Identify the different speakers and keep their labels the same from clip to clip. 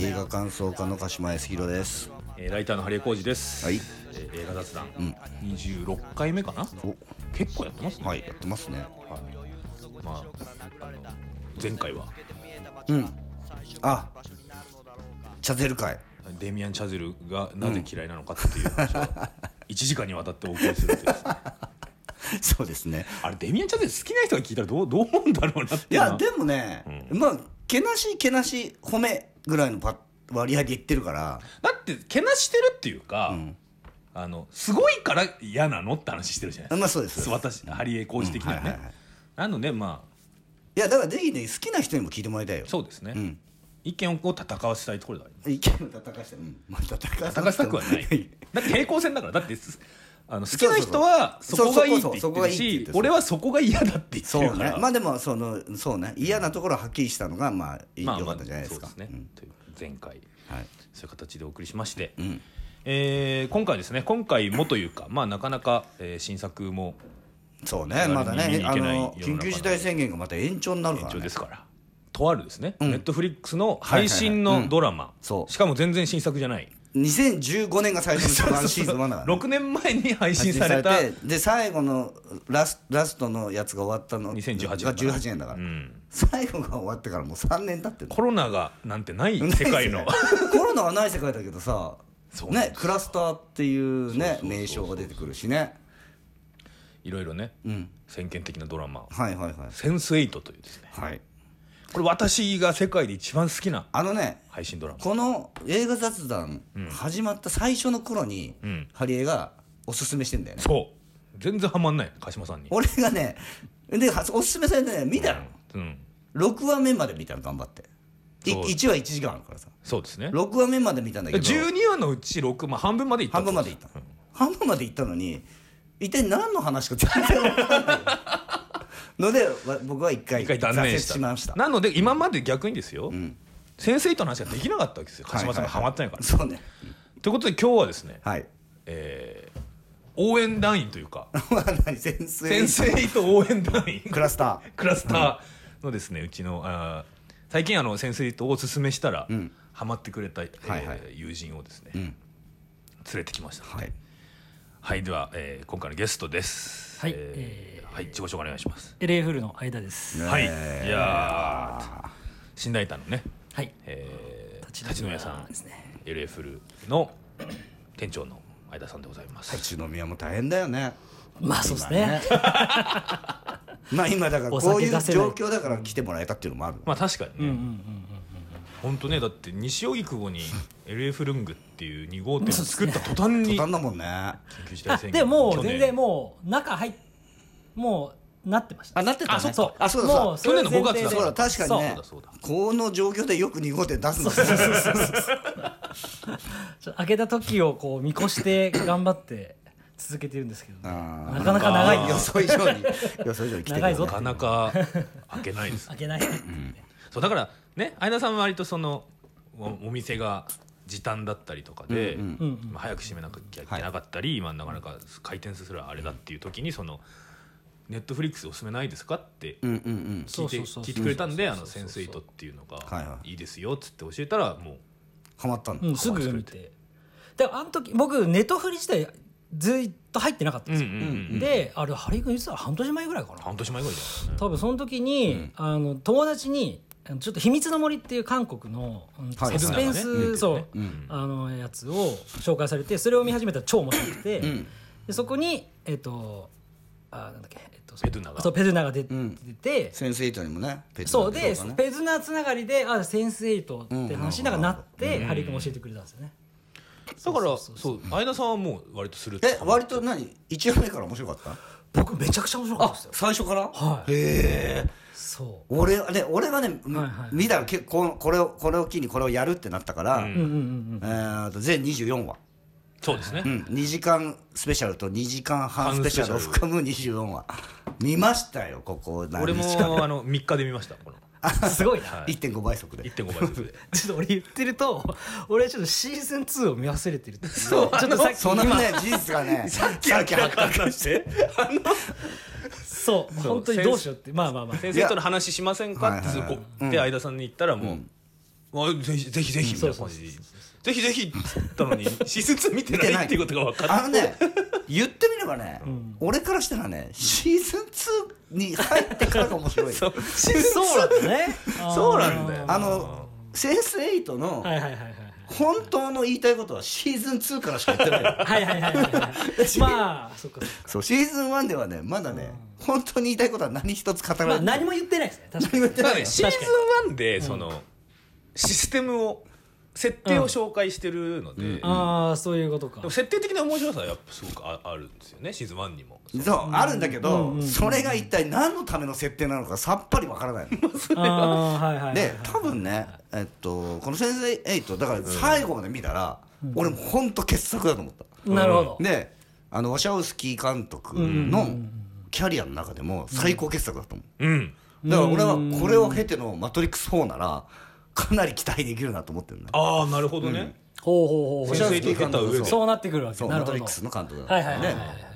Speaker 1: 映画感想家の鹿島康弘です
Speaker 2: えーライターの張江浩二です、
Speaker 1: はい
Speaker 2: えー映画雑談、
Speaker 1: ん
Speaker 2: 26回目かな
Speaker 1: お
Speaker 2: 結構やってますね、
Speaker 1: はいやってますね
Speaker 2: はいまあ、あの前回は
Speaker 1: うんあチャゼル会
Speaker 2: デミアン・チャゼルがなぜ嫌いなのかっていう話を1時間にわたってお送りするっていう
Speaker 1: そうですね
Speaker 2: あれデミアン・チャゼル好きな人が聞いたらどうどう思うんだろうなって
Speaker 1: い
Speaker 2: いうのは
Speaker 1: やでもね、まあけなしけなし褒めぐらいのパ割合で言ってるから
Speaker 2: だってけなしてるっていうか、
Speaker 1: ん
Speaker 2: あのすごいから嫌なのって話してるじゃない
Speaker 1: まあそうで
Speaker 2: です
Speaker 1: す
Speaker 2: か私ハリエ工事的なね、
Speaker 1: うんはいはいはい
Speaker 2: なのでまあ
Speaker 1: いやだからぜひね好きな人にも聞いてもらいたいよ
Speaker 2: そうですね、
Speaker 1: ん
Speaker 2: 意見を戦わせたいところだ
Speaker 1: 意見を叩かしてうんまあ叩か
Speaker 2: 戦わせたくはないだって平行線だからだってすあの好きな人はそ
Speaker 1: そう
Speaker 2: こ
Speaker 1: そう
Speaker 2: がいいって言
Speaker 1: そうそうそうそ
Speaker 2: っ
Speaker 1: こ
Speaker 2: て
Speaker 1: が
Speaker 2: る
Speaker 1: いいって言っ
Speaker 2: して
Speaker 1: る
Speaker 2: 俺はそこが嫌だって言っ
Speaker 1: そ
Speaker 2: て
Speaker 1: う
Speaker 2: るか
Speaker 1: ね
Speaker 2: ら
Speaker 1: まあでもそのそうね嫌なところはっきりしたのがまあ良
Speaker 2: まあ
Speaker 1: か
Speaker 2: まあ
Speaker 1: ったんじゃないですか
Speaker 2: そうですね、
Speaker 1: うん
Speaker 2: という前回
Speaker 1: はい
Speaker 2: そういう形でお送りしまして、
Speaker 1: ん
Speaker 2: えー今回ですね今回もというかまあなかなか、えー新作も
Speaker 1: そう
Speaker 2: 我
Speaker 1: ね、
Speaker 2: 々
Speaker 1: まだ
Speaker 2: 見
Speaker 1: ね
Speaker 2: に、行
Speaker 1: あ
Speaker 2: けない
Speaker 1: の
Speaker 2: 世の
Speaker 1: 緊
Speaker 2: 中
Speaker 1: 急事態宣言がまた延長になるか
Speaker 2: 延
Speaker 1: ら、
Speaker 2: 長
Speaker 1: ね
Speaker 2: で、すから、とあるですね、ネットフリックスの配
Speaker 1: は
Speaker 2: 信
Speaker 1: いはいはい
Speaker 2: の
Speaker 1: うん
Speaker 2: ドラマ、
Speaker 1: そう
Speaker 2: しかも全然新作じゃない
Speaker 1: 2015年が最初のワンシーズン1だから、ね、
Speaker 2: 6年前に配信された
Speaker 1: 配信されてで最後のラスラストのやつが終わったの
Speaker 2: 2018年
Speaker 1: が18年だから、
Speaker 2: うん
Speaker 1: 最後が終わってからもう3年経ってる
Speaker 2: コロナがなんてない世界の
Speaker 1: コロナがない世界だけどさ
Speaker 2: そうなんです
Speaker 1: ね、クラスターっていうね
Speaker 2: そうそうそうそう
Speaker 1: 名称が出てくるしね
Speaker 2: いろいろね、
Speaker 1: うん
Speaker 2: 先見的なドラマ
Speaker 1: はいはいはい
Speaker 2: 「センスエイトというですね
Speaker 1: はい
Speaker 2: これ私が世界で一番好きな
Speaker 1: あのね
Speaker 2: 配信ドラマ
Speaker 1: この映画雑談始まった最初の頃に、
Speaker 2: うん
Speaker 1: ハリエがおすすめしてんだよね
Speaker 2: そう全然ハマんない鹿島さんに
Speaker 1: 俺がねではおすすめされてね見たの、
Speaker 2: うん
Speaker 1: 6話目まで見たの頑張ってい
Speaker 2: そう
Speaker 1: 1話1時間あるからさ
Speaker 2: そうですね
Speaker 1: 6話目まで見たんだけど
Speaker 2: 12話のうち6、まあ、半分までいった
Speaker 1: 半分までいったの、半分までいったのに一体何の話か全然分かんないのでわ僕は一回
Speaker 2: 一回断念し
Speaker 1: 挫
Speaker 2: た
Speaker 1: 折しました
Speaker 2: なので今まで逆にですよ、先生との話ができなかったわけですよ鹿島さん
Speaker 1: は
Speaker 2: がハ
Speaker 1: いは
Speaker 2: マ
Speaker 1: い
Speaker 2: ってないから、
Speaker 1: そうね
Speaker 2: ということで今日はですね、
Speaker 1: はい
Speaker 2: えー応援団員とい うか
Speaker 1: 何先生
Speaker 2: 先生と応援団員
Speaker 1: クラスター
Speaker 2: クラスターのですね、うちのあー最近あの先生とおすすめしたら、
Speaker 1: ん
Speaker 2: ハマってくれた、えー
Speaker 1: はいはい
Speaker 2: 友人をですね、
Speaker 1: ん
Speaker 2: 連れてきましたので、
Speaker 1: は
Speaker 2: はいいでは、えー今回のゲストです
Speaker 3: はい
Speaker 2: えー
Speaker 3: えー
Speaker 2: はい自己紹介お願いします、
Speaker 3: エレフルの間です。
Speaker 2: はいいやー新大胆のね、
Speaker 3: はい。
Speaker 2: えー、
Speaker 3: 立
Speaker 2: 立ち
Speaker 3: ち
Speaker 2: 飲
Speaker 3: 飲み
Speaker 2: み屋
Speaker 3: 屋
Speaker 2: さん
Speaker 3: ですね
Speaker 2: LF ルの店長の相田さんでございます、
Speaker 1: 立ち飲み屋も大変だよね
Speaker 3: まあそうですね。
Speaker 1: まあ今だから
Speaker 3: お
Speaker 1: こうい
Speaker 3: 酒
Speaker 1: う
Speaker 3: 出せない
Speaker 1: 状況だから来てもらえたっていうのもある
Speaker 2: まあ確かにね、
Speaker 3: うんうんうん
Speaker 2: 本当ねだって西荻窪に LF ルングっていう2号店を作った途端に
Speaker 1: 途
Speaker 2: 緊
Speaker 1: 端だもんね
Speaker 2: 急事
Speaker 3: うん。
Speaker 2: 態
Speaker 3: あ
Speaker 2: 宣言
Speaker 3: でももう
Speaker 2: 去年
Speaker 3: 全然もう中入っもうなってました。
Speaker 1: あなってたね
Speaker 3: あそうそう。
Speaker 1: あそうだそうだ
Speaker 3: も
Speaker 2: 去年
Speaker 3: れ
Speaker 2: の5月だ
Speaker 3: 前
Speaker 1: そう
Speaker 3: 提
Speaker 1: だ
Speaker 3: で
Speaker 1: 確かにね
Speaker 2: そうだそう
Speaker 1: この状況でよく2号店出すんだ
Speaker 3: そう
Speaker 1: ね
Speaker 3: そうそうそうちょっと開けた時をこう見越して頑張って続けてるんですけど、ね、
Speaker 1: あー
Speaker 3: なかなか長
Speaker 2: あ
Speaker 3: い
Speaker 2: ー
Speaker 3: よ
Speaker 1: 予。想以上 に予想以上に来てるよね
Speaker 3: 長いぞ
Speaker 2: なかなか開けないです
Speaker 3: 開けない。
Speaker 2: そうだからね相田さんは割とそのおお店が時短だったりとかで、
Speaker 1: うん
Speaker 3: うんうん
Speaker 2: まあ早く閉めなきゃいけなかったり、今なかなか回転数すらあれだっていう時にそのネットフリックスおすすめないですかって
Speaker 1: うんうんうん
Speaker 2: 聞いて
Speaker 3: そうそうそうそう
Speaker 2: 聞いてくれたんで「あのセンスイート」っていうの
Speaker 1: はいは
Speaker 2: が
Speaker 1: い
Speaker 2: いいですよっつって教えたらもう
Speaker 1: ハマったんだ、
Speaker 3: うん、すぐ見て。で、あの時、僕、ネトフリ自体、ずっと入ってなかったんですよ。
Speaker 2: うんうんうんうん
Speaker 3: で、あれ、ハリー君、実は半年前ぐらいかな。
Speaker 2: 半年前ぐらいじゃない
Speaker 3: 多分その時に、あの友達にあのちょっと「秘密の森」っていう韓国の、うん
Speaker 1: はい
Speaker 3: サスペン
Speaker 2: サスペンス
Speaker 3: ス、
Speaker 2: ね
Speaker 3: そう、
Speaker 2: うんうん
Speaker 3: あのやつを紹介されてそれを見始めたら超面白くて、でそこにえっ、とあなんだっけ、えっと
Speaker 2: ペドゥナが
Speaker 3: そうペドゥナが出,、
Speaker 1: ん
Speaker 3: 出て
Speaker 1: センスエイトにもねペッ
Speaker 3: そ
Speaker 1: トの
Speaker 3: う
Speaker 1: ペ
Speaker 3: で、
Speaker 1: ットがね
Speaker 3: ペドゥナつながりであセンスエイトって話になんかなって、
Speaker 2: うん
Speaker 3: ハリー君教えてくれたんですよね、
Speaker 2: だから
Speaker 3: そ
Speaker 2: そう
Speaker 3: そううそう
Speaker 2: 相田さんはもう割とする
Speaker 1: え割と何一話目から面白かった
Speaker 3: 僕めちゃくちゃ面白かったですよ
Speaker 1: 最初から
Speaker 3: はい
Speaker 1: へえ
Speaker 3: そ
Speaker 1: 俺はね俺はね、
Speaker 3: はいはい
Speaker 1: 見たら結構これをこれを機にこれをやるってなったから、
Speaker 2: うん
Speaker 3: ううんうんうん
Speaker 1: えーと全24話、
Speaker 2: そうですね、
Speaker 1: うん、2時間スペシャルと2時間半スペシャルを
Speaker 2: 半スペシ
Speaker 1: 含む24話見ましたよここ何
Speaker 2: 俺も
Speaker 1: 日間
Speaker 2: あの3日で見ましたこの
Speaker 3: うんすごいな、
Speaker 2: はい
Speaker 1: 1.5倍速で
Speaker 2: 1.5倍速で
Speaker 3: ちょっと俺言ってると俺ちょっとシーズン2を見忘れてるっていう
Speaker 2: そう
Speaker 3: ちょっとさっき
Speaker 1: そのね事実がね さっき発覚
Speaker 2: して
Speaker 3: そう
Speaker 2: そう
Speaker 3: 本当にどうしようってまあまあまあ
Speaker 2: 先生との話しませんかって
Speaker 1: いや
Speaker 2: こうで相田さんに言ったらもうあぜひぜひぜひみたいな感じでぜひぜひって言っ たのに施設見て
Speaker 1: 見て
Speaker 2: な
Speaker 1: ない
Speaker 2: いっていうことが分かった
Speaker 1: あのね言ってみればね、俺からしたらねシーズン2に入ってからが面白い
Speaker 2: そう
Speaker 3: そうなんだね
Speaker 2: そうなんだよ
Speaker 1: あのセンス8の
Speaker 3: はいはいはいはい
Speaker 1: 本当の言いたいことはシーズン2からしか言ってない よ
Speaker 3: はいはいはいはいはいまあそっかそっか
Speaker 1: そうシーズン1ではねまだね本当に言いたいことは何一つ語ら
Speaker 3: ま
Speaker 1: れ
Speaker 3: あ
Speaker 1: てない
Speaker 3: 何も言ってないですね確か
Speaker 1: 何
Speaker 3: に
Speaker 1: も言って
Speaker 2: ま
Speaker 1: ない
Speaker 2: あね
Speaker 1: よ
Speaker 2: シーズン1でその、システムを設定を紹介してるので,、で
Speaker 3: ああそういうこと か
Speaker 2: も設定的な面白さはやっぱすごくああるんですよねシーズン1にも
Speaker 1: そうあるんだけど、
Speaker 3: うんうん
Speaker 1: それが一体何のための設定なのかさっぱりわからないの
Speaker 3: ああーはいはいはい
Speaker 1: で多分ね、えっと、この「先生8」だから最後まで見たら、俺もほんと傑作だと思った。
Speaker 3: なるほど
Speaker 1: であのワシャウスキー監督のキャリアの中でも最高傑作だと思う、
Speaker 2: うん
Speaker 1: だから俺はこれを経ての「マトリックス4」ならかなり期待できるなと思ってるね
Speaker 2: ああなるほどね、
Speaker 3: ほうほうほう
Speaker 1: 先
Speaker 3: ほ
Speaker 1: 生
Speaker 2: 先生と経た上
Speaker 1: そ
Speaker 2: で
Speaker 1: う
Speaker 3: そうなってくるわけ
Speaker 1: そう
Speaker 3: な
Speaker 1: マ
Speaker 3: る
Speaker 1: ト
Speaker 3: ほ
Speaker 1: リ
Speaker 3: ど
Speaker 1: ックスの監督だ
Speaker 3: はいはいはいはい
Speaker 1: ね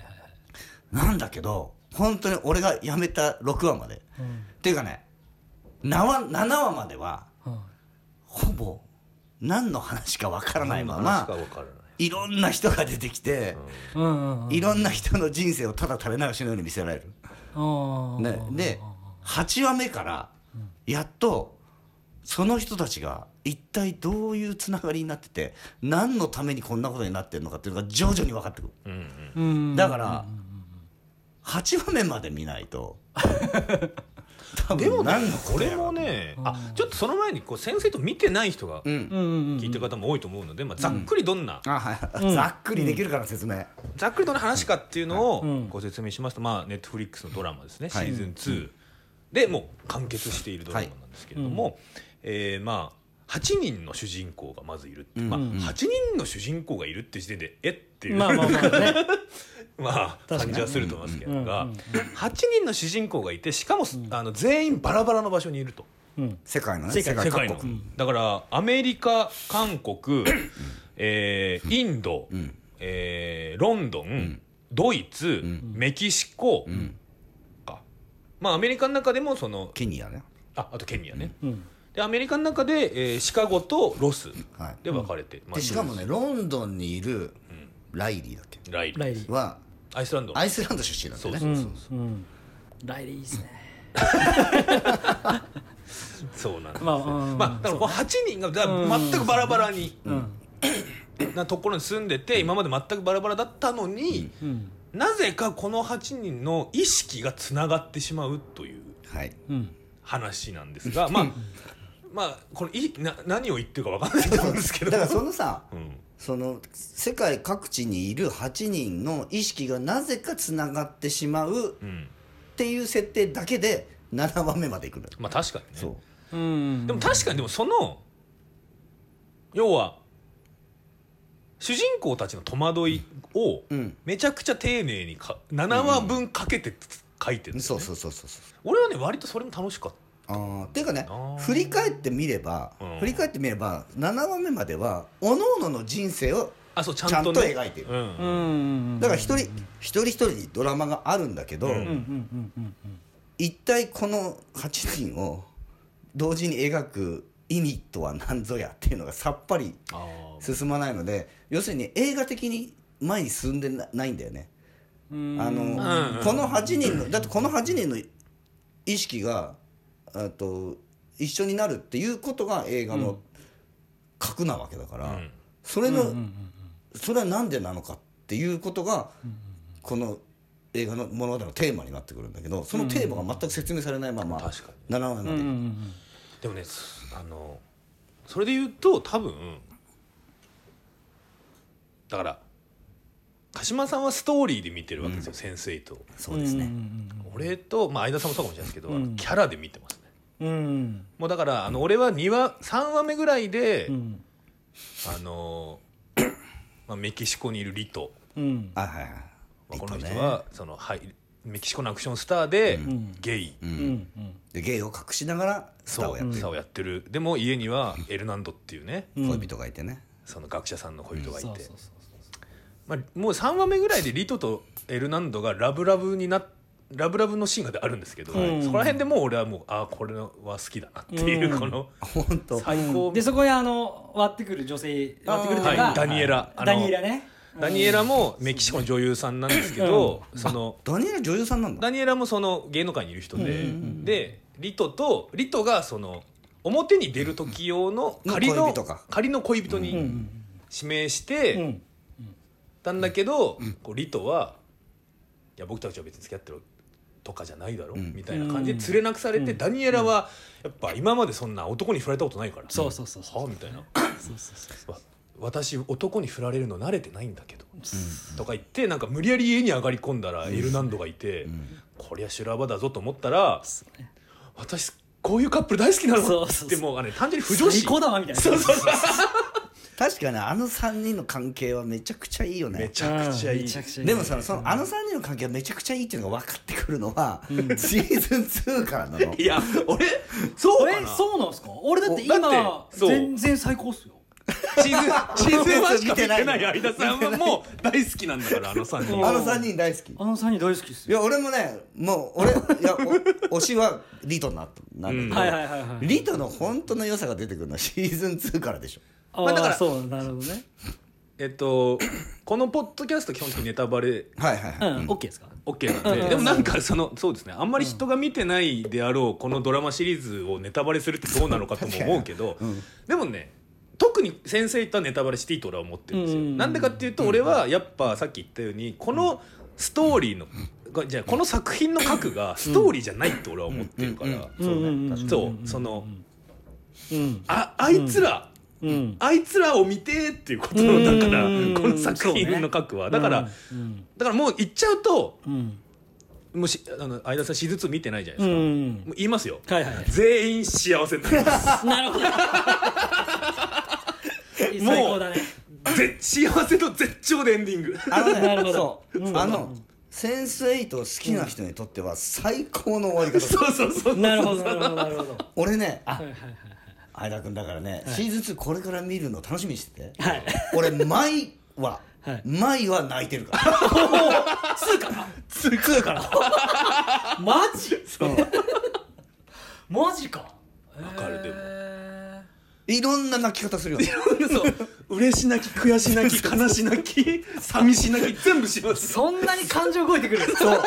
Speaker 1: なんだけど本当に俺が辞めた6話まで、っていうかね7話 ,7 話までは
Speaker 3: うん
Speaker 1: ほぼ何の話かわからないま
Speaker 2: 話か
Speaker 1: ま
Speaker 2: 分からない
Speaker 1: いろんな人が出てきて、
Speaker 3: うんうんうん
Speaker 1: いろんな人の人生をただ垂れ流しのように見せられる
Speaker 3: あー
Speaker 1: ね、で8話目からやっとその人たちが一体どういうつながりになってて何のためにこんなことになってるのかっていうのが徐々に分かってく
Speaker 2: うんうん
Speaker 3: うん
Speaker 1: るだから8話目まで見ない と多
Speaker 2: でも
Speaker 1: 分
Speaker 2: ね
Speaker 1: 何の
Speaker 2: これもねあちょっとその前にこう先生と見てない人が
Speaker 1: ん
Speaker 3: うんうんうん
Speaker 2: 聞いてる方も多いと思うので、まあ、ざっくりどんな、
Speaker 1: あ、はいざっくりできるから説明、
Speaker 2: ざっくりどんな話かっていうのを
Speaker 3: うん
Speaker 2: ご説明しますと、まあ、ネットフリックスのドラマですね、
Speaker 1: はい
Speaker 2: シーズン2でもう完結しているドラマなんですけれども、えーまあ、8人の主人公がまずいるって、まあ、8人の主人公がいるって時点でえっていう、
Speaker 3: まあまあまあね
Speaker 2: まあ感じはすると思いますけどが、
Speaker 3: うんうん
Speaker 2: 8人の主人公がいてしかも、あの全員バラバラの場所にいると。
Speaker 3: うん
Speaker 1: 世界のね
Speaker 3: 世界
Speaker 2: 世界
Speaker 1: 各
Speaker 2: の
Speaker 1: 国
Speaker 2: だからアメリカ韓国、えーインド、えーロンドン、ドイツ、メキシコ、かまあアメリカの中でもその
Speaker 1: ケニアね
Speaker 2: ああとケニアね、
Speaker 3: うん
Speaker 2: でアメリカの中で、えーシカゴとロス
Speaker 1: はい
Speaker 2: で分かれて、まあ
Speaker 1: でしかもねロンドンにいるライリーだっけ
Speaker 2: ライリー
Speaker 3: ライリー
Speaker 1: は
Speaker 2: アイスランド
Speaker 1: アイスランド出身なんだ
Speaker 2: そ
Speaker 1: よ
Speaker 2: う
Speaker 1: ね
Speaker 2: そうそう、
Speaker 3: うんライリーいいですね
Speaker 2: そうなんです
Speaker 3: ま
Speaker 2: ま
Speaker 3: あ
Speaker 2: あ、
Speaker 3: うん
Speaker 2: まあ、だからこう8人がだから全くバラバラに、なところに住んでて、今まで全くバラバラだったのに、
Speaker 3: うん
Speaker 2: なぜかこの8人の意識がつながってしまうという
Speaker 1: はい
Speaker 3: うん
Speaker 2: 話なんで すがまあまあこれいな何を言ってるか分かんないと思うんですけど
Speaker 1: だからそのさ
Speaker 2: うん
Speaker 1: その世界各地にいる8人の意識がなぜかつながってしまう
Speaker 2: うん、
Speaker 1: っていう設定だけで7番目までいくんだよ、
Speaker 2: まあ確かにね
Speaker 1: そう
Speaker 3: うん
Speaker 2: でも確かにでもその要は主人公たちの戸惑いを
Speaker 1: うん
Speaker 2: めちゃくちゃ丁寧にか7話分かけて書いてるんです
Speaker 1: そ
Speaker 2: よ
Speaker 1: う
Speaker 2: ね
Speaker 1: そうそうそうそう
Speaker 2: 俺はね割とそれも楽しかっ
Speaker 1: あーっていうかね
Speaker 2: あー
Speaker 1: 振り返ってみれば、
Speaker 2: うん
Speaker 1: 振り返ってみれば7番目までは各々の人生を
Speaker 2: たあそうちゃ
Speaker 1: ちゃ
Speaker 2: ん
Speaker 1: ん
Speaker 2: と
Speaker 1: と
Speaker 2: ね
Speaker 1: 描いてる、
Speaker 2: う
Speaker 3: うん
Speaker 2: ん
Speaker 3: うん
Speaker 1: だから一人、一人一人にドラマがあるんだけど、
Speaker 2: うん
Speaker 3: うんうんうんうん
Speaker 1: 一体この8人を同時に描く意味とは何ぞやっていうのがさっぱり
Speaker 2: あー
Speaker 1: 進まないので要するに映画的に前に進んでなないんだよね
Speaker 3: うん
Speaker 1: あ
Speaker 2: ん
Speaker 1: のこの8人のだってこの8人の意識があと一緒になるっていうことが映画の核なわけだから、
Speaker 2: ん
Speaker 1: それの、それは何でなのかっていうことが、この映画の物語のテーマになってくるんだけどそのテーマが全く説明されないまま
Speaker 2: 確か
Speaker 1: 7話まで、
Speaker 3: うんうんうん
Speaker 2: でもねすあのそれで言うと多分だから鹿島さんはストーリーで見てるわけですよ、先生と
Speaker 1: そうですね、
Speaker 2: 俺と、まあ、相田さんもそうかもしれないですけど、あ
Speaker 3: う
Speaker 2: の
Speaker 3: ん
Speaker 2: キャラで見てますね
Speaker 3: うん
Speaker 2: もうだからあの俺は2話3話目ぐらいで、
Speaker 3: うん
Speaker 2: あのまあ、メキシコにいるリト、
Speaker 3: うん
Speaker 1: あはいはい
Speaker 2: まあこの
Speaker 1: リ
Speaker 2: 人
Speaker 1: トね
Speaker 2: はその、はい、メキシコのアクションスターで、
Speaker 3: ん
Speaker 2: ゲイ、
Speaker 3: うんうん
Speaker 1: で芸を隠しながらスター
Speaker 2: そ
Speaker 1: を
Speaker 2: う
Speaker 1: やって
Speaker 2: スターをやってるでも家にはエルナンドっていうね、
Speaker 3: うん
Speaker 1: 恋人がいてね、
Speaker 2: その学者さんの恋人がいて、
Speaker 3: そうそうそう
Speaker 2: まあ、もう3話目ぐらいでリトとエルナンドがラブラブになラブラブのシーンがあるんですけど、
Speaker 3: はい
Speaker 2: そこら辺でもう俺はもうああこれは好きだなっていう、
Speaker 3: うん
Speaker 2: この
Speaker 1: 本当
Speaker 2: 最高、
Speaker 3: でそこにあの割ってくる女性割ってくるという
Speaker 2: は
Speaker 3: か
Speaker 2: い、ダニエラあの
Speaker 3: ダニエラね
Speaker 2: ダニエラもメキシコの女優さんなんですけど、その
Speaker 1: ダニエル女優さんなんだ
Speaker 2: ダニエラもその芸能界にいる人で、でリトとリトがその表に出る時用の
Speaker 1: うん
Speaker 2: 仮の
Speaker 1: 恋人か
Speaker 2: 仮の恋人
Speaker 3: うんう
Speaker 2: に
Speaker 3: ん
Speaker 2: 指名して、
Speaker 3: うん
Speaker 2: たんだけど、こうリトはいや僕たちは別に付き合ってるとかじゃないだろ、
Speaker 1: ん
Speaker 2: みたいな感じで連れなくされて、ダニエラはやっぱ今までそんな男に振られたことないから
Speaker 3: そうそうそうそう
Speaker 2: はみたいな
Speaker 3: そうそうそう
Speaker 2: わ私男に振られるの慣れてないんだけど、とか言ってなんか無理やり家に上がり込んだらエルナンドがいて、こりゃ修羅場だぞと思ったら
Speaker 3: そうね
Speaker 2: 私こういうカップル大好きなの
Speaker 3: そうそうそう
Speaker 2: でもあれ単純に不女子
Speaker 3: 最高だわみたいな
Speaker 2: そうそうそう
Speaker 1: 確かにあの3人の関係はめちゃくちゃいいよ
Speaker 2: め
Speaker 1: ね
Speaker 2: ちゃくちゃいい
Speaker 3: めちゃくちゃいい
Speaker 1: でもさそのあの3人の関係はめちゃくちゃいいっていうのが分かってくるのは、シーズン2から なの
Speaker 2: いや俺そうか
Speaker 3: え
Speaker 2: な
Speaker 3: そうなんですか俺だって
Speaker 2: だ
Speaker 3: 今
Speaker 2: ってそう
Speaker 3: 全然最高っすよ
Speaker 2: シーズンシーズン1しか見てない相田さんはもう大好きなんだからあの3人
Speaker 1: あの3人大好き
Speaker 3: あの3人大好きっす
Speaker 1: い
Speaker 3: よ
Speaker 1: や俺もねもう俺いやお推しはリトななんだ
Speaker 3: はい
Speaker 1: け
Speaker 3: はいはいは
Speaker 1: ど
Speaker 3: い
Speaker 1: リトの本当の良さが出てくるのはシーズン2からでしょ
Speaker 3: あ
Speaker 2: まあ
Speaker 3: あ
Speaker 2: だ
Speaker 3: だ
Speaker 2: か
Speaker 3: かららそうなるほどね
Speaker 2: えっとこのポッドキャスト基本的にネタバレ
Speaker 1: はいはいは
Speaker 3: う
Speaker 1: い、
Speaker 3: ん OK ですか
Speaker 2: OK なんででもなんかそのそうですねあんまり人が見てないであろうこのドラマシリーズをネタバレするってどうなのかとも思うけどでもね特に先生言ったネタバレしていいと俺は思ってるんですよ
Speaker 3: うんうんうん
Speaker 2: なんでかっていうと俺はやっぱさっき言ったようにこのストーリーのがじゃあこの作品の核がストーリーじゃないって俺は思ってるから
Speaker 3: うんうんうん
Speaker 2: そうその
Speaker 3: うん
Speaker 2: ああいつら、
Speaker 3: うん
Speaker 2: あいつらを見てっていうことだから
Speaker 3: うん
Speaker 2: この作品の核は、だから、
Speaker 3: うん
Speaker 2: だからもう言っちゃうと
Speaker 3: うん
Speaker 2: もうしあの相田さん手術見てないじゃないうですか、
Speaker 3: ん
Speaker 2: もう言いますよ、
Speaker 3: はいはい
Speaker 2: 全員幸せになります
Speaker 3: なるほど最高だね
Speaker 2: ぜ幸せの絶頂でエンディング
Speaker 1: あのね
Speaker 3: なるほど
Speaker 1: そう、
Speaker 3: うん
Speaker 1: あのセンスエイトを好きな人にとっては最高の終わり方、
Speaker 2: そうそうそう
Speaker 3: なるほどなるほどなるほど
Speaker 1: 俺ねあ
Speaker 3: はいはいはい
Speaker 1: 相田君だからね、シーズン2これから見るの楽しみにしてて、
Speaker 3: はい
Speaker 1: 俺毎は、
Speaker 3: はい
Speaker 1: 毎は泣いてるから2から2から
Speaker 3: マジ マジかわ
Speaker 2: かるでも
Speaker 1: いろんな泣き方するよね
Speaker 2: そう嬉し泣き悔し泣き悲し泣き寂し泣き全部します
Speaker 3: そんなに感情動いてくる
Speaker 1: そう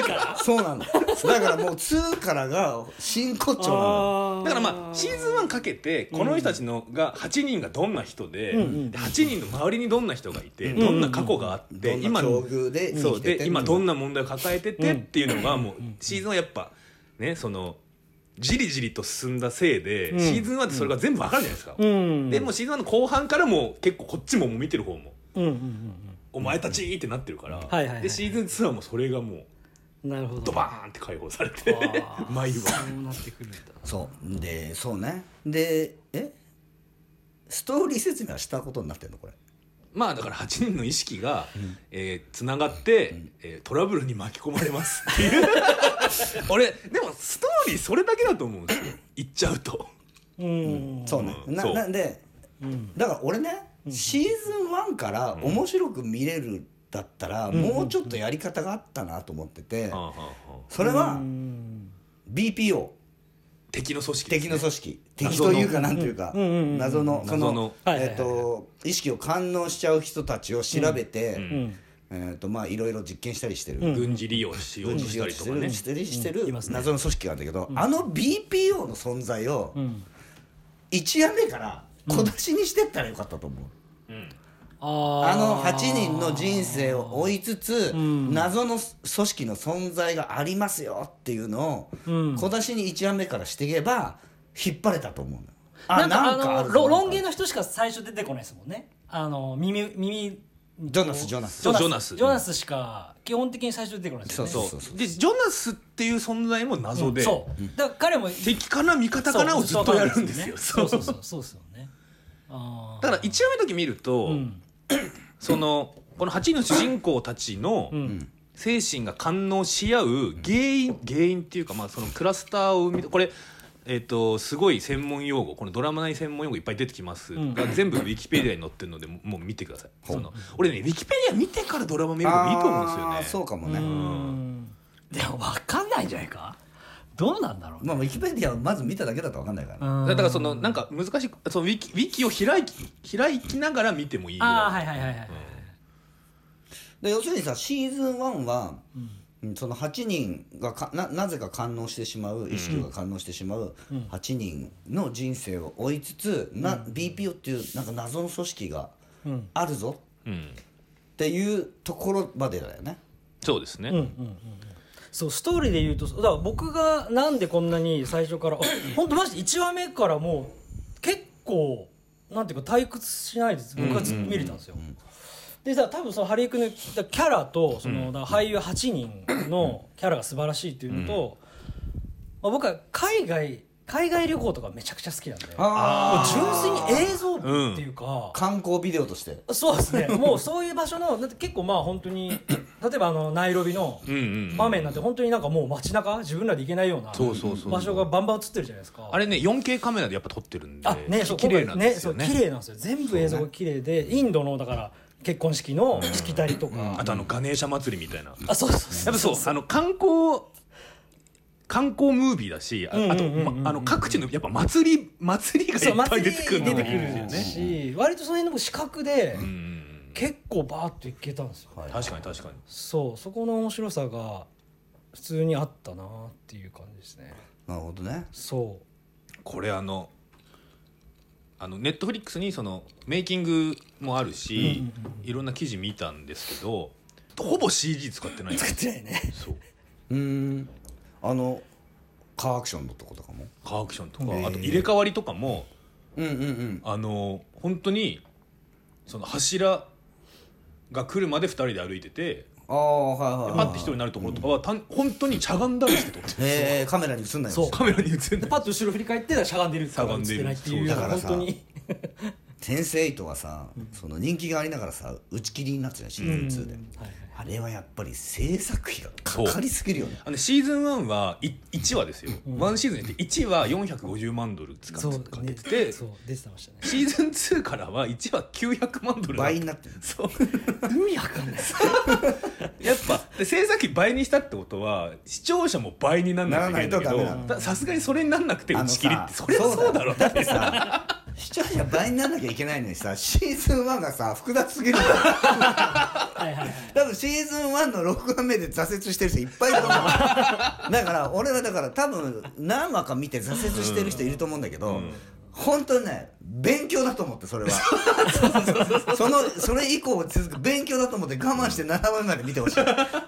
Speaker 3: 2から
Speaker 1: そうなのだからもう2からが真骨頂なの
Speaker 3: あー
Speaker 2: だからまあシーズン1かけてこの人たちのが8人がどんな人で
Speaker 3: ん
Speaker 2: で8人の周りにどんな人がいてどんな過去があって
Speaker 1: どんな
Speaker 2: 今
Speaker 1: 境
Speaker 2: の
Speaker 1: 遇で生
Speaker 2: そ
Speaker 1: き
Speaker 2: う
Speaker 1: て
Speaker 2: で
Speaker 1: て
Speaker 2: 今
Speaker 1: み
Speaker 2: ど
Speaker 1: たい
Speaker 2: ん
Speaker 1: な
Speaker 2: な問題を抱えててっていうのがもうシーズンはやっぱねそのじりじりと進んだせいで
Speaker 3: ん
Speaker 2: シーズン1ってそれが全部わかるじゃないですか
Speaker 3: うん
Speaker 2: でもうシーズン1の後半からもう結構こっちももう見てる方も
Speaker 3: うんうんうん
Speaker 2: お前たちってなってるから
Speaker 3: はいはいはい
Speaker 2: でシーズン2はもうそれがもう
Speaker 3: うんなるほど
Speaker 2: ドバーンって解放されて
Speaker 3: あー
Speaker 2: 毎話
Speaker 3: そうなってくるんだ
Speaker 1: そうでそうねでえストーリー説明はしたことになってんのこれ
Speaker 2: まあだから8人の意識がえーつながって、えートラブルに巻き込まれますっていう 俺でもストーリーそれだけだと思 うんですよ言っちゃうと
Speaker 3: うん
Speaker 1: そうね、
Speaker 2: うん
Speaker 1: な
Speaker 2: そう
Speaker 1: なんで
Speaker 3: うん
Speaker 1: だから俺ね、シーズン1から面白く見れるだったら、もうちょっとやり方があったなと思ってて、
Speaker 2: はあはあはあ
Speaker 1: それ
Speaker 3: う
Speaker 1: は
Speaker 3: ん
Speaker 1: BPO
Speaker 2: 敵の組織
Speaker 1: 敵の組織敵
Speaker 2: 謎
Speaker 1: と
Speaker 2: の
Speaker 1: いうかなんというか
Speaker 3: うんうんうんうん
Speaker 1: 謎のそ
Speaker 2: 謎
Speaker 1: の
Speaker 2: の
Speaker 3: はいはい
Speaker 1: えっと意識を感応しちゃう人たちを調べ
Speaker 3: う
Speaker 1: て
Speaker 3: ん
Speaker 1: えっとまあいろいろ実験したりしてる。
Speaker 2: 軍事利用しよう
Speaker 1: 軍
Speaker 2: と
Speaker 1: 事利
Speaker 2: した
Speaker 1: 用
Speaker 2: り
Speaker 1: し
Speaker 2: と
Speaker 1: て
Speaker 2: か
Speaker 1: る
Speaker 2: ね
Speaker 1: してるしてる
Speaker 3: いますね
Speaker 1: 謎の組織があるんだけど、あの BPO の存在を
Speaker 3: ん
Speaker 1: 一夜目から小出しにしてったらよかったと思う、
Speaker 3: あ
Speaker 1: あの
Speaker 3: ー
Speaker 1: 8人の人生を追いつつ、謎の組織の存在がありますよっていうの
Speaker 3: う
Speaker 1: を
Speaker 3: ん
Speaker 1: 小出しに一夜目からしていけば引っ張れたと思うのよ
Speaker 3: なんかあのロロン毛
Speaker 1: の
Speaker 3: の人しか最初出てこないですもんねあの耳耳
Speaker 1: ジョナスジョナス
Speaker 2: そうジョナス
Speaker 3: ジョナスしか基本的に最初出てこないですよね
Speaker 1: そう
Speaker 2: そうでジョナスっていう存在も謎で、
Speaker 3: そうだから彼も
Speaker 2: 敵かな味方かなをずっとやるんですよ
Speaker 3: そうそうそううそうですよねあ
Speaker 2: だから1話目だけ見ると、
Speaker 3: うん
Speaker 2: そのこの8人の主人公たちの
Speaker 3: ん
Speaker 2: 精神が感応し合う原因原因っていうか、まあ、そのクラスターを生みこれえっとすごい専門用語このドラマ内専門用語いっぱい出てきますが、
Speaker 3: ん
Speaker 2: 全部ウィキペディアに載ってるのでもうもう見てくださいその俺ねウィキペディア見てからドラマ見るのもいいと思うんですよね
Speaker 1: そうかも
Speaker 3: う
Speaker 1: ね
Speaker 3: んでもわないんじゃないかどうなんだろうね
Speaker 1: まあウィキペディアをまず見ただけだと分かんないからね、
Speaker 2: だからそのなんか難しいそのウィキウィキを開き開きながら見てもいいぐらい
Speaker 3: ああはいはいはいはい、
Speaker 1: で要するにさシーズン1は、うんその8人がかななぜか感応してしまう意識が感応してしまう8人の人生を追いつつ、な BPO っていうなんか謎の組織が
Speaker 3: うん
Speaker 1: あるぞ
Speaker 2: うん、
Speaker 1: っていうところまでだよね。
Speaker 2: そうですね、
Speaker 3: そうストーリーで言うとだから僕がなんでこんなに最初からあ本当マジで1話目からもう結構なんていうか退屈しないです僕はずっと見れたんですよ。でさ多分そのハリー君のキャラとそのだから俳優8人のキャラが素晴らしいっていうのと、まあ、僕は海外海外旅行とかめちゃくちゃ好きなんでもう
Speaker 1: あ
Speaker 3: 純粋に映像美っていうか。
Speaker 1: 観光ビデオとして
Speaker 3: そうですねもうそういう場所のだって結構まあ本当に例えばあのナイロビの
Speaker 2: うんうんうん
Speaker 3: 場面なんて本当になんかもう街中自分らで行けないような
Speaker 2: そうそうそう
Speaker 3: 場所がバンバン映ってるじゃないですか
Speaker 2: あれね 4K カメラでやっぱ撮ってるんで
Speaker 3: あねそう
Speaker 2: 綺麗なんですよね
Speaker 3: ねそう綺麗なんですよ全部映像が綺麗で、インドのだから結婚式のしきたりとか、
Speaker 2: あとあのガネーシャ祭りみたいな、やっ
Speaker 3: あそうそうそう
Speaker 2: ぱそうあの観光観光ムービーだしあ,、
Speaker 3: うんうん
Speaker 2: あと、
Speaker 3: うんうん
Speaker 2: まあの各地のやっぱ祭り祭りが
Speaker 3: そ
Speaker 2: い
Speaker 3: う
Speaker 2: っぱい
Speaker 3: 祭り
Speaker 2: 出てくるの
Speaker 3: 出
Speaker 2: が
Speaker 3: て
Speaker 2: い
Speaker 3: く
Speaker 2: いですよ
Speaker 3: る
Speaker 2: ね、
Speaker 3: し割とその辺の視覚で
Speaker 2: うんうん
Speaker 3: 結構バーッといけたんですよ、
Speaker 2: うん、確かに確かに
Speaker 3: そうそこの面白さが普通にあったなっていう感じですね
Speaker 1: なるほどね
Speaker 3: そう
Speaker 2: これあのあのネットフリックスにそのメイキングもあるし、いろんな記事見たんですけどほぼ CG 使ってない
Speaker 3: 作ってないね
Speaker 2: そう
Speaker 1: うーんあのカーアクションのとことかも
Speaker 2: カーアクションと
Speaker 1: へ
Speaker 2: か
Speaker 1: ー
Speaker 2: あと入れ替わりとかも
Speaker 1: うんうんうん
Speaker 2: あの本当にその柱が来るまで2人で歩いてて
Speaker 1: ああはいはい
Speaker 2: パ
Speaker 1: はい
Speaker 2: ッて1人になるところとかはたん本当にしゃがんだりして撮ってる
Speaker 1: へえカメラに映んないんです
Speaker 3: そう
Speaker 1: よ
Speaker 2: カメラに映ん
Speaker 3: で
Speaker 2: ない
Speaker 3: パッと後ろ振り返ってしゃがんでるから映ってないっていう
Speaker 1: しゃがんでる
Speaker 3: 本当に
Speaker 1: 天聖糸はさ、その人気がありながらさ打ち切りになってたよシーズン2で、あれはやっぱり制作費がかかりすぎるよね
Speaker 2: あのシーズン1は1話ですよ、ワンシーズンで1話450万ドル使
Speaker 3: そ
Speaker 2: っ
Speaker 3: う
Speaker 2: てかけ
Speaker 3: ね
Speaker 2: てて、
Speaker 3: そう出てましたね
Speaker 2: シーズン2からは1話900万ドルだ
Speaker 1: 倍になってる
Speaker 2: そう
Speaker 3: 意味わかん ない
Speaker 2: やっぱで制作費倍にしたってことは視聴者も倍にならないといけないん
Speaker 1: ならないと
Speaker 2: だ
Speaker 1: ダメな
Speaker 2: けどださすがにそれになんなくて
Speaker 1: あ
Speaker 2: 打
Speaker 1: の
Speaker 2: ち切りっ
Speaker 1: さ
Speaker 2: てそりゃそうだろ
Speaker 1: だってさ視聴者倍にならなきゃいけないのにさシーズン1がさ複雑すぎるんだよ
Speaker 3: はいはいはい
Speaker 1: 多分シーズン1の6話目で挫折してる人いっぱいいると思う だから俺はだから多分何話か見て挫折してる人いると思うんだけど、本当にね勉強だと思ってそれは そのそれ以降続く勉強だと思って我慢して7話目まで見てほしい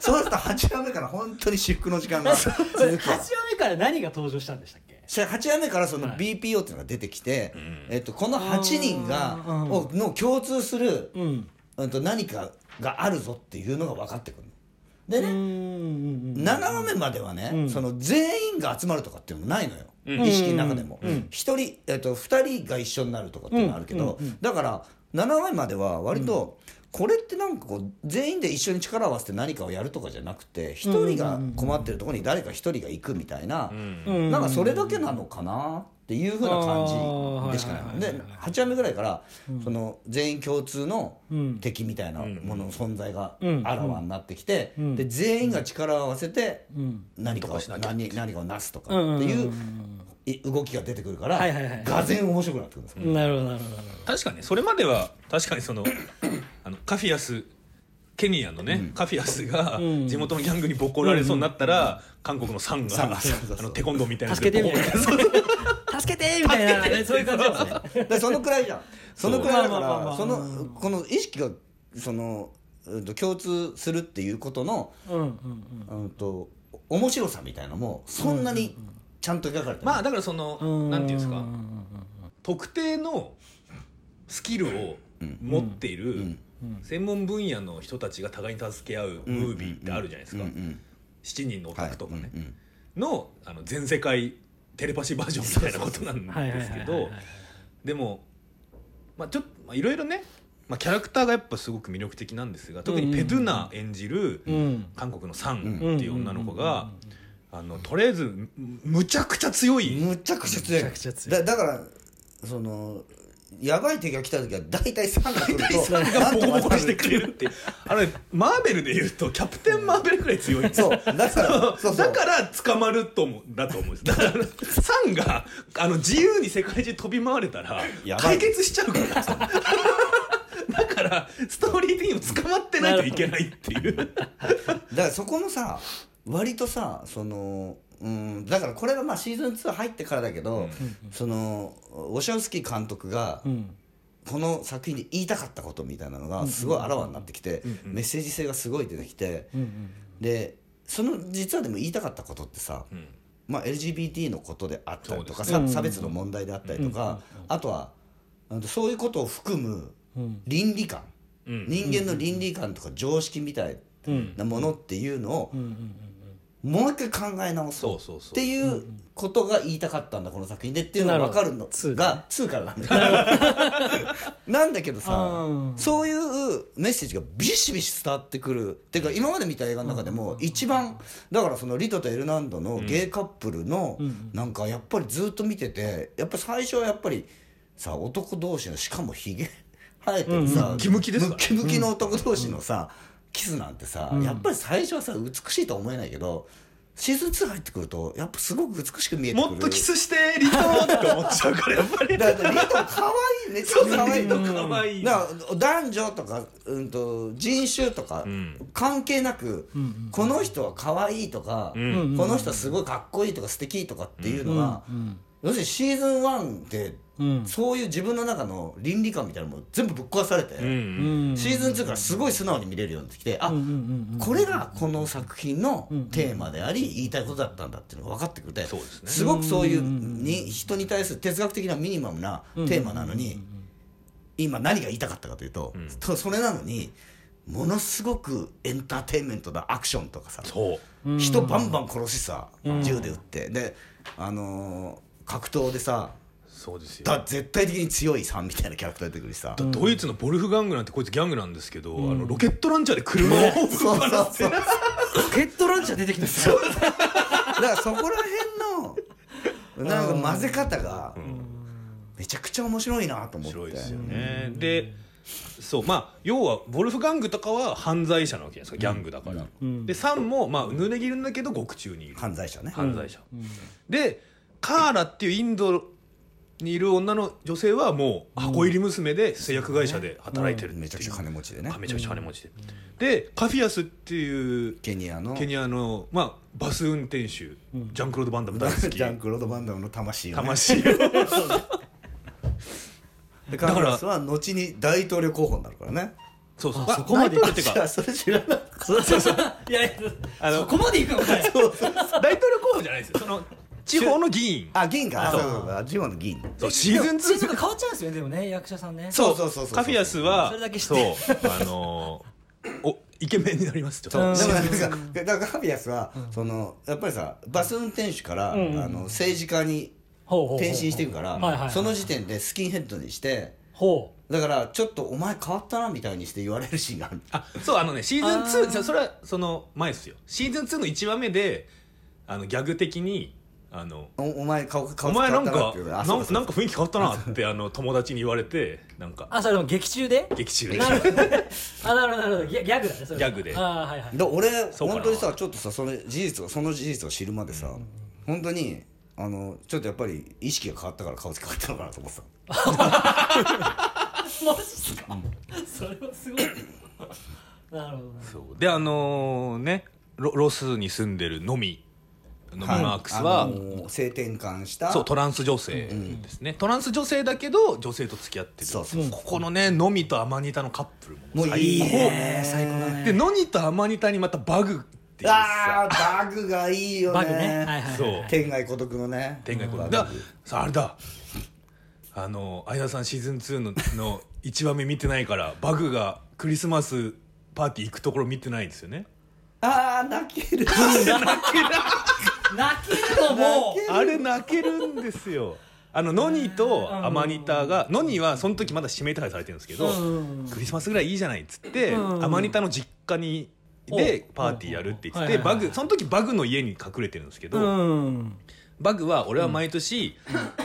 Speaker 1: そうすると8話目から本当に至福の時間が続
Speaker 3: それ
Speaker 1: く
Speaker 3: 8話目から何が登場したんでしたっけ
Speaker 1: それ8話目からその BPO っていうのが出てきて、えっと、この8人がをの共通する、
Speaker 3: ん
Speaker 1: うん、と何かがあるぞっていうのが分かってくるのでね、
Speaker 3: うん
Speaker 1: 7話目まではね、その全員が集まるとかっていうのもないのよ、
Speaker 2: ん
Speaker 1: 意識の中でも、一人、えっと2人が一緒になるとかっていうのはあるけど、だから7話目までは割と、これってなんかこう全員で一緒に力を合わせて何かをやるとかじゃなくて一人が困ってるところに誰か一人が行くみたいな、
Speaker 3: うん
Speaker 1: なんかそれだけなのかなっていうふうな感じでしか
Speaker 3: あー
Speaker 1: な
Speaker 3: はいいはいはい
Speaker 1: で
Speaker 3: はい
Speaker 1: 8話目ぐらいから、その全員共通の
Speaker 3: うん
Speaker 1: 敵みたいなものの存在が
Speaker 3: うん
Speaker 1: あらわになってきて、
Speaker 3: うん
Speaker 1: で全員が力を合わせて
Speaker 3: うん
Speaker 1: 何かを
Speaker 2: とかしなきゃ
Speaker 1: 何何かをなすとか
Speaker 3: うん
Speaker 1: っていう
Speaker 3: うん
Speaker 1: い動きが出てくるから
Speaker 3: はいはいはい
Speaker 1: がぜ面白くなってくるんですよ
Speaker 3: なるほどなるほどなる
Speaker 2: 確かにそれまでは確かにその あのカフィアスケニアのね、カフィアスが
Speaker 3: ん
Speaker 2: 地元のギャングにボコられそうになったら、韓国のサンが
Speaker 1: サンがそうそうそう
Speaker 2: あのテコンドーみたい
Speaker 3: ほど
Speaker 2: な
Speaker 3: 助けてみたい
Speaker 2: な
Speaker 3: な助けてみたいなねそういう感じなんですね
Speaker 1: でそのくらい じゃんそのくらいだか
Speaker 3: まあまあまあま
Speaker 1: ら
Speaker 3: あ
Speaker 1: そのこの意識がその、うんと、共通するっていうことの、
Speaker 3: うんうん
Speaker 1: うん、と面白さみたいなのもそんなにちゃんと描かれてない
Speaker 2: まあだからその
Speaker 3: うん
Speaker 2: なんていうんです
Speaker 3: う
Speaker 2: か
Speaker 3: んうん
Speaker 2: 特定のスキルを持っている、専門分野の人たちが互いに助け合うムービーってあるじゃないですか、
Speaker 1: うん
Speaker 2: 7人のオタクとかね、
Speaker 1: うんうん
Speaker 2: のあの全世界テレパシーバージョンみたいなことなん
Speaker 3: うんはいはい
Speaker 2: で
Speaker 3: はい
Speaker 2: す
Speaker 3: は
Speaker 2: け
Speaker 3: い
Speaker 2: どでも、まあ、ちょっとまあいろいろね、まあ、キャラクターがやっぱすごく魅力的なんですが特にペドゥナ演じる
Speaker 3: うん
Speaker 2: 韓国のサンっていう女の子があのとりあえずむむちゃくちゃ強い
Speaker 1: むちゃくちゃ強い
Speaker 3: むちゃくちゃ強い
Speaker 1: だだからそのやばい敵が来た時は大体サンが来ると
Speaker 4: サンがボコボコにして
Speaker 1: く
Speaker 4: くれるっていうあのねマーベルで言うとキャプテンマーベルくらい強いんです
Speaker 1: そ
Speaker 4: よ
Speaker 1: うだからそうそう
Speaker 4: だから捕まると思うだと思うんですだからサンがあの自由に世界中飛び回れたら
Speaker 1: やば
Speaker 4: 解
Speaker 1: い
Speaker 4: 決しちゃうからさだからストーリー的にも捕まってないといけないっていう
Speaker 1: だからそこもさ割とさそのうんだからこれがまあシーズン2入ってからだけど、そのウォシャウスキー監督が
Speaker 3: うん
Speaker 1: この作品で言いたかったことみたいなのがすごいあらわになってきて、メッセージ性がすごい出てきて、
Speaker 3: うん
Speaker 1: でその実はでも言いたかったことってさ、まあ、LGBT のことであったりとか、さ差別の問題であったりとか、あとはあのそういうことを含む倫理観、人間の倫理観とか常識みたいなものっていうのを、もう一回考え直そう
Speaker 4: そうそうそう
Speaker 1: っていうことが言いたかったんだこの作品でっていうのが分かるのが
Speaker 3: ツーだね
Speaker 1: 2からなんだ けどなんだけどさ
Speaker 3: うん
Speaker 1: そういうメッセージがビシビシ伝わってくるっていうか今まで見た映画の中でも一番だからそのリトとエルナンドのゲイカップルのなんかやっぱりずっと見ててやっぱ最初はやっぱりさ男同士のしかもひげ生えてるさ
Speaker 4: ムキムキですから
Speaker 1: ムキムキの男同士のさキスなんてさやっぱり最初はさ美しいとは思えないけどシーズン2入ってくるとやっぱすごく美しく見えてくる
Speaker 4: もっとキスして離島って思っちゃうからやっぱり
Speaker 1: だからリト可愛いね
Speaker 4: そう
Speaker 1: 可
Speaker 4: だ
Speaker 1: 愛い
Speaker 4: ね
Speaker 1: の
Speaker 4: 可愛い
Speaker 1: だから男女とか、うん、と人種とか関係なく、この人は可愛いとか、
Speaker 2: ん
Speaker 1: この人はすごいかっこいいとか素敵とかっていうのが、要するにシーズン1って、
Speaker 3: うん
Speaker 1: そういう自分の中の倫理観みたいなのも全部ぶっ壊されて、
Speaker 2: うん
Speaker 3: うん
Speaker 1: シーズン2からすごい素直に見れるようになってきてあ、
Speaker 3: うんうん
Speaker 1: これがこの作品のテーマであり言いたいことだったんだっていうのが分かってくれて
Speaker 2: そうですね
Speaker 1: すごくそういうに人に対する哲学的なミニマムなテーマなのに今何が言いたかったかというととそれなのにものすごくエンターテインメントだアクションとかさ
Speaker 2: そう
Speaker 1: 人バンバン殺しさ銃で撃ってであのー格闘でさ
Speaker 2: そうですよ
Speaker 1: だ絶対的に強いさんみたいなキャラクター出てくるしさ
Speaker 2: ドイツのボルフガングなんてこいつギャングなんですけど、あのロケットランチャーで車を
Speaker 1: そうそうそう
Speaker 3: ロケットランチャー出てきたすよ
Speaker 1: だからそこら辺のなんか混ぜ方がめちゃくちゃ面白いなと思
Speaker 2: 面
Speaker 1: って
Speaker 2: 白いですよね、でそうまあ要はボルフガングとかは犯罪者なわけじゃないですかギャングだから、でサンもまあ濡れ着るんだけど獄中にいる
Speaker 1: 犯罪者ね
Speaker 2: 犯罪者、でカーラっていうインドにいる女の女性はもう箱入り娘で製薬会社で働いてるっていう
Speaker 1: めちゃくちゃ金持ちでね
Speaker 2: あめちゃくちゃ金持ちで、でカフィアスっていう
Speaker 1: ケニアの
Speaker 2: ケニアの、まあ、バス運転手ジャンクロード・バンダム大好 き
Speaker 1: ジャンクロード・バンダムの魂をね
Speaker 2: 魂を
Speaker 1: でカーラスは後に大統領候補になるからね
Speaker 2: そうそう
Speaker 3: あそこまで
Speaker 2: 大統領っていう
Speaker 1: じゃ
Speaker 2: か
Speaker 1: あそれ知らなかっ
Speaker 3: そうそうそういやいや
Speaker 2: あの
Speaker 3: そこまでいくのかい
Speaker 2: 大統領候補じゃないですよその地方の議員
Speaker 1: たあ議員かあ
Speaker 2: そ
Speaker 1: そううそうそう地方の議員
Speaker 2: そうシーズン2
Speaker 3: シーズンが変わっちゃうんですよねでもね役者さんね
Speaker 1: そうそうそうそう
Speaker 2: カフィアスは
Speaker 3: それだけ知っ
Speaker 2: そう
Speaker 3: て
Speaker 2: あのーおイケメンになりますちょっ
Speaker 3: うん
Speaker 2: と
Speaker 1: だからなんかだからカフィアスはそのやっぱりさバス運転手からあの政治家に
Speaker 3: ほうほうほう
Speaker 1: 転身していくか
Speaker 3: はいはいは
Speaker 1: ら
Speaker 3: い
Speaker 1: その時点でスキンヘッドにして
Speaker 3: ほう
Speaker 1: だからちょっとお前変わったなみたいにして言われるシーンがある
Speaker 2: あそうあのねシーズン2そそれはその前ですよシーズン2の1話目であのギャグ的にあの
Speaker 1: おお前顔
Speaker 2: お
Speaker 1: 顔
Speaker 2: 前なんか
Speaker 1: 変
Speaker 2: な
Speaker 1: わったな
Speaker 2: ん
Speaker 1: っていうあそうそう
Speaker 2: なんか雰囲気変わった なってあの友達に言われてなんか
Speaker 3: あそれでも劇中で
Speaker 2: 劇中で
Speaker 3: なるほどあなるほどなるほどギャギャグだねそれ
Speaker 2: ギャグで
Speaker 3: あーはいはい
Speaker 1: で俺
Speaker 2: そうかな
Speaker 1: 本当にさちょっとさその事実をその事実を知るまでさ、本当にあのちょっとやっぱり意識が変わったから顔つき変わったのかなと思ってた
Speaker 3: マジっすかそれはすごいなるほどね
Speaker 2: そうであのーねロロスに住んでるのみのみ
Speaker 1: はい
Speaker 2: マークスは、
Speaker 1: あの性転換した
Speaker 2: そうトランス女性ですね、トランス女性だけど女性と付き合ってる
Speaker 1: そうそうそう
Speaker 2: ここのねのみとアマニタのカップルも
Speaker 1: もういいね
Speaker 3: 最高だね
Speaker 2: でのにとアマニタにまたバグっていうさ
Speaker 1: あーバグがいいよね
Speaker 3: バグねはいはいはい
Speaker 2: そう
Speaker 1: 天外孤独のね
Speaker 2: 天外こ
Speaker 1: バ
Speaker 2: れ
Speaker 1: グ
Speaker 2: ださああれだあの相田さんシーズン2のの1話目見てないからバグがクリスマスパーティー行くところ見てないんですよね
Speaker 1: あー泣ける
Speaker 3: 泣けるのもう
Speaker 2: あれ泣けるんですよ あのノニとアマニタがノニはその時まだ指名手配されてるんですけど
Speaker 3: うん
Speaker 2: クリスマスぐらいいいじゃないっつって
Speaker 3: うん
Speaker 2: アマニタの実家に
Speaker 3: お
Speaker 2: でパーティーやるって言っ
Speaker 3: はい
Speaker 2: て
Speaker 3: はいは
Speaker 2: バ
Speaker 3: い
Speaker 2: グその時バグの家に隠れてるんですけど
Speaker 3: うん
Speaker 2: バグは俺は毎年、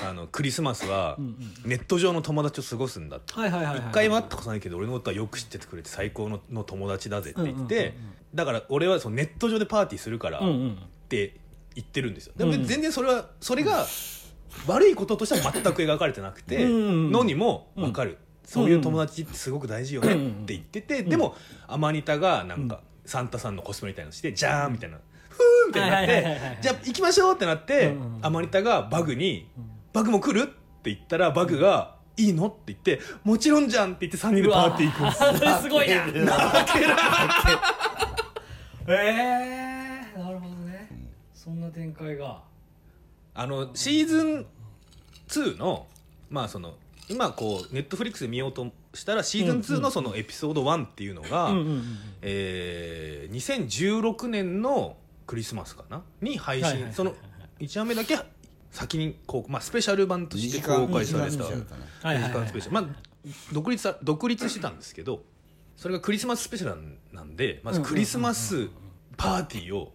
Speaker 2: あのクリスマスはネット上の友達と過ごすんだって
Speaker 3: はいはいはいはい
Speaker 2: 一回も会ったことないけど俺のことはよく知っててくれて最高のの友達だぜって言って、だから俺はそのネット上でパーティーするからっ
Speaker 3: うんうん
Speaker 2: て言ってるんですよでも全然それはそれが悪いこととしては全く描かれてなくて
Speaker 3: うん
Speaker 2: のにも分かる、そういう友達ってすごく大事よねって言ってて、でもアマニタがなんかサンタさんのコスプレみたいなのしてじゃーんみたいなふーんみたいになっ
Speaker 3: はいはいはいはいは
Speaker 2: て
Speaker 3: い
Speaker 2: じゃあ行きましょうってなって、
Speaker 3: うんうんうん
Speaker 2: アマニタがバグに「バグも来る?」って言ったらバグが「いいの?」って言って「もちろんじゃん」って言って3人でパーティー行くんですよ
Speaker 3: それすごいなええー、なるほどねそんな展開が
Speaker 2: あのシーズン2のまあその今こうネットフリックスで見ようとしたらシーズン2のそのエピソード1っていうのが、
Speaker 3: うんうんうん
Speaker 2: えー2016年のクリスマスかなに配信、
Speaker 3: はいはいはい
Speaker 2: その1話目だけ先にこう、まあ、スペシャル版として公開され
Speaker 1: 二時間ス
Speaker 2: た
Speaker 1: ペシャルだね
Speaker 3: はいはい
Speaker 2: 2時
Speaker 3: は
Speaker 2: 間
Speaker 3: い
Speaker 2: スペシャルまあ独立さ独立してたんですけどそれがクリスマススペシャルなんでまずクリスマスパーティーを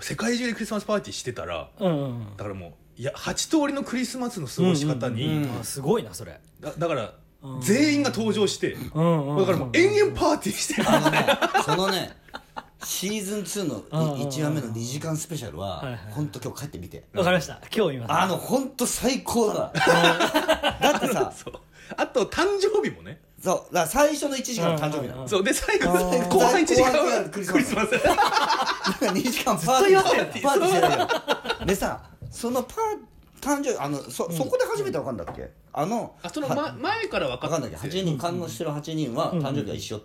Speaker 2: 世界中でクリスマスパーティーしてたら
Speaker 3: うんうんうん
Speaker 2: だからもういや8通りのクリスマスの過ごし方に、
Speaker 1: うん
Speaker 3: あすごいなそれ
Speaker 2: だだから全員が登場して、
Speaker 3: うんうん
Speaker 2: だからもう延々パーティーしてる、
Speaker 1: あの ね、そのね、シーズン2の
Speaker 3: うんうんうん
Speaker 1: 1話目の2時間スペシャル
Speaker 3: はい
Speaker 1: は
Speaker 3: はい、
Speaker 1: 本当今日帰ってみて。
Speaker 3: わかりました今日今
Speaker 1: あの、本当最高だな。だって さ、
Speaker 2: そうあと誕生日もね
Speaker 1: そう、だから最初の1時間の誕生日なの。
Speaker 2: そうで最後
Speaker 1: あー
Speaker 2: 後半1時間
Speaker 1: 後半
Speaker 2: は
Speaker 1: は
Speaker 2: ク
Speaker 1: ク
Speaker 2: リ
Speaker 1: リ
Speaker 2: ス
Speaker 1: ス
Speaker 2: マ
Speaker 1: マ
Speaker 2: ス
Speaker 1: スなんか2時間パーティーしてパーティーしてたよでさそのパー誕生日あのそそこで初めて分かんだっけあの
Speaker 2: あその、
Speaker 1: は
Speaker 2: ま、前から分
Speaker 1: 分
Speaker 2: かった
Speaker 1: かんないけど8人感応してる8人は誕生日が一緒っ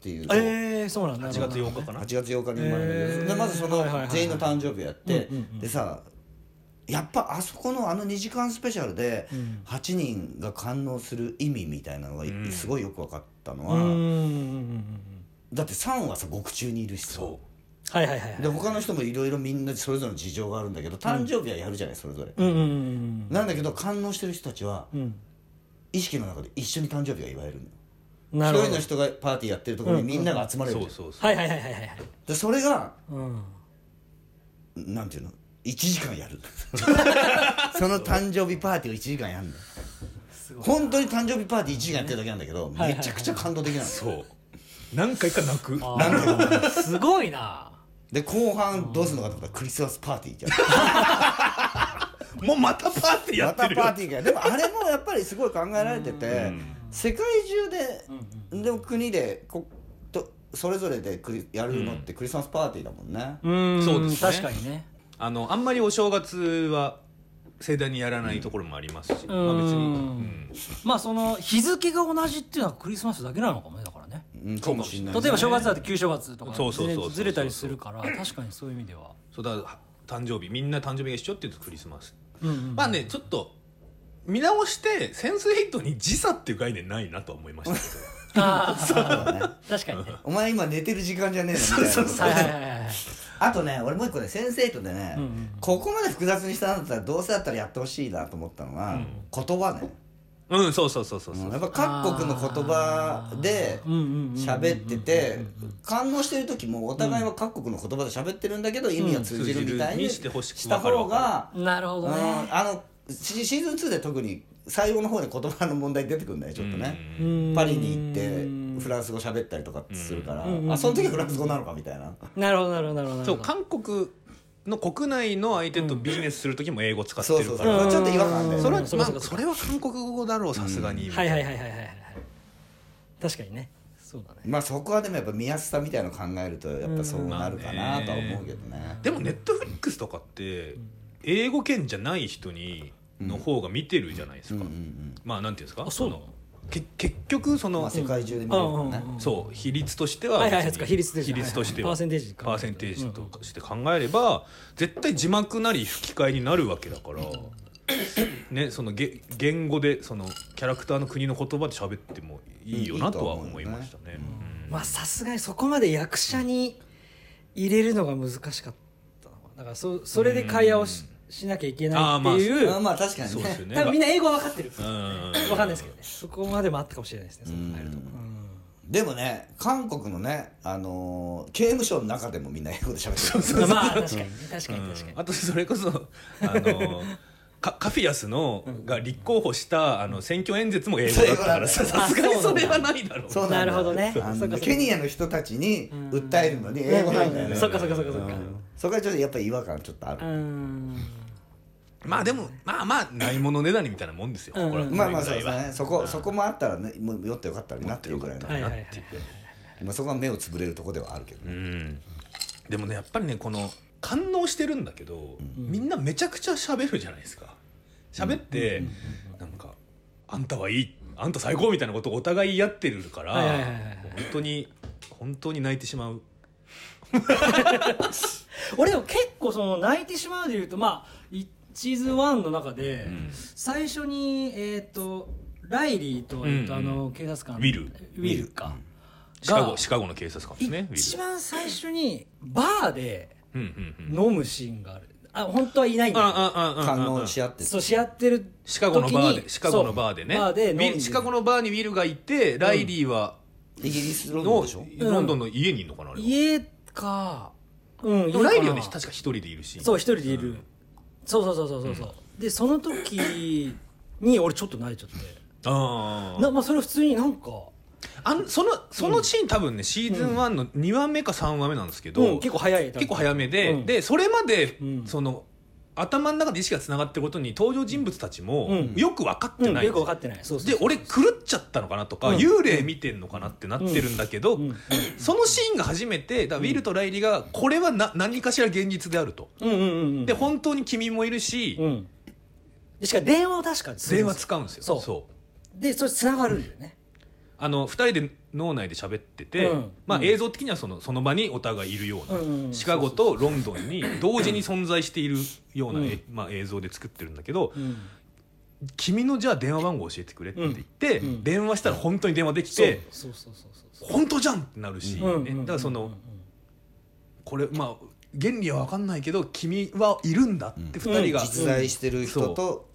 Speaker 1: ていうのを
Speaker 3: ええそうなんだ
Speaker 2: 8月8日かな
Speaker 1: 8月8日に生まれるんだけど
Speaker 3: へー
Speaker 1: でまずそ
Speaker 3: はいはいはいは
Speaker 1: の
Speaker 3: い
Speaker 1: 全員の誕生日をやってでさやっぱあそこのあの2時間スペシャルで8人が感応する意味みたいなのがい
Speaker 2: うん
Speaker 1: すごいよく分かったの
Speaker 3: うんうん
Speaker 1: は
Speaker 3: うんうん
Speaker 1: だって3はさ獄中にいるしさ
Speaker 2: そ
Speaker 3: はいはいはいはい
Speaker 1: で他の人もいろいろみんなそれぞれの事情があるんだけど誕生日はやるじゃないそれぞれ、
Speaker 3: うんうんうん
Speaker 1: なんだけど感応してる人たちは
Speaker 3: うん
Speaker 1: 意識の中で一緒に誕生日が祝えるの
Speaker 3: うん
Speaker 1: 一
Speaker 3: なるほ
Speaker 1: 人
Speaker 3: ど
Speaker 1: の人がパーティーやってるところにみんなが集ま
Speaker 2: う
Speaker 1: れる
Speaker 2: そ
Speaker 1: じゃ
Speaker 2: うんそうそう
Speaker 3: はいはいはいはいはい
Speaker 1: でそれが
Speaker 3: うん
Speaker 1: なんていうの1時間や るその誕生日パーティーを1時間やるの本当に誕生日パーティー1時間やってるだけなんだけど
Speaker 3: はい
Speaker 1: めちゃくちゃ感動的なの
Speaker 2: そう何回か泣く
Speaker 3: あ
Speaker 2: な
Speaker 3: ーすごいな
Speaker 1: で後半どうするのかと思ったらクリスマスパーティ ーやる
Speaker 2: もうまたパーティーや
Speaker 1: ま
Speaker 2: って
Speaker 1: た
Speaker 2: る
Speaker 1: パ
Speaker 2: よ
Speaker 1: ーティーがでもあれもやっぱりすごい考えられてて
Speaker 2: ん
Speaker 1: 世界中で、でも国でことそれぞれでクリやるのってクリスマスパーティーだもんね、
Speaker 3: うん
Speaker 2: そうですね
Speaker 3: 確かにね
Speaker 2: あのあんまりお正月は盛大にやらないところもありますし、まあ別に、
Speaker 3: うん
Speaker 2: うん
Speaker 3: まあその日付が同じっていうのはクリスマスだけなのかもねだからね
Speaker 1: うん、かもしれないね
Speaker 3: 例えば正月だって旧正月とか
Speaker 2: そうそうそうそう
Speaker 3: ずれずれたりするから確かにそういう意味では
Speaker 2: そうだから誕生日みんな誕生日が一緒って言うとクリスマス、
Speaker 3: うんうん
Speaker 2: まあねちょっと見直してセンスヒットに時差っていう概念ないなとは思いましたけど
Speaker 3: あー
Speaker 1: そうだね
Speaker 3: 確かにね
Speaker 1: お前今寝てる時間じゃねえのみたいな
Speaker 3: はいはいはいはい
Speaker 1: あとね俺もう一個ね先生とでね、
Speaker 3: うんうん
Speaker 1: ここまで複雑にしたんだったらどうせだったらやってほしいなと思ったのは、言葉ね、
Speaker 2: うんそうそうそうそうそう
Speaker 1: うんやっぱ各国の言葉で
Speaker 3: うんうんうん
Speaker 1: 喋ってて感応してる時もお互いは各国の言葉で喋ってるんだけど意味は通じるみたい
Speaker 2: うん通じるに
Speaker 1: に
Speaker 2: してほしく
Speaker 1: した方が
Speaker 3: なるほ
Speaker 1: うん
Speaker 3: どね
Speaker 1: あのシシーズン2で特に最後の方に言葉の問題出てくるんだよちょっとねパリに行ってフランス語喋ったりとかするからあその時はフランス語なのかみたいな
Speaker 3: なるほどなるほどなるほど
Speaker 2: そう韓国の国内の相手とビジネスする時も英語使って
Speaker 1: そう
Speaker 2: る
Speaker 1: そう
Speaker 2: か
Speaker 1: そ
Speaker 2: ら、
Speaker 1: うちょっと違和感あるんだよ
Speaker 2: それは、
Speaker 3: うん
Speaker 2: まあ、それは韓国語だろうさすがに、
Speaker 3: はいはいはいはいはいはい確かにねそうだね
Speaker 1: まあそこはでもやっぱ見やすさみたいなの考えるとやっぱそうなるかなとは思うけどね
Speaker 2: でもネットフリックスとかって英語圏じゃない人にの方が見てるじゃないですか、まあなんていうんですか
Speaker 3: あそうなの
Speaker 2: のけ結局その、
Speaker 1: まあ世界中で見れるからね
Speaker 2: そう比率としては
Speaker 3: はいはい
Speaker 2: 別に
Speaker 3: 比率です
Speaker 2: としては
Speaker 3: はいはいパーセンテージで考えると
Speaker 2: パーセンテージとして考えれば絶対字幕なり吹き替えになるわけだから ねそのげ言語でそのキャラクターの国の言葉で喋ってもいいよなとは思いましたね。
Speaker 3: まあさすがにそこまで役者に入れるのが難しかったのかだからそそれで会話をししなきゃいけないっていう、
Speaker 1: まあまあ確か
Speaker 2: そ
Speaker 1: に
Speaker 2: うです
Speaker 1: ね
Speaker 2: よね。
Speaker 3: 多分みんな英語は分かってる、
Speaker 2: うん
Speaker 3: 分かんないですけどねそこまでもあったかもしれないですねその入るとこ
Speaker 1: でもね韓国のね、あのー刑務所の中でもみんな英語で喋ってる
Speaker 3: まあ確かにね確かに確かに
Speaker 2: あとそれこそあのカカフィアスのが立候補したあの選挙演説も英語だったから
Speaker 1: そう
Speaker 2: ささ すがにそれはないだろう
Speaker 1: そうなんだよ
Speaker 3: なるほどね
Speaker 1: あ
Speaker 3: そっかそ
Speaker 1: の
Speaker 3: っか
Speaker 1: ケニアの人たちに訴えるのに英語なんだよね
Speaker 3: そっかそっかそっかそっか
Speaker 1: そこはちょっとやっぱり違和感ちょっとあ
Speaker 3: う
Speaker 1: る、
Speaker 3: ん
Speaker 2: まあでもまあまあないものねだりみたいなもんですよ、
Speaker 3: うん
Speaker 2: これは
Speaker 1: まあまあそうで
Speaker 2: こ
Speaker 1: す
Speaker 2: の
Speaker 1: ねそこそこもあったらねもう酔ってよかったらなっていうぐらいの、
Speaker 3: はいはいはい
Speaker 1: まあ、そこは目をつぶれるとこではあるけどね、
Speaker 2: うんでもねやっぱりねこの感応してるんだけど、みんなめちゃくちゃ喋るじゃないですか喋って、なんか「あんたはいいあんた最高」みたいなことをお互い言い合ってるから、
Speaker 3: はいはいはいはい
Speaker 2: 本当に本当に泣いてしまう
Speaker 3: 俺でも結構その泣いてしまうでいうとまあいシーズン1の中で、
Speaker 2: ん
Speaker 3: 最初にえっ、とライリーと,、えーと
Speaker 2: うんうん
Speaker 3: あの警察官
Speaker 2: ウィル
Speaker 3: ウィルか、
Speaker 2: シカ
Speaker 3: が
Speaker 2: ゴシカゴの警察官ですねウィル
Speaker 3: 一番最初にバーで
Speaker 2: うんうんうん
Speaker 3: 飲むシーンがあるあ本当はいないんだよ
Speaker 2: あああああ
Speaker 1: 感応し合って
Speaker 3: そうし合ってる
Speaker 2: シカゴのバー
Speaker 3: 時
Speaker 2: で
Speaker 3: に
Speaker 2: シカゴのバーでね
Speaker 3: そうバーで飲んで
Speaker 2: ウィルシカゴのバーにウィルがいてライリーは
Speaker 1: イギリスロンドン
Speaker 2: の
Speaker 1: でしょ
Speaker 3: うん
Speaker 2: ロンドンの家にいるのかなあれは
Speaker 3: 家かうん
Speaker 2: でもライリーはね
Speaker 3: 家かな
Speaker 2: 確か一人でいるし
Speaker 3: そう一人でいる、そうそうそうそうそうそう、でその時に俺ちょっと泣いちゃって
Speaker 2: ああ
Speaker 3: な、まあ、それ普通になんか
Speaker 2: あのそのそのシーン多分ねシーズン1の2話目か3話目なんですけど、
Speaker 3: うん、結構早い
Speaker 2: 結構早めで、
Speaker 3: うん
Speaker 2: でそれまで、
Speaker 3: うん
Speaker 2: その頭の中で意識がつながってることに登場人物たちも、
Speaker 3: うん
Speaker 2: よく分かって
Speaker 3: う
Speaker 2: ないんです
Speaker 3: んよ
Speaker 2: よ
Speaker 3: く分かってないそうそう
Speaker 2: で
Speaker 3: そう
Speaker 2: 俺狂っちゃったのかなとか、
Speaker 3: うん
Speaker 2: 幽霊見てんのかなってなってるんだけど、
Speaker 3: うんうん
Speaker 2: そのシーンが初めてだからウィルとライリーがこれはな何かしら現実であると、
Speaker 3: うんうんうんうん
Speaker 2: で本当に君もいるし、
Speaker 3: うんでしかも電話を確かにする
Speaker 2: 電
Speaker 3: んで
Speaker 2: 話
Speaker 3: すよ
Speaker 2: 使うんですよ
Speaker 3: そうでそれつながるんだよね
Speaker 2: あの2人で脳内で喋ってて、
Speaker 3: うん
Speaker 2: まあ、
Speaker 3: うん
Speaker 2: 映像的にはそのその場にお互いいるような、
Speaker 3: うんうんうん
Speaker 2: シカゴとロンドンに同時に存在しているような、えまあ、映像で作ってるんだけど、
Speaker 3: うん
Speaker 2: 君のじゃあ電話番号教えてくれって言って、
Speaker 3: うんうん
Speaker 2: 電話したら本当に電話できて、
Speaker 3: そうそうそうそうそう
Speaker 2: 本当じゃんってなるし、
Speaker 3: うん
Speaker 2: ね
Speaker 3: うん
Speaker 2: だからその、
Speaker 3: うんうん
Speaker 2: これまあ原理は分かんないけど君はいるんだって2人が、
Speaker 1: 実在してる人と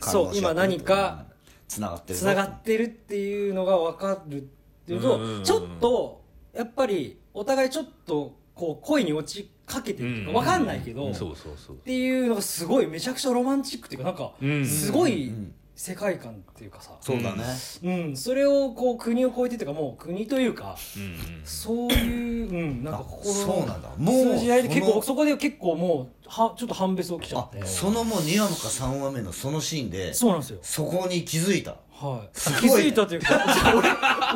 Speaker 1: 感
Speaker 3: そ
Speaker 1: 応
Speaker 3: う
Speaker 1: し合
Speaker 3: 今
Speaker 1: ってる
Speaker 3: 何か
Speaker 1: つながってる
Speaker 3: つながってるっていうのが分かるっていう
Speaker 2: うんうんうん
Speaker 3: とちょっとやっぱりお互いちょっとこう恋に落ちかけてるっていうか分かんないけど、
Speaker 2: うんそ
Speaker 3: っ
Speaker 2: うそうそう
Speaker 3: ていうのがすごいめちゃくちゃロマンチックっていうかなんか
Speaker 2: うん
Speaker 3: すごい世界観っていうかさ、
Speaker 1: そうだね、
Speaker 3: うん、それをこう国を越えてというかもう国というか
Speaker 2: うんうん
Speaker 3: そういう、うん、なんか心の
Speaker 1: そうなんだもう
Speaker 3: 通じ合いで結
Speaker 1: その
Speaker 3: 構そこで結構もうはちょっと判別起きちゃって
Speaker 1: あそのもう2話目か3話目のそのシーンで
Speaker 3: そうなんですよ
Speaker 1: そこに気づいた
Speaker 3: はい
Speaker 1: す
Speaker 3: 気
Speaker 1: ごい
Speaker 3: づい たというか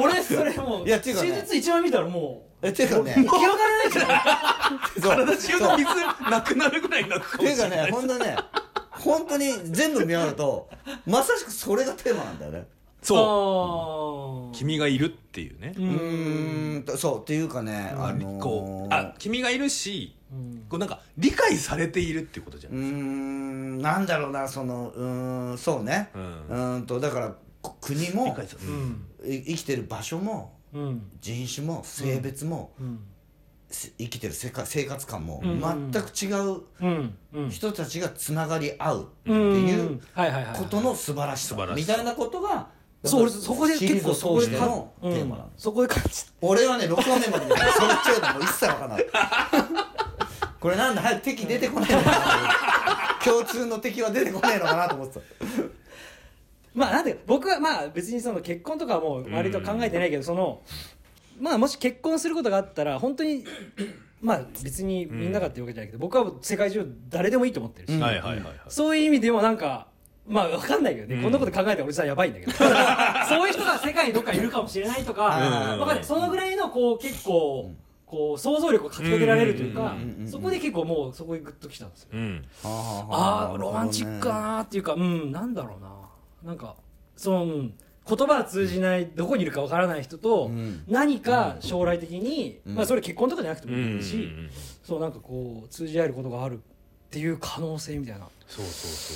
Speaker 3: 俺俺それもう
Speaker 1: いやっていうかね
Speaker 3: 真実一番見たらもう
Speaker 1: えてかね
Speaker 3: 広がらないじゃない
Speaker 2: 体中の水なくなるぐらいなく
Speaker 1: ていうかね本当ね本当に全部見終わるとまさしくそれがテーマなんだよね
Speaker 2: そう
Speaker 3: う
Speaker 2: 君がいるっていうね、
Speaker 1: う
Speaker 3: うん
Speaker 1: ーんとそうっていうかねあのー
Speaker 2: こうあ君がいるし
Speaker 3: うん
Speaker 2: こうなんか理解されているっていうことじゃ
Speaker 1: うー
Speaker 2: ん、
Speaker 1: んなんだろうなそのうーんそうね
Speaker 2: う
Speaker 1: うんーんとだからこ国
Speaker 2: 理
Speaker 1: も
Speaker 2: 解さ
Speaker 3: う
Speaker 2: うん
Speaker 3: ん
Speaker 1: い生きてる場所も
Speaker 3: うん
Speaker 1: 人種も性別も、
Speaker 3: うん
Speaker 1: せ生きてる世界生活感も
Speaker 3: うん
Speaker 1: 全く違
Speaker 3: うん
Speaker 1: う人たちがつながり合うって
Speaker 3: うん
Speaker 1: いう
Speaker 3: はいはいはい
Speaker 1: ことの素晴らし
Speaker 2: 素晴
Speaker 1: さ
Speaker 2: らし
Speaker 1: み
Speaker 2: さ
Speaker 1: たいなことが
Speaker 3: そう俺そこで結構
Speaker 1: シリーズを通しての
Speaker 3: う
Speaker 1: テ
Speaker 3: ん
Speaker 1: ーマなんです、
Speaker 3: そこで感じた
Speaker 1: 俺はね6話目までねそっちはもう一切わかんない これなんだ早く敵出てこないのかなと思って共通の敵は出てこないのかなと思ってた
Speaker 3: まあなんで僕はまあ別にその結婚とかはもう割と考えてないけどそのまあもし結婚することがあったら本当にまあ別にみんながっていうわけじゃないけど僕は世界中誰でもいいと思ってるし
Speaker 2: はいはいはいはい
Speaker 3: そういう意味でもなんかまあわかんないけどね、
Speaker 2: うん
Speaker 3: こんなこと考えたら俺さやばいんだけど そういう人が世界にどっかいるかもしれないとか
Speaker 1: うん
Speaker 3: わかんないそのぐらいのこう結構こう想像力をかき立てられるというか
Speaker 1: うん
Speaker 3: そこで結構もうそこにグッときたんですよ
Speaker 2: うん
Speaker 1: あ
Speaker 3: あーロマンチックだなーっていうかうんなんだろうななんかその、うん言葉は通じないどこにいるかわからない人と、
Speaker 1: うん
Speaker 3: 何か将来的に、まあ、それ結婚とかじゃなくて
Speaker 2: う
Speaker 3: もいいし、
Speaker 2: ん
Speaker 3: そうなんかこう通じ合えることがあるっていう可能性みたいな
Speaker 2: そうそう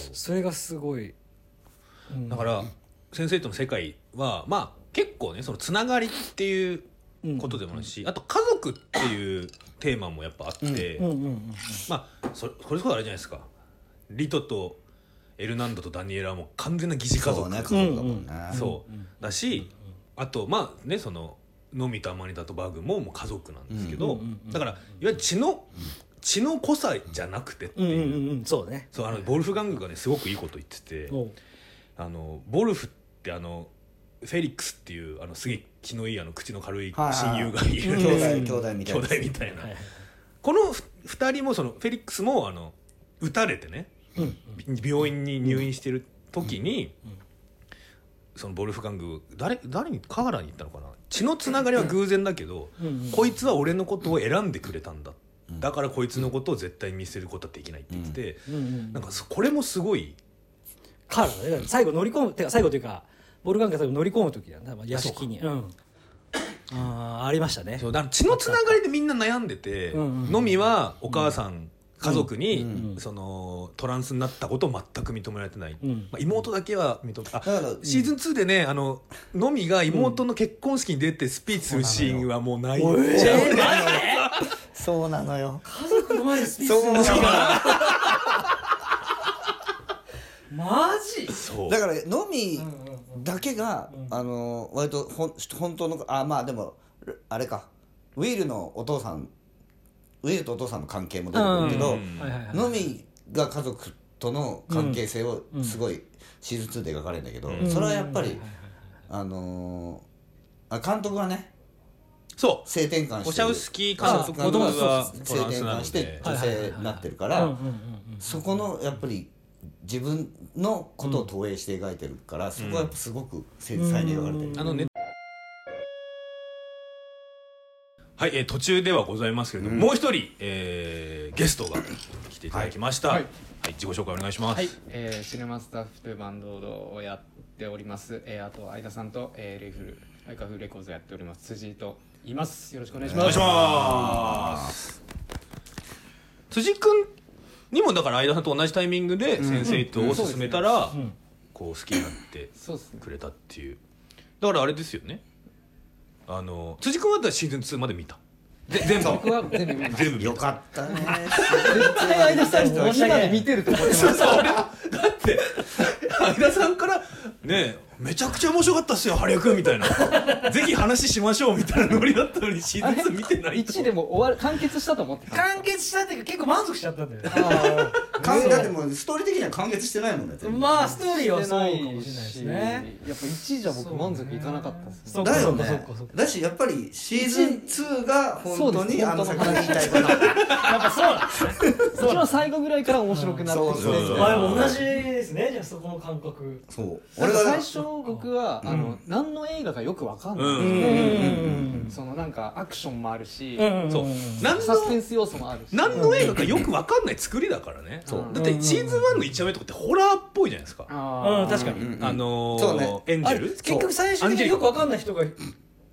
Speaker 2: そう
Speaker 3: それがすごい、うん、
Speaker 2: だから先生との世界はまあ結構ねそのつながりっていうことでもあるし、あと家族っていうテーマもやっぱあって、
Speaker 3: うんうんうん
Speaker 2: まあそれこれこそあれじゃないですかリトとエルナンドとダニエラはもう完全な疑似家
Speaker 1: そう
Speaker 2: 族
Speaker 1: ね家族だもんね、
Speaker 2: そうだしあとまあねそののみたまにだとバグももう家族なんですけど、
Speaker 3: うんうんうんうん
Speaker 2: だからいわゆる血の血の濃さじゃなくてって
Speaker 3: うん
Speaker 2: いうう,、
Speaker 3: んうんうんそうね
Speaker 2: そうあのボルフガングがねすごくいいこと言ってて
Speaker 3: おう
Speaker 2: あのボルフってあのフェリックスっていうあのすげえ気のいいあの口の軽い親友がいる、
Speaker 1: 兄
Speaker 3: はいはい
Speaker 1: 弟兄弟み
Speaker 2: 兄
Speaker 1: たいな
Speaker 2: 弟みたいな、
Speaker 3: はいはい
Speaker 2: このふ2人もそのフェリックスもあの撃たれてね、び病院に入院してる時に、そのボルフガング誰誰にカーラに行ったのかな血のつながりは偶然だけど、
Speaker 3: うんうん
Speaker 2: こいつは俺のことを選んでくれたんだ、だからこいつのことを絶対見せることはできないって言ってて、
Speaker 3: うんうん
Speaker 2: なんかそこれもすごい
Speaker 3: カールだねだから最後乗り込むてか最後というかボルガンが最後乗り込む時だよね多分屋敷にうんあーありましたね
Speaker 2: そうだから血のつながりでみんな悩んでて、
Speaker 3: うんうんうん
Speaker 2: のみはお母さん、家族に、そのトランスになったことを全く認められてない、
Speaker 3: うん
Speaker 2: まあ、妹だけは認めあ
Speaker 1: からうん
Speaker 2: シーズン2でねあののみが妹の結婚式に出てスピーチするシーンはもうない、
Speaker 3: え
Speaker 2: じゃあ
Speaker 3: ーマジで
Speaker 1: そうなのよ
Speaker 3: 家族の前でスピーチ
Speaker 1: そうなのよ
Speaker 3: マジ
Speaker 2: そう
Speaker 1: だからのみ
Speaker 3: うんうん
Speaker 1: だけが、あの割とほん本当のあまあでもあれかウィルのお父さんウィルとお父さんの関係も出てくるけど、
Speaker 2: うん
Speaker 3: はいはいはい
Speaker 1: のみが家族との関係性をすごいシーズン2で描かれるんだけど、
Speaker 2: うん
Speaker 1: それはやっぱり、あのーあ監督はね
Speaker 2: そ
Speaker 1: 性転換して
Speaker 2: うオシャウスキー監督
Speaker 1: 監督
Speaker 2: は
Speaker 1: は
Speaker 2: ト
Speaker 1: 性
Speaker 2: ラン
Speaker 1: 転
Speaker 2: スな
Speaker 1: 換
Speaker 2: の
Speaker 1: して
Speaker 2: で
Speaker 1: 女性になってるから、
Speaker 3: うんうんうんうん
Speaker 1: そこのやっぱり自分のことを投影して描いてるから、そこはやっぱすごく繊細に描かれてる、
Speaker 2: あのねはい、えー途中ではございますけれども、もう一人、えーゲストが来ていただきました、は
Speaker 5: はいい
Speaker 2: 自己紹介お願いします、
Speaker 5: はい、えー、シネマスタッフというバンドをやっております。えー、あと相田さんと、えー、レイフル、アイカフレコーズをやっております。辻井と言います。よろしくお願いし
Speaker 2: お願
Speaker 5: ま
Speaker 2: い
Speaker 5: す。
Speaker 2: します辻君にもだから相田さんと同じタイミングで先生とを勧めたら、こう好きになって
Speaker 5: そうですね。
Speaker 2: くれたっていうだからあれですよねあの辻君はだからシーズン2まで見たぜ全部
Speaker 5: 僕は全部見ます。
Speaker 2: 全部見
Speaker 1: よ
Speaker 2: た
Speaker 1: かった ね
Speaker 5: 相田さん
Speaker 3: 申し訳ない
Speaker 5: 今見てると思ってます。
Speaker 2: だって相田さんからねえめちゃくちゃ面白かったっすよハリ君みた いなぜひ話しましょうみたいなノリだったのにシーズン2見てないと
Speaker 5: 一でも終わる完結したと思ってた。
Speaker 3: 完結したっていうか結構満足しちゃったんだよね
Speaker 1: 完だってもうストーリー的には完結してないもんね全部
Speaker 3: まあストーリーは
Speaker 5: して
Speaker 3: そう
Speaker 5: な
Speaker 3: か
Speaker 5: い
Speaker 3: もしれないです
Speaker 5: し、
Speaker 3: ね
Speaker 5: やっぱ一じゃ僕満足いかなかったですね。
Speaker 3: そう
Speaker 1: だよ
Speaker 3: そっ
Speaker 1: ね
Speaker 3: かそっか
Speaker 1: だしやっぱりシーズン2が本当に
Speaker 5: そうです
Speaker 1: あの作品言いたいこと
Speaker 3: やっぱそうだ
Speaker 5: そっちの最後ぐらいから面白くなってきて
Speaker 1: そうそうそう
Speaker 3: まあでも同じですねじゃあそこの感覚
Speaker 1: そう
Speaker 5: なん
Speaker 1: 俺
Speaker 5: か
Speaker 1: が
Speaker 5: 最初僕は、あの何の映画かよくわかんない、
Speaker 2: うん
Speaker 3: うん
Speaker 5: そのなんかアクションもあるし、
Speaker 3: うん
Speaker 2: そう何
Speaker 5: サスペ
Speaker 2: の
Speaker 5: ンス要素もあるし
Speaker 2: 何の映画かよくわかんない作りだからね
Speaker 5: そう
Speaker 2: だってシーズン1の1話目とかってホラーっぽいじゃないですか
Speaker 5: あ
Speaker 3: うん確かに
Speaker 1: うん
Speaker 2: あのー
Speaker 1: そうね
Speaker 2: エンジ
Speaker 3: あ
Speaker 2: ェ
Speaker 3: れ
Speaker 2: ル
Speaker 3: 結局最終的によくわかんない人が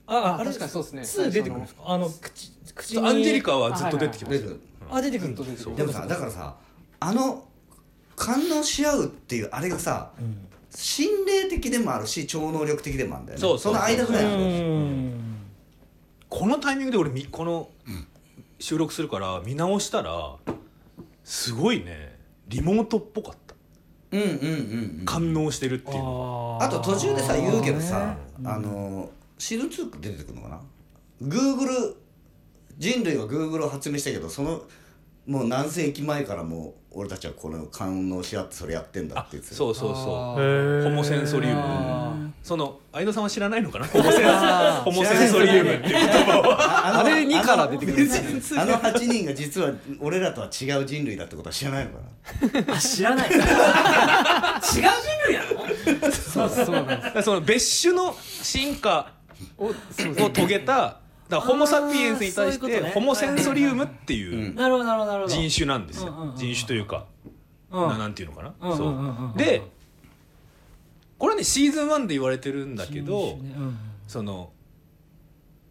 Speaker 3: あ
Speaker 5: あ確かにそうですね
Speaker 3: 2出てくるんですかあの口口に
Speaker 2: アンジェリカはずっと出てきま
Speaker 1: 出
Speaker 2: す
Speaker 1: る
Speaker 3: あ出てくる
Speaker 5: ずっと出てくる
Speaker 1: でもさだからさあの感動し合うっていうあれがさ、心霊的でもあるし超能力的でもあるんだよね
Speaker 2: そうそう
Speaker 1: の間ぐらいなんだよね
Speaker 3: うん
Speaker 2: このタイミングで俺みこの収録するから見直したらすごいねリモートっぽかった
Speaker 1: うんうんうんうん
Speaker 2: 感能してるっていうの
Speaker 1: あと途中でさ言うけどさ
Speaker 3: ね
Speaker 1: あのシルツーク出てくるのかなグーグル人類はグーグルを発明したけどそのもう何世紀前からもう俺たちはこの感能し合ってそれやってんだ
Speaker 2: あ
Speaker 1: って言ってた
Speaker 2: そうそうそう
Speaker 5: あ
Speaker 2: ホモセンソリウム
Speaker 3: あー
Speaker 2: その相田さんは知らないのかなホモセン
Speaker 5: あー
Speaker 2: ホモセンソリウムっていう言葉は
Speaker 1: あ
Speaker 5: あれ2から出てく る
Speaker 1: あの8人が実は俺らとは違う人類だってことは知らないのかな
Speaker 3: あ知らない違う人類やろ
Speaker 5: そうそうなんです
Speaker 2: だからその別種の進化
Speaker 5: おそう
Speaker 2: を遂げただからホモ・サピエンスに対
Speaker 3: あー
Speaker 2: し
Speaker 3: そうい
Speaker 2: て
Speaker 3: うことね
Speaker 2: ホモ・センソリウムっていう
Speaker 3: なるほどなるほどなるほど
Speaker 2: 人種なんですよ
Speaker 3: うんうんうん
Speaker 2: 人種というか
Speaker 3: うん
Speaker 2: ななんていうのか
Speaker 3: う
Speaker 2: なんそ
Speaker 3: うんうんうん
Speaker 2: うでこれねシーズン1で言われてるんだけど
Speaker 3: 人種ねうん
Speaker 2: その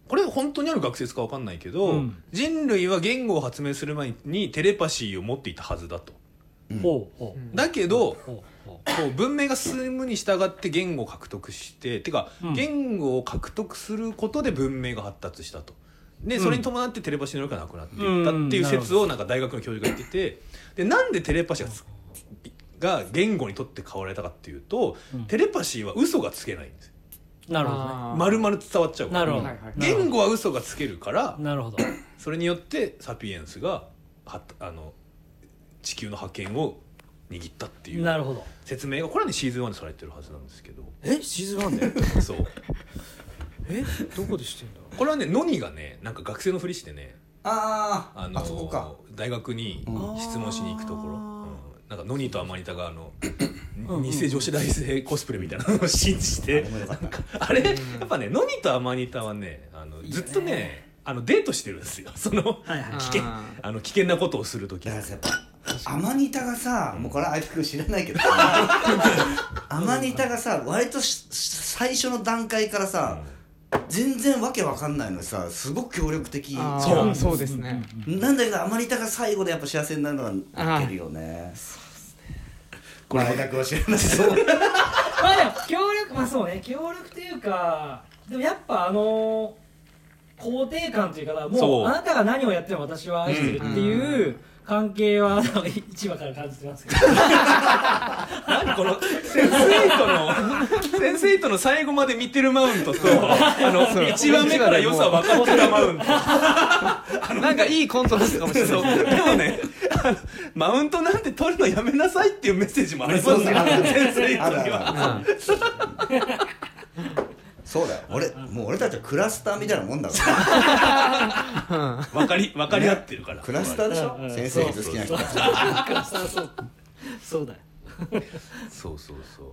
Speaker 2: これ本当にある学説かわかんないけど、
Speaker 3: うん
Speaker 2: 人類は言語を発明する前にテレパシーを持っていたはずだと
Speaker 3: ほうほう
Speaker 2: だけど、
Speaker 3: ほうほ
Speaker 2: こう文明が進むに従って言語を獲得しててか、
Speaker 3: うん
Speaker 2: 言語を獲得することで文明が発達したとでそれに伴ってテレパシーの能力がなくなっていったっていう説をなんか大学の教授が言っててでなんでテレパシーがつが言語にとって変わられたかっていうと、
Speaker 3: うん
Speaker 2: テレパシーは嘘がつけないんですよ
Speaker 3: なるほどね
Speaker 2: 丸々伝わっちゃうから
Speaker 3: なるほど
Speaker 6: はいはい
Speaker 2: 言語は嘘がつけるから
Speaker 3: なるほど
Speaker 2: それによってサピエンスがはあの地球の覇権を握ったっていう
Speaker 3: なるほど
Speaker 2: 説明がこれはねシーズン1でされてるはずなんですけど
Speaker 3: えシーズン1で
Speaker 2: そう
Speaker 3: えどこでしてんだ
Speaker 2: これはねノニがねなんか学生のふりしてね
Speaker 1: あー
Speaker 2: あの
Speaker 1: あそこか
Speaker 2: 大学に質問しに行くところ、うんなんかノニとアマニタがあの
Speaker 3: うん
Speaker 2: 偽女子大生コスプレみたいなのを 信じ
Speaker 1: あ
Speaker 2: て
Speaker 1: れもよかった
Speaker 2: あれやっぱねノニとアマニタはねあのずっとねあのデートしてるんですよその
Speaker 3: はいはい
Speaker 6: あー
Speaker 2: 危険あの危険なことをする時
Speaker 1: だからさやっぱアマニタがさもうこれはあいつ君知ら ないけどアマニタがさ割とし最初の段階からさ、全然わけわかんないのにさすごく協力的
Speaker 6: あー
Speaker 2: そう
Speaker 6: そうそうですね
Speaker 1: なんだけどアマニタが最後でやっぱ幸せになるのは泣けるよねこれ間君は知らないけど
Speaker 3: まあでも協力まあそうね協力っていうかでもやっぱあの肯定感というか
Speaker 2: そ
Speaker 3: も
Speaker 2: う
Speaker 3: うあなたが何をやっても私は愛してるっていう関係はあの一話から感じてますけど
Speaker 2: 何このセンスエイトのセンスエイトの最後まで見てるマウントとあの
Speaker 6: そう
Speaker 2: 1話目から良さ分かってたマウント
Speaker 6: なんかいいコントラストかもしれない
Speaker 2: そうでもねあのマウントなんて取るのやめなさいっていうメッセージもありますよ
Speaker 1: そうそうある
Speaker 2: 先生 に
Speaker 1: あるある
Speaker 2: は
Speaker 1: そうだよ俺もう俺たちはクラスターみたいなもんだから
Speaker 2: 分かり分かり合ってるから、
Speaker 1: クラスターでしょ
Speaker 3: うんうん
Speaker 1: 先生が好きな人たち
Speaker 3: そう そうだよ
Speaker 2: そうそうそう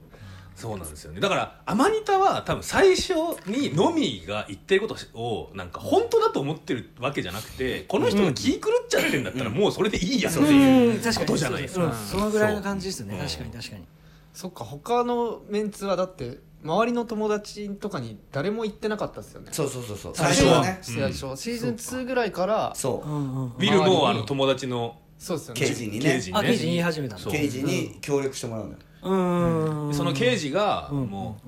Speaker 2: そうなんですよねだからアマニタは多分最初にノミが言ってることをなんか本当だと思ってるわけじゃなくてこの人が気狂っちゃってんだったらもうそれでいいやっていうことじゃないですか
Speaker 3: うんそのぐらいの感じですよね
Speaker 2: そう
Speaker 3: 確かに確かに
Speaker 6: そっか他のメンツはだって周りの友達とかに誰も言ってなかったですよね
Speaker 1: そうそうそうそう
Speaker 2: 最
Speaker 1: 最
Speaker 2: 初
Speaker 1: 初
Speaker 2: は
Speaker 1: はね
Speaker 6: 最初、シーズン2ぐらいからそ
Speaker 1: そううん
Speaker 3: うん
Speaker 2: ビルもあの友達の
Speaker 6: うですよ
Speaker 1: 刑
Speaker 6: ね
Speaker 1: 事に
Speaker 2: 刑
Speaker 1: ね
Speaker 2: 事
Speaker 3: あ
Speaker 2: に
Speaker 3: 刑事言い
Speaker 2: ね
Speaker 3: 始めたんだ
Speaker 2: そう
Speaker 1: 刑事に協力してもらうんだよ
Speaker 3: うん
Speaker 2: その刑事が
Speaker 3: うん
Speaker 2: もう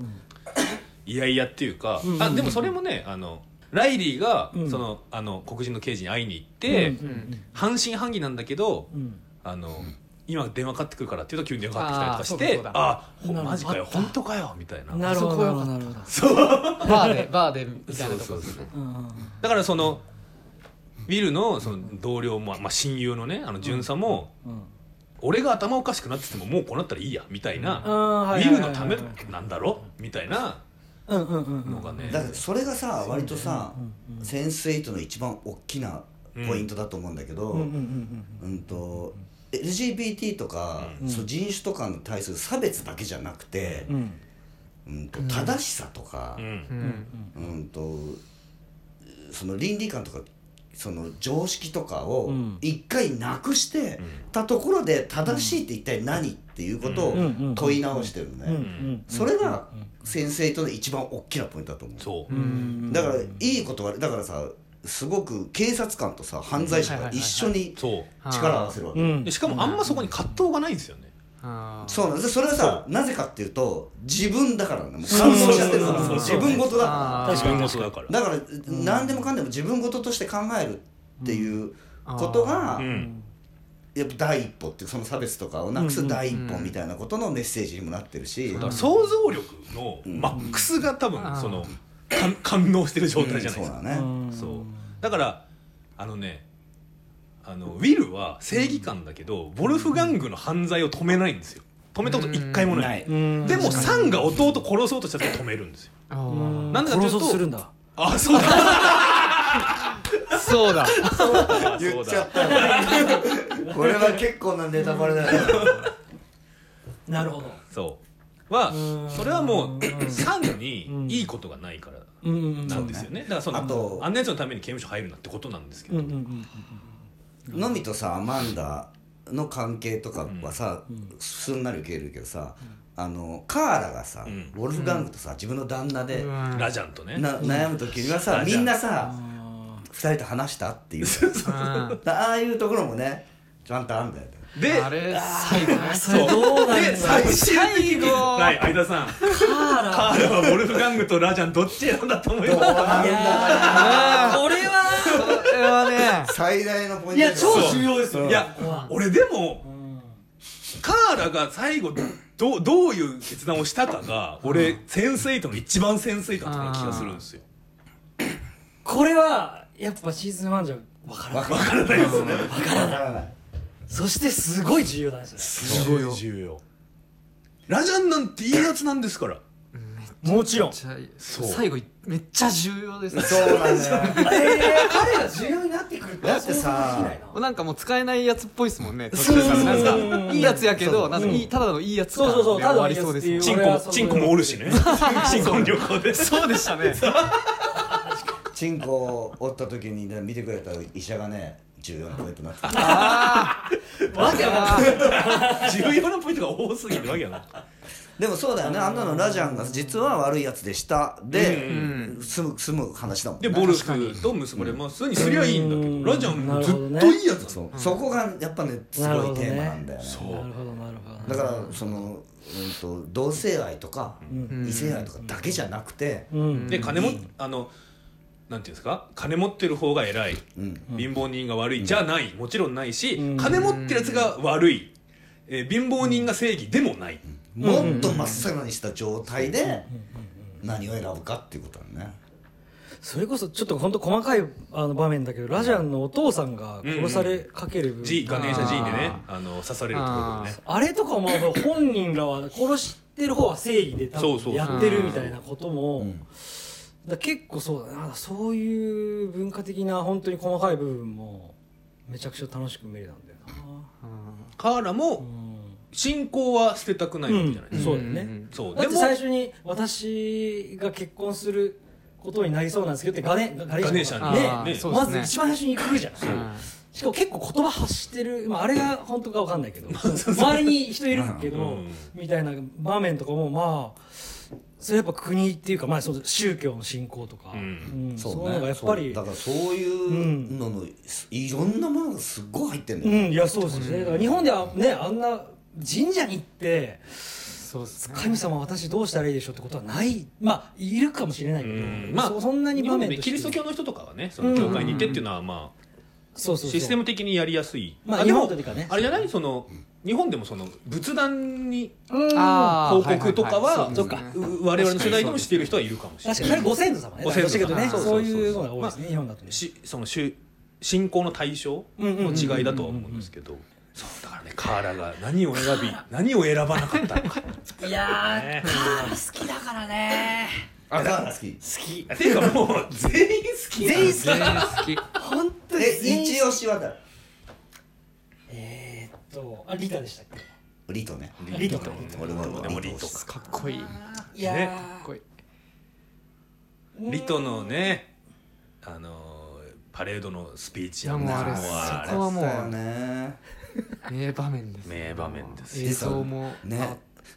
Speaker 2: いやいやっていうか、
Speaker 3: んうん
Speaker 2: あでもそれもねあのライリーが
Speaker 3: うん
Speaker 2: その、あの黒人の刑事に会いに行って、
Speaker 3: うん
Speaker 6: うん
Speaker 2: 半信半疑なんだけど
Speaker 3: うん
Speaker 2: あの、今電話かかってくるからっていうと急に電話かかってきたり
Speaker 6: あーそうだそ
Speaker 2: とかして
Speaker 6: うだ
Speaker 2: あほ
Speaker 3: なるほど
Speaker 2: マジかよ本当かよみたいな
Speaker 3: なるほ
Speaker 6: あそ
Speaker 3: ど
Speaker 6: こ
Speaker 3: な
Speaker 6: よ
Speaker 3: る
Speaker 6: かっ
Speaker 3: ほど
Speaker 6: た
Speaker 3: なるほど
Speaker 6: バーでバーでみたいなとこですね
Speaker 3: うんうん
Speaker 2: だからそのビルのその同僚も、まあ、親友のねあの巡査も、
Speaker 3: うん
Speaker 2: 俺が頭おかしくなっててももうこうなったらいいやみたいな、
Speaker 3: あーはい
Speaker 2: ビ
Speaker 3: はい
Speaker 2: ル
Speaker 3: はいは
Speaker 2: の
Speaker 3: い
Speaker 2: ためなんだろみたいな
Speaker 3: うんうんうんうん
Speaker 2: のがね、
Speaker 1: だからそれがさ割とさセンスエイトの一番大きなポイントだと思うんだけど、
Speaker 3: うんうんうん
Speaker 1: うんと LGBT とか、そう人種とかに対する差別だけじゃなくて
Speaker 3: う、ん
Speaker 1: うんと正しさとか
Speaker 2: う、ん
Speaker 6: うん
Speaker 1: うんとその倫理観とかその常識とかを
Speaker 3: うん
Speaker 1: 一回なくしてたところで正しいって一体何っていうこと
Speaker 2: うん
Speaker 3: うんう
Speaker 1: を
Speaker 3: ん
Speaker 1: 問い直してるのね、
Speaker 3: うんうん
Speaker 1: それが先生との一番大きなポイントだと思う。
Speaker 2: そう、
Speaker 1: だからいいことはだからさすごく警察官とさ犯罪者が一緒に
Speaker 2: そ
Speaker 1: 力を合わせるわけ、
Speaker 3: うん
Speaker 2: うでしかもあんまそこに葛藤がないんですよね、
Speaker 6: あー
Speaker 1: そうなんですそれはさなぜかっていうと自分だからなのもう感動しちゃってるから
Speaker 2: そうそう
Speaker 1: 自
Speaker 2: そう
Speaker 1: 分事だか
Speaker 6: あ
Speaker 2: 自分も
Speaker 6: ー
Speaker 2: そうだから
Speaker 1: らだから何でもかんでも自分事として考えるっていうことが
Speaker 2: うん
Speaker 1: やっぱ第一歩っていうその差別とかをなくす第一歩みたいなことのメッセージにもなってるし
Speaker 2: だから想像力のマックスが多分
Speaker 6: うん
Speaker 2: その感 感動してる状態じゃない
Speaker 1: そう
Speaker 2: ですか、
Speaker 1: だね
Speaker 2: そうだからあのねあのウィルは正義感だけどボルフガングの犯罪を止めないんですよ止めたこと一回もない,、
Speaker 3: うん
Speaker 2: でもサンが弟殺そうとした時止めるんですよ
Speaker 6: あー
Speaker 2: なんでかとい
Speaker 3: 殺
Speaker 2: う
Speaker 3: そう
Speaker 2: と
Speaker 3: とするんだ
Speaker 2: あそうだ
Speaker 6: そうだ
Speaker 1: 言
Speaker 2: そう
Speaker 1: っちゃっ
Speaker 2: だ
Speaker 1: たねこれは結構なネタバレだよ
Speaker 3: なるほど
Speaker 2: そうは
Speaker 3: うん
Speaker 2: それはもうサンにいいことがないから
Speaker 3: うんうん
Speaker 2: なんですよねだからその
Speaker 1: あと
Speaker 2: あんなやつのために刑務所入るなってことなんですけ
Speaker 3: うん
Speaker 2: ど、
Speaker 3: うんうん
Speaker 1: のみとさアマンダの関係とかはさ、すんなり受け入れるけどさ、あのカーラがさ、
Speaker 2: うん
Speaker 1: ウォルフガングとさ自分の旦那で、
Speaker 2: ラジャンとね
Speaker 1: な悩む時には
Speaker 2: う
Speaker 1: さ
Speaker 2: ん
Speaker 1: みんなさ二人と話したっていう
Speaker 6: うん
Speaker 1: だああいうところもねちゃんとあんだよね
Speaker 2: で
Speaker 6: あれ最後ね
Speaker 3: それどうなんだ
Speaker 2: で最終的に
Speaker 6: 後
Speaker 2: はい相田さんカーラはボルフガングとラジャンどっち選んだと思います
Speaker 1: どうなんだ
Speaker 3: いやーこれは
Speaker 6: これはね
Speaker 1: 最大のポイント
Speaker 3: いや
Speaker 1: だよ
Speaker 3: 超重要ですよ
Speaker 2: いや俺でもカーラが最後どうどういう決断をしたかが俺センスエイトの一番センスエイトだったような気がするんですよ
Speaker 3: これはやっぱシーズン1じゃ分からない
Speaker 1: わからない
Speaker 3: そしてすごい重要なんです
Speaker 2: すごい重要ラジャンなんていいやつなんですから
Speaker 3: よもちろん
Speaker 5: じゃあ
Speaker 2: そう
Speaker 5: 最後めっちゃ重要ですね
Speaker 1: そうなんだよ
Speaker 3: えー、彼が重要になってくるって
Speaker 1: だってさ
Speaker 5: なんかもう使えないやつっぽいですもんね途
Speaker 3: そう
Speaker 5: 中から
Speaker 3: そう
Speaker 5: なんかいいやつやけどなんかいいただのいいやつ感で終わりそうですもん
Speaker 3: そ
Speaker 2: チ
Speaker 3: う
Speaker 2: ン
Speaker 3: 俺は
Speaker 2: コ
Speaker 3: そう
Speaker 2: チンコもおるしねチンコも旅行 で
Speaker 5: そうでしたね
Speaker 1: チンコを折った時にね見てくれた医者がね14ポイントになってた
Speaker 3: わけわかんない
Speaker 2: 重要なポイントが多すぎるわけやな
Speaker 1: でもそうだよねあんなのラジャンが実は悪いやつでしたで、済む済む話だもんね
Speaker 2: でボルクと結ばれますにすりゃいいんだけ
Speaker 3: うん
Speaker 2: どラジャンもず
Speaker 3: なるほど
Speaker 2: っ
Speaker 3: ね
Speaker 2: といいやつな
Speaker 1: そ
Speaker 2: の
Speaker 1: う、そこがやっぱねす
Speaker 3: なるほ
Speaker 1: ごい
Speaker 3: どね
Speaker 1: テーマなんだよね
Speaker 2: そう
Speaker 3: なるほどなるほ
Speaker 1: だ
Speaker 3: ど
Speaker 1: からその、うん、と同性愛とか、
Speaker 3: ん
Speaker 1: 異性愛とかだけじゃなくて、
Speaker 3: うん
Speaker 2: で金もあのなんていうんですか金持ってる方が偉い
Speaker 1: うん
Speaker 2: 貧乏人が悪いじゃないもちろんないし
Speaker 3: うん
Speaker 2: 金持ってるやつが悪いえー貧乏人が正義でもない
Speaker 1: もっとまっさらにした状態で何を選ぶかっていうことだね
Speaker 3: それこそちょっと本当細かいあの場面だけどラジャンのお父さんが殺されかける部分
Speaker 2: G ガネーシャ G でね
Speaker 5: あ
Speaker 2: あの刺されるところね
Speaker 3: あれとかも本人らは殺してる方は正義で
Speaker 2: そ
Speaker 3: 多
Speaker 2: うそうそう
Speaker 3: 分やってるみたいなこともだから結構そうだなそういう文化的な本当に細かい部分もめちゃくちゃ楽しく見れたんだよ
Speaker 2: カーラも信仰は捨てたくないわけじゃない
Speaker 3: な
Speaker 2: ですか
Speaker 3: そうだよね
Speaker 2: そう
Speaker 3: だ
Speaker 2: で
Speaker 3: って
Speaker 2: も
Speaker 3: 最初に私が結婚することになりそうなんですけどってガネガ
Speaker 2: ガネーシャに
Speaker 5: あー
Speaker 2: ね
Speaker 5: そう
Speaker 3: まず一番最初に行くじゃん
Speaker 5: うん
Speaker 3: しかも結構言葉発してる、まあ、あれが本当かわかんないけど周りに人いるけど、
Speaker 2: うん
Speaker 3: みたいな場面とかもまあそれやっぱ国っていうか、まあ、その宗教の信仰とか、
Speaker 2: ん
Speaker 3: うんそういうのがやっぱり
Speaker 1: そうだからそういうのの、いろんなものがすっごい入ってんだ
Speaker 3: う
Speaker 1: よ、
Speaker 3: んいやそうですね、だから日本ではねあんな神社に行って
Speaker 5: そうですね
Speaker 3: 神様私どうしたらいいでしょうってことはないまあいるかもしれないけど、
Speaker 2: うんまあ
Speaker 3: そそんなに
Speaker 2: 日
Speaker 3: 場
Speaker 2: 本で
Speaker 3: 面
Speaker 2: ね
Speaker 3: とし
Speaker 2: キ
Speaker 3: て
Speaker 2: リスト教の人とかはねその教会に行ってっていうのはまあ
Speaker 3: そうそうそ
Speaker 2: シ
Speaker 3: う
Speaker 2: ステム的にやりやすい
Speaker 3: まあ
Speaker 2: でも
Speaker 3: 日本というかね
Speaker 2: あれじゃないその日本でもその仏壇に
Speaker 3: うん
Speaker 5: あー
Speaker 2: 報告とかは
Speaker 5: はいはいはい
Speaker 2: そ
Speaker 5: そう
Speaker 2: う
Speaker 5: です
Speaker 2: か
Speaker 5: ね
Speaker 2: う我々の世代でもしている人はいるかもしれ
Speaker 3: 確
Speaker 2: な
Speaker 3: か
Speaker 2: い
Speaker 3: にあれご先祖様ね
Speaker 2: ご先祖様
Speaker 3: だからどね
Speaker 2: そ
Speaker 3: そう
Speaker 2: そうそう
Speaker 3: ういうのが多いですね、日本だとね
Speaker 2: しその宗信仰の対象の違いだとは思うんですけどそうだからねカーラが何を選び何を選ばなかったのか
Speaker 3: いやー、
Speaker 2: ね
Speaker 3: カール好きだからね
Speaker 1: あだから好き
Speaker 3: 好 き
Speaker 2: ていうかもう全員好き
Speaker 3: 全員好き
Speaker 5: 全員好き
Speaker 3: 本当に
Speaker 1: で
Speaker 3: 全員
Speaker 1: 一押しはだ
Speaker 3: えーっとあリタでしたっけ
Speaker 1: リトね
Speaker 3: リトか
Speaker 1: 俺も
Speaker 2: でもリ
Speaker 1: リト
Speaker 2: ト
Speaker 1: 好き
Speaker 5: かっこいいか
Speaker 3: いやー、
Speaker 2: ね
Speaker 5: っこいい
Speaker 2: リトのねあのーパレードのスピーチ
Speaker 5: いやもうあれ
Speaker 2: も
Speaker 5: そう
Speaker 2: あれ
Speaker 5: こはも
Speaker 1: だよ
Speaker 5: う
Speaker 1: ね
Speaker 5: 名場面です
Speaker 2: 名場面です
Speaker 5: 映像も
Speaker 1: ね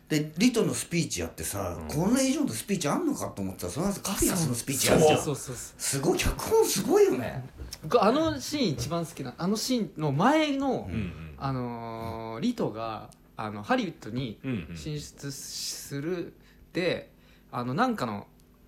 Speaker 1: でリトのスピーチやってさ、これ以上のスピーチあんのかと思ってたらその後カフィアスのスピーチやるじゃん
Speaker 5: そうそうそう
Speaker 1: すごい脚本すごいよね
Speaker 5: 僕あのシーン一番好きなあのシーンの前の、
Speaker 2: うんうん
Speaker 5: あのーリトがあのハリウッドに
Speaker 2: うんうん
Speaker 5: 進出するであのなんかの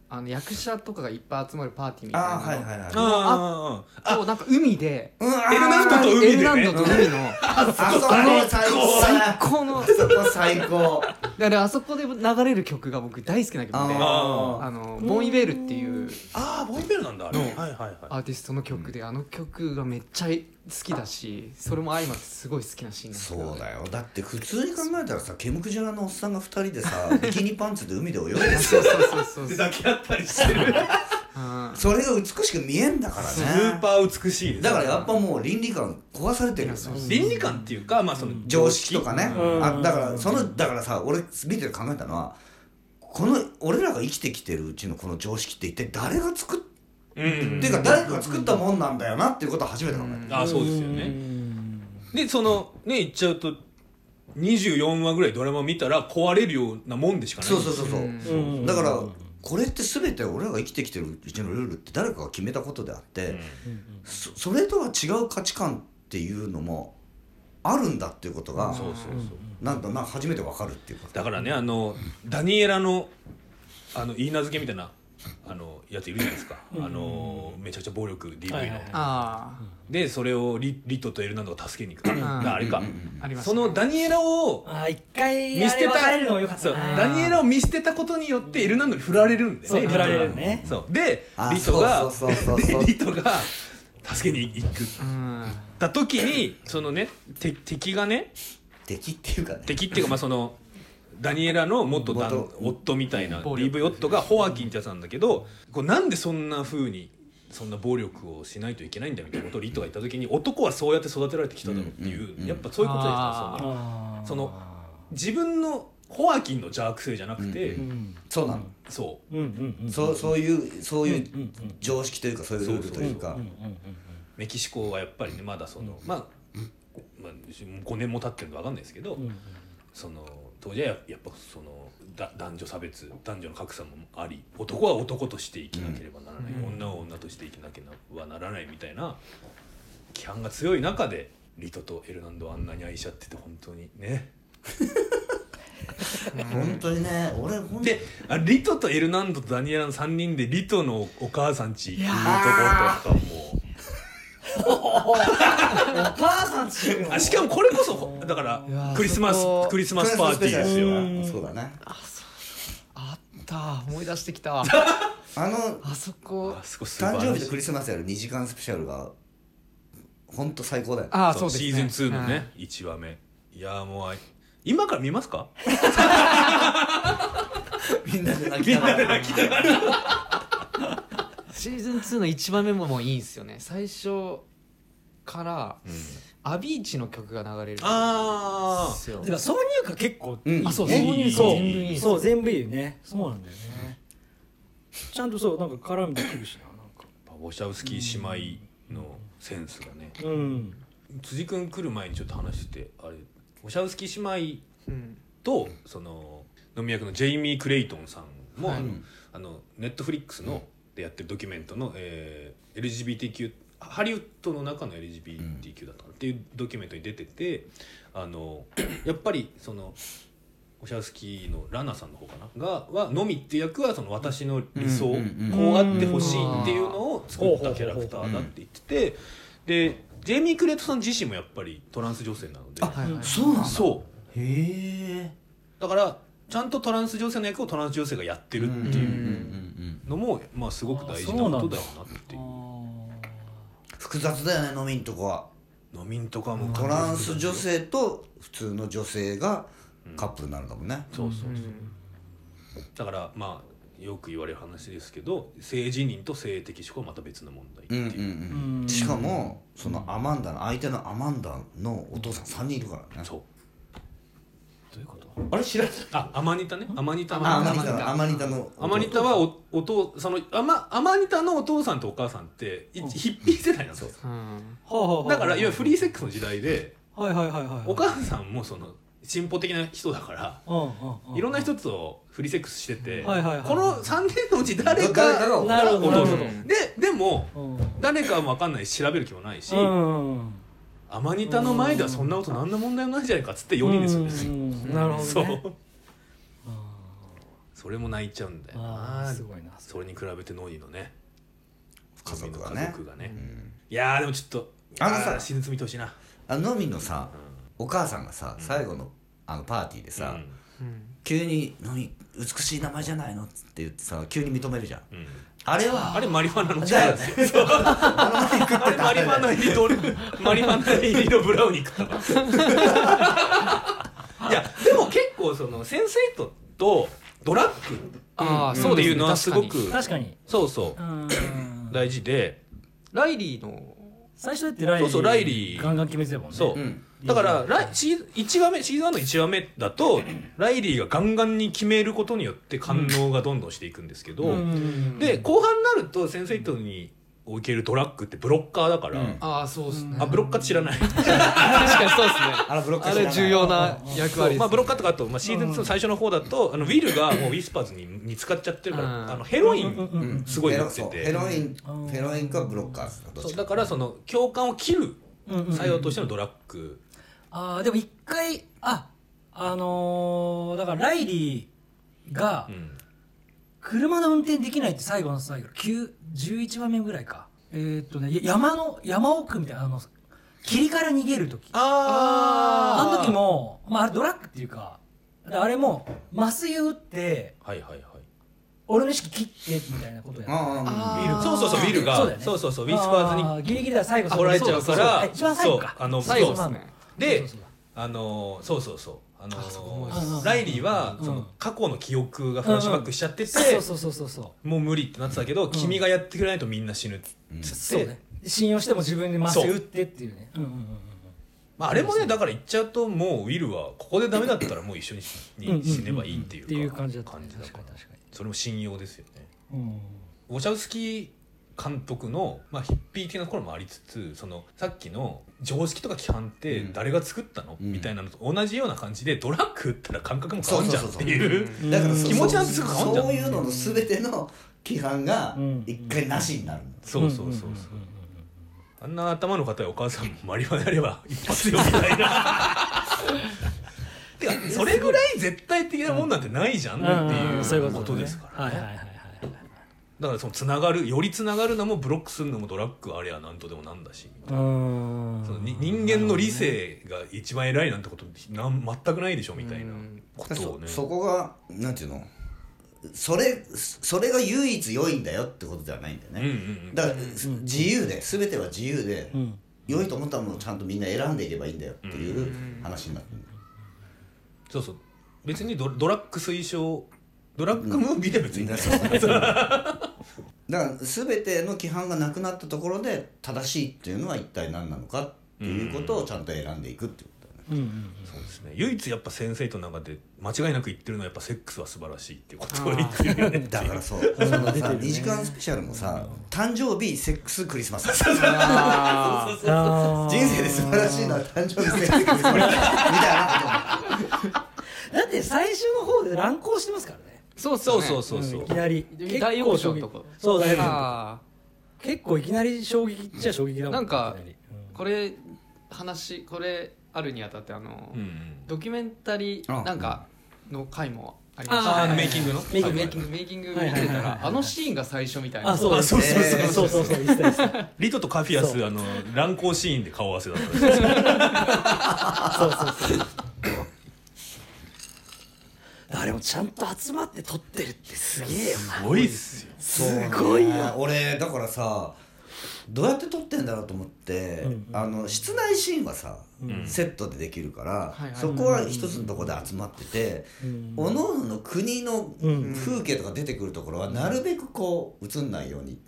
Speaker 5: あの役者とかがいっぱい集まるパーティーみたい
Speaker 1: あ
Speaker 5: なの
Speaker 1: ーはいはいはい
Speaker 2: あー
Speaker 5: となんか海で
Speaker 1: うんあー
Speaker 2: エルナンドと海でね
Speaker 5: エルナンドと海の
Speaker 1: あそこ最高だ
Speaker 5: 最
Speaker 1: ね
Speaker 5: 高の
Speaker 1: そこ最高
Speaker 5: だからあそこで流れる曲が僕大好きな曲であ
Speaker 1: あー
Speaker 5: のボン・イベールっていう
Speaker 2: あーボイベルなんだあれはいはいはい
Speaker 5: アーティストの曲であの曲がめっちゃ好きだしそれも相まってすごい好きなシーンなんですけど
Speaker 1: そうだよだって普通に考えたらさケムクジラのおっさんが2人でさビキニパンツで海で泳いでる
Speaker 5: そうそうそうそう
Speaker 2: で
Speaker 5: そ
Speaker 2: 抱
Speaker 5: う
Speaker 2: き合ったりしてる
Speaker 5: うん
Speaker 1: それが美しく見えんだからね
Speaker 2: スーパー美しいです
Speaker 1: だからやっぱもう倫理観壊されてるよね
Speaker 2: 倫理観っていうかまあその
Speaker 1: 常識とかね、
Speaker 3: うん
Speaker 1: あだからそのだからさ俺見てて考えたのはこの俺らが生きてきてるうちのこの常識って一体誰が作っ
Speaker 2: うんうん
Speaker 1: ていうか誰かが作ったもんなんだよなっていうことを初めて考えた、
Speaker 2: あそうですよね
Speaker 3: ね
Speaker 2: でそのね言っちゃうと24話ぐらいドラマ見たら壊れるようなもんでしかない
Speaker 1: そうそうそうそう、
Speaker 3: うん
Speaker 1: だからこれって全て俺らが生きてきてるうちのルールって誰かが決めたことであって、そそれとは違う価値観っていうのもあるんだっていうことが
Speaker 2: そうそうそう
Speaker 1: なんとなく初めてわかるっていうか
Speaker 2: だからねあのダニエラのあの言い名付けみたいなあのやついるじゃないですか、あのめちゃくちゃ暴力 DV の、
Speaker 3: はいはいはい
Speaker 5: あ
Speaker 2: でそれをリリトとエルナンドが助けに行く、だからあれか、
Speaker 5: あありました
Speaker 2: そのダニエラを
Speaker 3: あー一回
Speaker 2: 見捨て
Speaker 3: あれ
Speaker 2: た
Speaker 3: 別れるのも良かった
Speaker 2: そう
Speaker 3: な
Speaker 2: ダニエラを見捨てたことによってエルナンドに振られるんで
Speaker 3: そう振られるね
Speaker 2: そうで
Speaker 1: あ
Speaker 2: リトが
Speaker 1: そうそうそうそうそう
Speaker 2: でリトが助けに行く
Speaker 5: うん
Speaker 2: た時にそのねて敵がね
Speaker 1: 敵っていうかね
Speaker 2: 敵っていうかまあそのダニエラの元旦
Speaker 1: 元
Speaker 2: 夫みたいな
Speaker 5: 暴力
Speaker 2: DV 夫がホアキンってやつなんだけどこうなんでそんな風にそんな暴力をしないといけないんだみたいなことをリットが言った時に男はそうやって育てられてきただろうっていう、
Speaker 1: うんうん
Speaker 2: やっぱそういうことです
Speaker 5: あー
Speaker 2: よ
Speaker 3: あー
Speaker 2: その自分のホアキンの邪悪性じゃなくて、
Speaker 3: うん
Speaker 1: そうなの
Speaker 2: そ
Speaker 3: うんうんうん
Speaker 1: そうそういうそういう
Speaker 3: うんうん
Speaker 1: 常識というかそういうルールというか
Speaker 3: うんうんうん
Speaker 2: うメキシコはやっぱりねまだその、まあ、まあ、5年も経ってるのか分かんないですけど、
Speaker 3: うんうん
Speaker 2: その当時はややっぱそのだ男女差別男女の格差もあり男は男として生きなければならない、
Speaker 3: うん
Speaker 2: 女は女として生きなければならないみたいな規範が強い中でリトとエルナンドはあんなに愛し合ってて本当にね。
Speaker 1: 本当にね俺本当に
Speaker 2: であリトとエルナンドとダニエラの3人でリトのおお母さんち行くとことかも
Speaker 3: お母さんち
Speaker 2: うあしかもこれこそだから
Speaker 5: うわ
Speaker 2: クリスマス
Speaker 5: そこ
Speaker 2: クリスマスパーティーですよ。
Speaker 1: うんそうだね
Speaker 5: あった思い出してきた
Speaker 1: あの
Speaker 5: あそこ
Speaker 2: あそこ素
Speaker 1: 誕
Speaker 2: 晴らしい
Speaker 1: 生日とクリスマスやる2時間スペシャルが本当最高だよ
Speaker 5: ああ
Speaker 2: そ
Speaker 5: そううですね
Speaker 2: シーズン2のね、一1話目いやーもうあい今から見ますか
Speaker 1: みんなで泣きながら
Speaker 5: うんシーズン2の1番目ももういいんすよね最初からアビーチの曲が流れるん
Speaker 2: あ
Speaker 5: ですよ
Speaker 3: てか挿入歌結構
Speaker 1: うん
Speaker 5: あそう
Speaker 1: ね
Speaker 5: 挿入歌
Speaker 3: そう
Speaker 5: 全部いい
Speaker 3: そう全部いいよねそうなんだよねちゃんとそうなんか絡みできるしななんか
Speaker 2: あウォシャウスキー姉妹のセンスがね
Speaker 3: うん
Speaker 2: 辻君来る前にちょっと話しててあれウォシャウスキー姉妹
Speaker 5: うん
Speaker 2: とその飲み役のジェイミー・クレイトンさんも、
Speaker 5: はい
Speaker 2: あのあのネットフリックスのでやってるドキュメントの、えー LGBTQ ハリウッドの中の LGBTQ だったかなっていうドキュメントに出ててあの やっぱりそのオシャウスキーのラナさんの方かながはのみっていう役はその私の理想、
Speaker 1: うんうんうん
Speaker 2: こうあってほしいっていうのを作ったキャラクターだって言ってて、でジェイミー・クレイトンさん自身もやっぱりトランス女性なので。
Speaker 5: はいはい
Speaker 1: そうなんだ
Speaker 2: そうへえだからちゃんとトランス女性の役をトランス女性がやってるってい
Speaker 1: うんう
Speaker 2: う
Speaker 1: んう
Speaker 2: うんのも、まあすごく大事なことだよなっていう
Speaker 1: 複雑だよね飲みんとこは
Speaker 2: 飲みんとかも
Speaker 1: トランス女性と普通の女性がカップルになるんだもんね
Speaker 2: そうそううんだからまあよく言われる話ですけど性自認と性的思考はまた別の問題って
Speaker 1: う
Speaker 2: い
Speaker 1: んう
Speaker 2: う、
Speaker 1: んう
Speaker 3: うんん
Speaker 1: しかもそのアマンダの相手のアマンダのお父さん3人いるからね
Speaker 2: そうどういうことあれ知らないあアマニタねアマニタの
Speaker 1: あアマニ
Speaker 5: ニタ
Speaker 1: タのアマニタの
Speaker 2: アマニタはおお父そのアマアマニタのお父さんとお母さんっていヒッピー世代なんですよ
Speaker 5: うん
Speaker 3: は
Speaker 2: だからいわゆるフリーセックスの時代で
Speaker 3: はいはいはいはい
Speaker 2: お母さんもその進歩的な人だから
Speaker 3: うんうんうん
Speaker 2: いろんな人とフリーセックスしててこ
Speaker 3: はいはいはい
Speaker 2: の3人のうち誰
Speaker 1: 誰か
Speaker 2: か
Speaker 1: が
Speaker 3: なるほどなるほ
Speaker 5: ど
Speaker 2: ででも
Speaker 3: どうん
Speaker 2: 誰かは分かんないし調べる気もないし
Speaker 3: うん
Speaker 2: アマニタの前ではそんなこと何の問題もないじゃないかっつって4人ですよね
Speaker 3: うんなるほ
Speaker 2: そ
Speaker 3: どね
Speaker 2: う それも泣いちゃうんだよ
Speaker 3: あ
Speaker 2: な
Speaker 3: ーすごいな
Speaker 2: それに比べてノーニーのね
Speaker 1: 家族が
Speaker 2: 家
Speaker 1: ね
Speaker 2: 族がねいやーでもちょっと
Speaker 1: あのさ
Speaker 2: ー沈み見てほしいな
Speaker 1: あのみのさお母さんがさ最後のあのパーティーでさ
Speaker 2: うん
Speaker 1: 急に「のみ美しい名前じゃないの?」って言ってさ急に認めるじゃん
Speaker 2: うん
Speaker 1: あれは
Speaker 2: あれマリファナの
Speaker 1: だ
Speaker 2: 力
Speaker 1: よ
Speaker 2: で
Speaker 1: ね
Speaker 2: すよ
Speaker 1: あれ
Speaker 2: マリファナ入りのマリファナ入りのブラウニー 食ったからいやでも結構その先生ととドラッグ
Speaker 5: ああ
Speaker 2: そ
Speaker 5: そうう
Speaker 2: で
Speaker 5: です
Speaker 2: い
Speaker 5: す
Speaker 2: うの
Speaker 5: ね
Speaker 2: はすご
Speaker 5: 確かに
Speaker 2: く
Speaker 3: 確かに
Speaker 2: そうそううん大事で
Speaker 5: ライリーの
Speaker 3: 最初だってライリ
Speaker 2: そ
Speaker 3: ー
Speaker 2: うそうライリー
Speaker 3: ガンガン決めてたもんね
Speaker 2: そう、
Speaker 1: うん
Speaker 2: だから来シーズン1話目シーズン1の1話目だとライリーがガンガンに決めることによって感動がどんどんしていくんですけど、
Speaker 3: うん
Speaker 2: で後半になると先生とにおけるドラッグってブロッカーだから、
Speaker 1: うん
Speaker 5: ああそうですね
Speaker 2: あブロッカーって知ら ない
Speaker 5: 確かにそうですね
Speaker 1: あれブロッカー
Speaker 5: あ
Speaker 1: 知ら
Speaker 5: れ
Speaker 1: ない
Speaker 5: 重要な役割です
Speaker 2: まあ、ブロッカーとかあと、まあ、シーズン2の最初の方だと、あのウィルがもうウィスパーズに見つかっちゃってるから、
Speaker 5: うん
Speaker 2: あのヘロイ
Speaker 3: うんうん
Speaker 2: ンすごい
Speaker 1: ヘ
Speaker 2: 持
Speaker 1: ロ
Speaker 2: って
Speaker 1: そう
Speaker 2: て、
Speaker 1: ヘロイン
Speaker 3: うん
Speaker 1: ヘロインかブロッカーズどっ
Speaker 2: そう
Speaker 1: ちか
Speaker 2: だからその共感を切る
Speaker 3: うんうん
Speaker 2: 作用としてのドラッグ、
Speaker 3: ああでも一回ああのーだからライリーが
Speaker 2: うん
Speaker 3: 車の運転できないって最後の最後9 11番目ぐらいかえーっとねや山の山奥みたいなあの霧から逃げる時あ
Speaker 2: あ
Speaker 3: の時も、まあ、あれドラッグっていうかであれも麻酔打って
Speaker 2: はいはいはい
Speaker 3: 俺の意識切ってみたいなことやった
Speaker 1: ああ
Speaker 5: あー
Speaker 2: そうそうそうウィルがそ
Speaker 3: そ
Speaker 2: うう
Speaker 3: だよね
Speaker 2: そうそうウィスパーズ
Speaker 3: あ
Speaker 2: に
Speaker 3: ギリギリだ最後
Speaker 2: 来られちゃう
Speaker 3: そ
Speaker 2: か
Speaker 3: そそ
Speaker 2: ら
Speaker 3: え一番最後か
Speaker 2: そうあの
Speaker 5: 最後で
Speaker 2: そ
Speaker 5: す
Speaker 2: う
Speaker 5: ね
Speaker 2: で
Speaker 3: そうそうそう
Speaker 2: あのそうそうそうあの
Speaker 3: うんうん
Speaker 2: ライリーは
Speaker 3: うん
Speaker 2: その過去の記憶がフラッシュバックしちゃってて
Speaker 3: そうそうそうそうそう
Speaker 2: もう無理ってなってたけど君がやってくれないとみんな死ぬっつ
Speaker 3: そう
Speaker 2: って
Speaker 3: ね信用しても自分で麻酔打ってっていうねうんうんうんうん
Speaker 2: まああれもねだから言っちゃうともうウィルはここでダメだったらもう一緒に
Speaker 3: うんうん
Speaker 2: に死ねばいいっていう
Speaker 3: っ
Speaker 2: か
Speaker 3: ていう感じだったね
Speaker 2: 感じだ
Speaker 3: 確
Speaker 2: か
Speaker 3: からに確か
Speaker 2: それも信用ですよね
Speaker 3: にうん
Speaker 2: ウォチャウスキー監督の、まあ、ヒッピー的なところもありつつそのさっきの常識とか規範って誰が作ったの、
Speaker 1: うん
Speaker 2: みたいなのと同じような感じでドラッグ打ったら感覚も変わんじゃうって
Speaker 1: そう
Speaker 2: いう
Speaker 1: うんだからそ
Speaker 2: 気持ちなんてすぐ変わんじゃん
Speaker 1: そういうのの全ての規範が一回なしになるの
Speaker 2: そうそうそうそうあんな頭の硬いお母さんもマリファナやれば一発よみたいな。 てかそれぐらい絶対的なもんなんてないじゃんって
Speaker 3: うん
Speaker 2: い
Speaker 3: そういう
Speaker 2: う
Speaker 3: こ
Speaker 2: ことと
Speaker 3: ね
Speaker 2: ですから
Speaker 3: はいはいはいはい
Speaker 2: だからそのつながるよりつながるのもブロックするのもドラッグあれやなんとでもなんだし
Speaker 3: うーん
Speaker 2: そのに人間の理性が一番偉いなんてことなん全くないでしょみたいなことをね
Speaker 1: そそこがなんていうのそれそれが唯一良いんだよってことではないんだよ
Speaker 2: うんうんう
Speaker 1: ね、
Speaker 2: ん
Speaker 1: だから、自由で全ては自由で、
Speaker 3: うん
Speaker 1: 良いと思ったものをちゃんとみんな選んでいけばいいんだよっていう話になってる、
Speaker 2: そうそう別にドドラッグ推奨ドラッグムービーで別にない
Speaker 1: だから全ての規範がなくなったところで正しいっていうのは一体何なのかっていうことをちゃんと選んでいくっていうことだね、
Speaker 3: うんうん
Speaker 2: そうですね唯一やっぱ先生との中で間違いなく言ってるのはやっぱセックスは素晴らしいっていうことを言っ てるよね
Speaker 1: だからそうそのさ2時 間スペシャルもさ誕生日セックスクリスマ ス
Speaker 5: あ
Speaker 3: あー
Speaker 1: 人生で素晴らしいのは誕生日セックスクリスマ スみたいな
Speaker 3: だって最初の方で乱行してますからね
Speaker 5: ーそうっす
Speaker 2: そ
Speaker 5: よ
Speaker 2: う
Speaker 5: ね
Speaker 2: そうそうそう
Speaker 3: いきなり
Speaker 5: 大王将のとこ
Speaker 3: そう大王将のとこ
Speaker 5: あ
Speaker 3: 結構いきなり衝撃っちゃ衝撃だもん
Speaker 5: なんか
Speaker 3: いきり
Speaker 5: ーこれ話これあるにあたってあの、
Speaker 2: うんうん
Speaker 5: ドキュメンタリ
Speaker 1: あ
Speaker 5: ーなんかの回もありました
Speaker 2: あ
Speaker 5: ね
Speaker 2: ーメイキングの
Speaker 3: メイキング
Speaker 5: メイキングメイキング見て
Speaker 3: はいはい
Speaker 5: た
Speaker 3: はいはい
Speaker 5: らあのシーンが最初みたいな
Speaker 3: あそうだ
Speaker 2: あそうそうそう
Speaker 3: そうそうそう言ってた言ってた
Speaker 2: リトとカフィアスあの乱行シーンで顔合わせだったんです
Speaker 3: そうそうそうあれもちゃんと集まって撮ってるってすげえよな
Speaker 2: すごいっすよ
Speaker 1: すごいよ俺だからさどうやって撮ってんだろうと思って、
Speaker 3: うんうん
Speaker 1: あの室内シーンはさ、セットでできるから、
Speaker 5: はいはい
Speaker 1: そこは一つのところで集まってて、
Speaker 3: うん
Speaker 1: 各々の国の
Speaker 3: うん
Speaker 1: 風景とか出てくるところはなるべくこう映んないように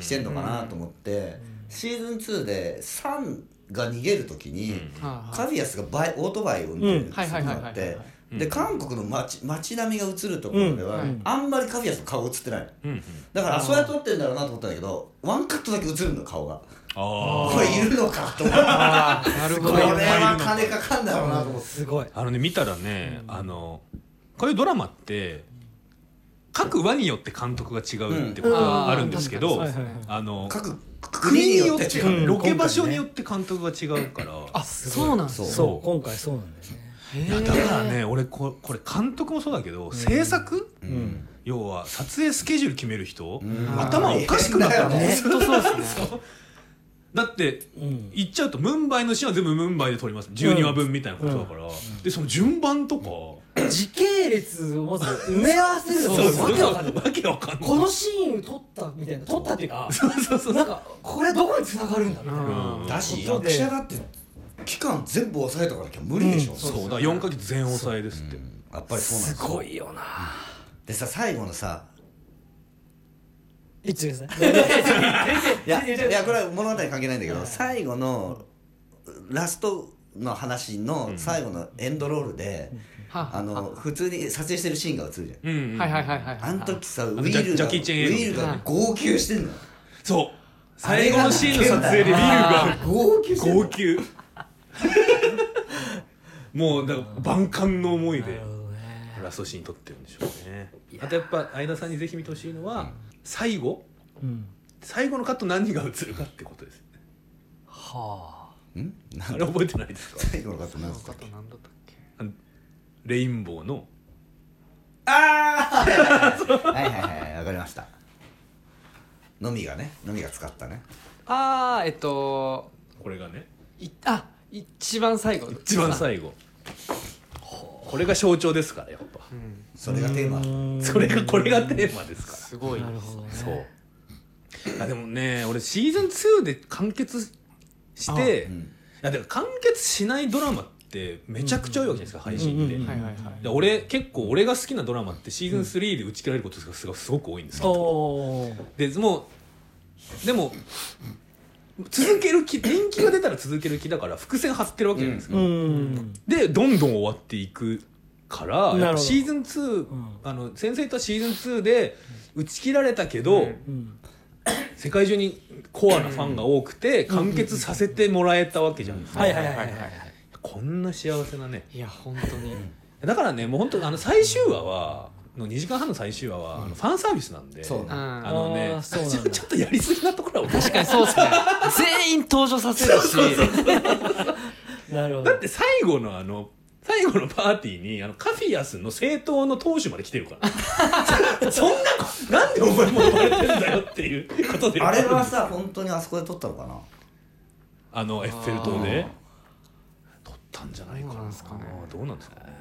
Speaker 1: してんのかなと思って、シーズン2でサンが逃げる時に、
Speaker 5: はあ
Speaker 1: カ
Speaker 5: はあ
Speaker 1: ビアスがバイオートバイを運転するのが
Speaker 5: うんは
Speaker 1: あ
Speaker 5: いは
Speaker 1: っ
Speaker 5: いはいはいはい
Speaker 1: て
Speaker 5: は
Speaker 1: で韓国の街街並みが映るところでは、
Speaker 5: うんはい
Speaker 1: あんまりカビアスの顔映ってないの、
Speaker 2: ん
Speaker 1: だからあそうやって撮ってんだろうなと思ったんだけどワンカットだけ映るの顔が
Speaker 2: あ
Speaker 1: これいるのかと思ってこ
Speaker 5: あなるほど
Speaker 1: れは金かかんだろうなと思って
Speaker 3: すごい
Speaker 2: ああのね見たらねあのこういうドラマって各話によって監督が違うってことがあるんですけど
Speaker 5: うんあー
Speaker 3: 確かにそうですね
Speaker 2: あの
Speaker 1: 各国
Speaker 2: 国
Speaker 1: に
Speaker 2: に
Speaker 1: よ
Speaker 2: よ
Speaker 1: っ
Speaker 2: ってて
Speaker 1: 違
Speaker 2: 違
Speaker 1: う
Speaker 2: う
Speaker 3: うん
Speaker 2: ロケ場所によって監督が違うから
Speaker 5: あそうなんですね
Speaker 1: そう
Speaker 3: そう今回そうなんだよね
Speaker 2: いやだからね俺ここれ監督もそうだけど制作要は撮影スケジュール決める人
Speaker 1: ん
Speaker 2: 頭おかしくなったの
Speaker 1: 大変だよね
Speaker 5: 本当そうですね
Speaker 2: だって
Speaker 3: うん
Speaker 2: 行っちゃうとムンバイのシーンは全部ムンバイで撮ります12話分みたいなことだからでその順番とか
Speaker 3: 時系列をまず埋め合わせるのがわけわかんない
Speaker 2: わけわかんない
Speaker 3: このシーン撮ったみたいな撮ったっていうか
Speaker 2: そうそうそう
Speaker 3: なんかこれどこに繋がるんだみたいな
Speaker 1: だし役者だって期間全部抑えとかなきゃ無理でしょ、
Speaker 2: そうだから4か月全抑えですって
Speaker 1: やっぱりそうなんですすよ
Speaker 3: ごいよな
Speaker 1: でさ最後のさ
Speaker 3: いつですね
Speaker 1: いやいやこれは物語関係ないんだけど最後のラストの話の最後のエンドロールで、
Speaker 5: は
Speaker 1: あの普通に撮影してるシーンが映るじゃん、
Speaker 2: うんうん
Speaker 5: はいはいはいはい
Speaker 1: あの時さウィ
Speaker 2: ジャ
Speaker 1: ール
Speaker 2: ジ
Speaker 1: がウ
Speaker 2: ャッキーチェン映
Speaker 1: ィ
Speaker 2: 画
Speaker 1: ールが号泣してんの
Speaker 2: そう最後のシーンの撮影でビルが
Speaker 1: 号泣してん
Speaker 2: 号
Speaker 1: の
Speaker 2: 泣もうだから万感の思いでラストシーン撮ってるんでしょうねあとやっぱ相田さんにぜひ見てほしいのは最後
Speaker 3: うん
Speaker 2: 最後のカット何が映るかってことですね
Speaker 3: は
Speaker 1: ん
Speaker 2: あれ覚えてないですか
Speaker 1: 最後のカットなんですか
Speaker 5: となんだったっけ
Speaker 2: レインボーの
Speaker 1: ああはいはいはいはいかりましたのみがねのみが使ったね
Speaker 5: あーえっと
Speaker 2: これがね
Speaker 5: いあ一番最後
Speaker 2: 一番最後これが象徴ですからやっぱ
Speaker 1: それがテーマ
Speaker 2: それがこれがテーマですから
Speaker 5: すごい
Speaker 3: なるほどね
Speaker 2: そうあでもね俺シーズン2で完結して、
Speaker 1: うん
Speaker 2: いやでも完結しないドラマってめちゃくちゃ多いわけじゃないですか、配信で、
Speaker 3: うんうんうん
Speaker 5: はいはいはい
Speaker 2: で俺結構俺が好きなドラマってシーズン3で打ち切られることがすごすごく多いんですよ
Speaker 3: おー
Speaker 2: でもうでも続ける気人気が出たら続ける気だから伏線張ってるわけじゃないですか、
Speaker 3: うん
Speaker 2: でどんどん終わっていくから
Speaker 3: な
Speaker 2: やっ
Speaker 3: るほ
Speaker 2: ぱ
Speaker 3: ど
Speaker 2: シーズン2、
Speaker 3: ん
Speaker 2: あの先生とはシーズン2で打ち切られたけど、
Speaker 3: うん
Speaker 2: 世界中にコアなファンが多くて完結させてもらえたわけじゃないですか、
Speaker 3: はいはいはいはい
Speaker 2: こんな幸せなね
Speaker 5: いや本当に
Speaker 2: だからねもう本当あの最終話はの2時間半の最終話は、あのファンサービスなんで
Speaker 1: そう
Speaker 5: う
Speaker 1: なの
Speaker 5: ん
Speaker 2: あのね
Speaker 3: あー
Speaker 2: ち
Speaker 3: そう
Speaker 2: ょ
Speaker 3: なんだ
Speaker 2: ちょっとやりすぎなところは俺
Speaker 5: 確かにそうですね全員登場させるし
Speaker 3: なるほど
Speaker 2: だって最後のあの最後のパーティーにあのカフィアスの政党の党首まで来てるから そんなこなんでお前も呼ばれてんだよっていうことで
Speaker 1: あれはさ本当にあそこで撮ったのかな
Speaker 2: あのエッフェル塔で撮ったんじゃないかな
Speaker 5: どうなんすかね
Speaker 2: どうなんですかね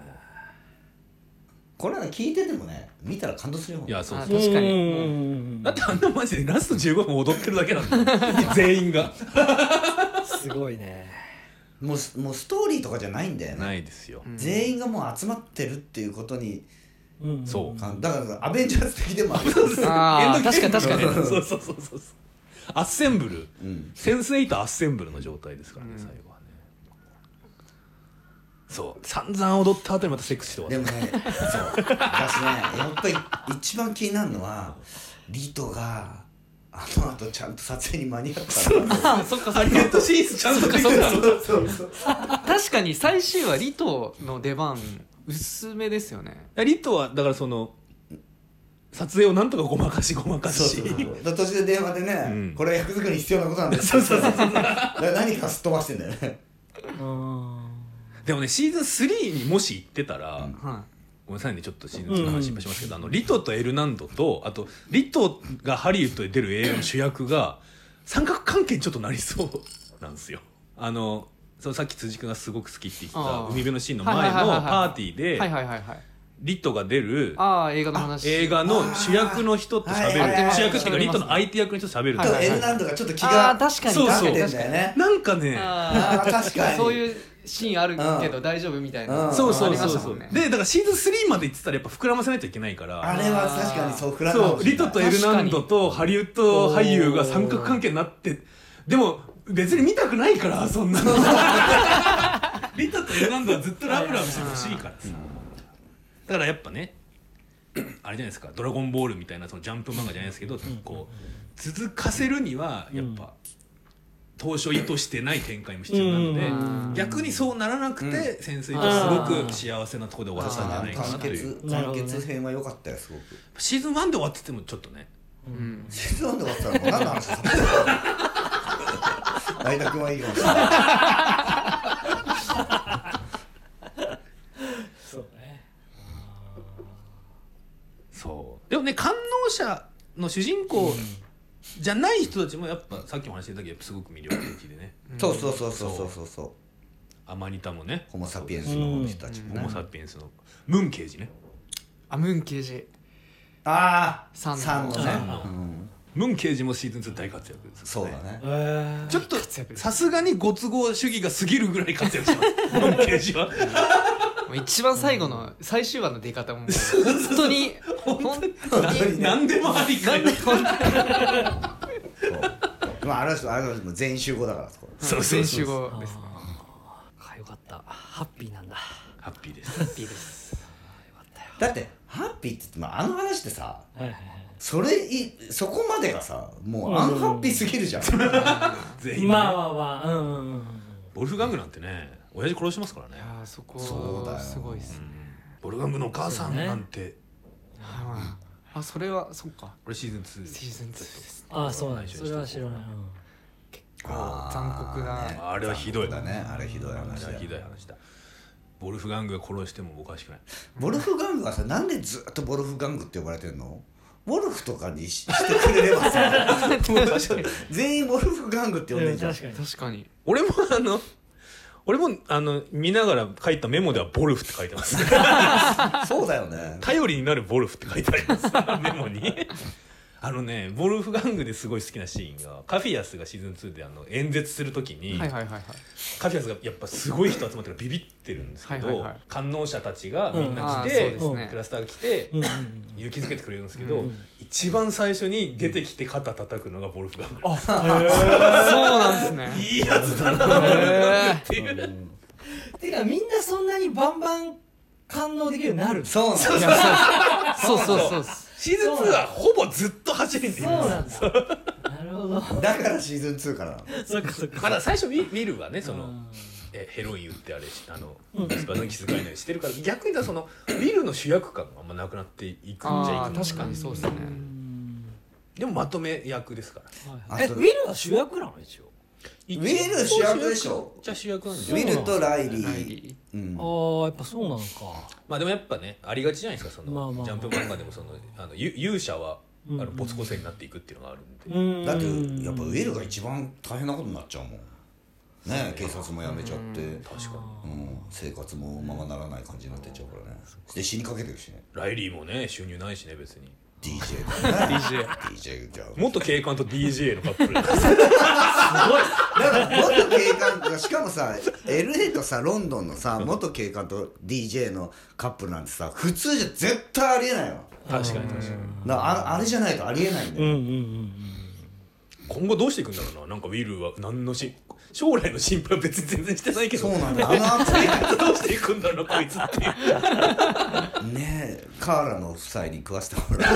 Speaker 1: これはね聞いててもね見たら感動するよ
Speaker 2: いやそう
Speaker 5: あ
Speaker 2: そう
Speaker 5: 確かに
Speaker 3: に
Speaker 2: だってあんなマジでラスト15分踊ってるだけなんだ よ全員が
Speaker 3: すごいね
Speaker 1: もうすもうストーリーとかじゃないんだよね
Speaker 2: ないですよ、
Speaker 1: 全員がもう集まってるっていうことに
Speaker 3: うん
Speaker 2: そう
Speaker 1: かんだからアベンジャーズ的で もあるそう
Speaker 5: あー
Speaker 2: エンドゲーム
Speaker 5: 確かに確
Speaker 1: かに
Speaker 2: そうそうそうそうそうアッセンブル、
Speaker 1: ん
Speaker 2: センスエイトアッセンブルの状態ですからね、最後はねそう散々踊った後にまたセックスして終
Speaker 1: で
Speaker 2: わっ
Speaker 1: もねそう私ねやっぱり一番気になるのはリトがあの後ちゃんと撮影に間に合った のか
Speaker 5: あそっかそっか
Speaker 2: たハリウッド進出ちゃんとできてる
Speaker 1: そうそうそう
Speaker 5: 確かに最終話リトの出番薄めですよね
Speaker 2: リットはだからその撮影をなんとかごまかしごまかし
Speaker 1: そうそうそうだ途中で電話でね、
Speaker 2: うん
Speaker 1: これは役作りに必要なことなんですそうそうそうそう何かすっ飛ばしてんだよね
Speaker 3: うん
Speaker 2: でもねシーズン3にもし行ってたら、
Speaker 5: は
Speaker 2: ごめんなさいねちょっとシーズン2の話いっぱいしますけど、あのリトとエルナンドとあとリトがハリウッドで出る映画の主役が三角関係にちょっとなりそうなんですよ。あのそのさっき辻君がすごく好きって言ってた
Speaker 5: あー
Speaker 2: 海辺のシーンの前のパーティー
Speaker 5: いはい
Speaker 2: で
Speaker 5: はいはいはい
Speaker 2: リトが出る
Speaker 5: ああ映画の話
Speaker 2: 映画の主役の人と喋
Speaker 1: はいはいは
Speaker 2: る
Speaker 1: い
Speaker 2: 主役っていうかリトの相手役の人と喋るん
Speaker 1: ち
Speaker 2: で
Speaker 1: ょ
Speaker 2: す
Speaker 1: っと
Speaker 2: よ
Speaker 5: はい
Speaker 1: エルナンドがちょっと気
Speaker 5: あ
Speaker 1: が
Speaker 5: ー確かに
Speaker 2: そう
Speaker 1: か
Speaker 2: そう
Speaker 1: けてんだよね
Speaker 2: なんかね
Speaker 1: あ
Speaker 5: あ
Speaker 1: ー確か
Speaker 5: あ
Speaker 1: に
Speaker 5: そういうシーンあるけど大丈夫みたいな
Speaker 1: うん
Speaker 2: そうそ
Speaker 5: あ
Speaker 2: う
Speaker 5: り
Speaker 2: そ
Speaker 5: ま
Speaker 2: う
Speaker 5: した
Speaker 2: そ
Speaker 5: も
Speaker 2: うん
Speaker 5: ね
Speaker 2: でだからシーズン3まで行ってたらやっぱ膨らませないといけないから
Speaker 1: あれは確かにそうフラ
Speaker 2: そうリトとエルナンドとハリウッド俳優が
Speaker 3: 確か
Speaker 2: 三
Speaker 3: に
Speaker 2: 角関係になってでも別に見たくないからそん なのリトとエルナンドはずっとラブラブしてほしいからさだからやっぱねあれじゃないですか「ドラゴンボール」みたいなそのジャンプ漫画じゃないですけどこう続かせるにはやっぱ当初意図してない展開も必要なので
Speaker 5: うん
Speaker 2: 逆にそうならなくて潜水とすごく幸せなところで終わらせたんじゃないかな
Speaker 1: 完
Speaker 2: という
Speaker 1: 結完結編は良かったよすごく
Speaker 2: シーズン1で終わっててもちょっとね
Speaker 5: うん
Speaker 1: シーズンワンで終わってたらもう何の話させた相田君はいいかもしれない
Speaker 3: そうね
Speaker 2: そうでもね官能者の主人公じゃない人たちもやっぱさっきも話してたけどすごく魅力的でね
Speaker 1: そうそうそうそうそうそうそう
Speaker 2: アマニタもね
Speaker 1: ホモ・サピエンスの人たちも
Speaker 2: ホ
Speaker 1: ね
Speaker 2: モ・サピエンスのムンケージね
Speaker 5: あムン刑事
Speaker 1: ああ
Speaker 5: サンの
Speaker 1: サンのね
Speaker 2: サンの
Speaker 1: うん
Speaker 2: ムンケージもシーズン2大活躍です
Speaker 1: そうだね
Speaker 3: えー
Speaker 2: ちょっと
Speaker 5: 活躍です
Speaker 2: さすがにご都合主義が過ぎるぐらい活躍 しますムンケージは
Speaker 5: もう一番最後の最終話の出方ももう本当に本当
Speaker 2: な
Speaker 5: に
Speaker 2: 何でもありかよ
Speaker 1: そうまああれはあれはもう全員集合だからそこ
Speaker 2: そうそう
Speaker 5: 全
Speaker 2: そ
Speaker 5: 集
Speaker 2: うそう
Speaker 5: 合ですね
Speaker 3: あよかったハッピーなんだハ
Speaker 2: ハッピーです
Speaker 3: ッピーですよかったよ
Speaker 1: だってハッピーって言ってもあの話ってさ
Speaker 3: はいはいはい
Speaker 1: それいそこまでがさもうアンハッピーすぎるじゃん
Speaker 2: 全員ね
Speaker 3: まあまあまあうんうんうん
Speaker 2: ボルフガングなんてね親父殺しますからね
Speaker 5: あーそこ
Speaker 1: そうだよ
Speaker 5: すごいですね
Speaker 2: ボルフガングのお母さんなんて
Speaker 5: あーあそれはそっか
Speaker 2: これシーズン2
Speaker 5: シーズン2です
Speaker 3: ああそうなんだそれは知らないうん
Speaker 1: あー
Speaker 5: 残酷な
Speaker 1: ね
Speaker 2: あれはひどい
Speaker 1: 残酷だねあれひどい
Speaker 2: あ
Speaker 1: 話
Speaker 2: れ
Speaker 1: だ
Speaker 2: は
Speaker 1: よ
Speaker 2: ひどい話だボルフガングが殺してもおかしくない
Speaker 1: ボルフガングはさなんでずっとボルフガングって呼ばれてんのウォルフとかにししてくれればさ
Speaker 2: 確かに
Speaker 1: 全員ウォルフガングって呼んでんじゃん
Speaker 3: 確かに
Speaker 5: 確かに
Speaker 2: 俺もあの俺もあの見ながら書いたメモではボルフって書い てます
Speaker 1: そうだよね
Speaker 2: 頼りになるボルフって書いてありますメモにあのねボルフガングですごい好きなシーンがカフィアスがシーズン2であの演説するときに、
Speaker 5: はいはいはいはい
Speaker 2: カフィアスがやっぱすごい人集まってるからビビってるんですけど、
Speaker 5: はいはいはい
Speaker 2: 観音者たちがみんな
Speaker 5: ああ
Speaker 2: 来
Speaker 5: そう
Speaker 2: て、
Speaker 5: です
Speaker 2: ク
Speaker 5: ね
Speaker 2: ラスターが来て、
Speaker 3: うんうん
Speaker 2: 勇気づけてくれるんですけど、
Speaker 3: うん
Speaker 2: 一番最初に出てきて肩叩くのがボルフガング
Speaker 5: そうなんですね
Speaker 2: いいやつだな
Speaker 5: へ
Speaker 2: っていう
Speaker 3: うんてかみんなそんなにバンバン感応できるようになる
Speaker 1: そうなんだ
Speaker 5: えいやそうそうそうそうそう
Speaker 2: シーズン2はほぼずっと走りにい
Speaker 3: そう
Speaker 2: ます
Speaker 3: なんだなるほど
Speaker 1: だからシーズン2からなの
Speaker 3: そっかそっか
Speaker 2: まだ最初見見るはねその
Speaker 3: うん
Speaker 2: えヘロイン打ってあれしあのスパの気遣いなりしてるから逆に言ったらそのビルの主役感があんまなくなっていくんじゃ
Speaker 5: あ
Speaker 2: い
Speaker 5: ー
Speaker 2: くの
Speaker 5: 確かにそうですね
Speaker 2: でもまとめ役ですから
Speaker 1: あ
Speaker 3: え
Speaker 1: と
Speaker 3: ウィルは主役なの一応
Speaker 1: ウィル主役でしょ
Speaker 2: じゃ主役なんで
Speaker 1: ウ
Speaker 2: すよ
Speaker 1: ィルとライリー
Speaker 5: ライリ
Speaker 1: うん、
Speaker 3: ああやっぱそうなのか
Speaker 2: まあでもやっぱねありがちじゃないですかその、
Speaker 3: まあまあ
Speaker 2: ジャンプ漫画でもそのあのゆ勇者はあ
Speaker 3: う
Speaker 2: の
Speaker 3: ん
Speaker 2: 没個性になっていくっていうのがあるんで、
Speaker 3: うん
Speaker 1: だってやっぱウィルが一番大変なことになっちゃうもんねえ警察も辞めちゃって、
Speaker 2: 確かに
Speaker 1: うん、生活もままならない感じになってっちゃうからねで死にかけてるしね
Speaker 2: ライリーもね収入ないしね別に
Speaker 1: DJ だね
Speaker 5: DJ
Speaker 1: DJ じゃん
Speaker 2: 元警官と DJ のカ ップル
Speaker 1: だから元警官がしかもさ LA とさロンドンのさ元警官と DJ のカップルなんてさ普通じゃ絶対ありえないわ
Speaker 2: 確かに確か
Speaker 1: だ
Speaker 2: に
Speaker 1: からああれじゃないとありえないんだ
Speaker 3: うん
Speaker 1: よ、
Speaker 3: うんうん
Speaker 2: 今後どうしていくんだろうななんかウィルは何のし将来の心配は別に全然してないけど
Speaker 1: そうなんだよあの後ね
Speaker 2: どうしていくんだろうなこいつっていう
Speaker 1: ねえカーラの夫妻に食わせてもらう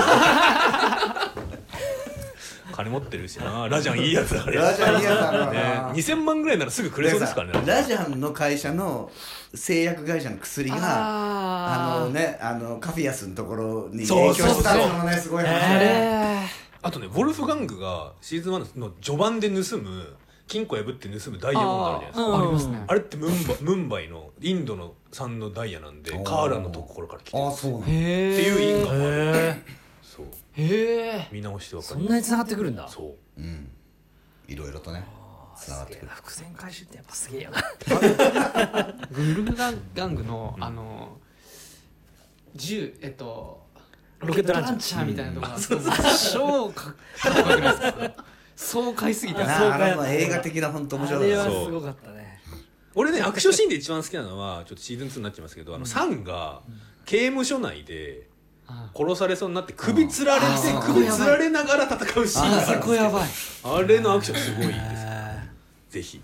Speaker 2: 金持ってるしなラジャンいいやつだあれ
Speaker 1: ラジ ャンいいやつだから
Speaker 2: ね
Speaker 1: な
Speaker 2: 2000万ぐらいならすぐくれそうですからね
Speaker 1: ラジャンの会社の製薬会社の薬があ
Speaker 5: あー
Speaker 1: のねあのカフィアスのところに影
Speaker 2: そう
Speaker 1: 響
Speaker 2: そうそう
Speaker 1: したのもねすごい話
Speaker 3: あ
Speaker 1: だ
Speaker 3: れ
Speaker 1: ね
Speaker 5: え
Speaker 2: あとねウォルフガングがシーズン1の序盤で盗む金庫破って盗むダイヤモンドあるじゃないですか
Speaker 3: うん
Speaker 5: ありますね
Speaker 2: あれってムンバムンバイのインドの産のダイヤなんで
Speaker 1: おー
Speaker 2: カーラのところから来てる
Speaker 1: あ
Speaker 2: っ
Speaker 1: あそうなんだ
Speaker 5: へえ
Speaker 2: ていう因果もある
Speaker 3: へえ
Speaker 2: そう
Speaker 5: へえ
Speaker 2: 見直してわか
Speaker 3: そ
Speaker 2: る
Speaker 3: んなに繋がってくるんだ
Speaker 2: そう
Speaker 1: うんいろいろとねつながってくる
Speaker 3: 伏線回収ってやっぱすげえよな
Speaker 5: グルフガンガングの、あの銃えっと
Speaker 3: ロケットランチャー
Speaker 5: チャーみたいなとこが、超かっこよくないですか爽快すぎて
Speaker 1: な
Speaker 3: そ
Speaker 1: あ
Speaker 3: うか
Speaker 1: あれも映画的な本当面
Speaker 3: あ
Speaker 1: 白い
Speaker 3: れ
Speaker 1: よ
Speaker 3: は
Speaker 1: ね
Speaker 3: すごかったね
Speaker 2: 俺ねアクションシーンで一番好きなのはちょっとシーズン2になっちゃいますけどあのサンが刑務所内で
Speaker 5: あ
Speaker 2: 殺されそうになって首つられて
Speaker 5: あー
Speaker 2: 首つられながら戦うシーンがあるんですよ
Speaker 5: そこやばい
Speaker 2: あれのアクションすごいですぜひ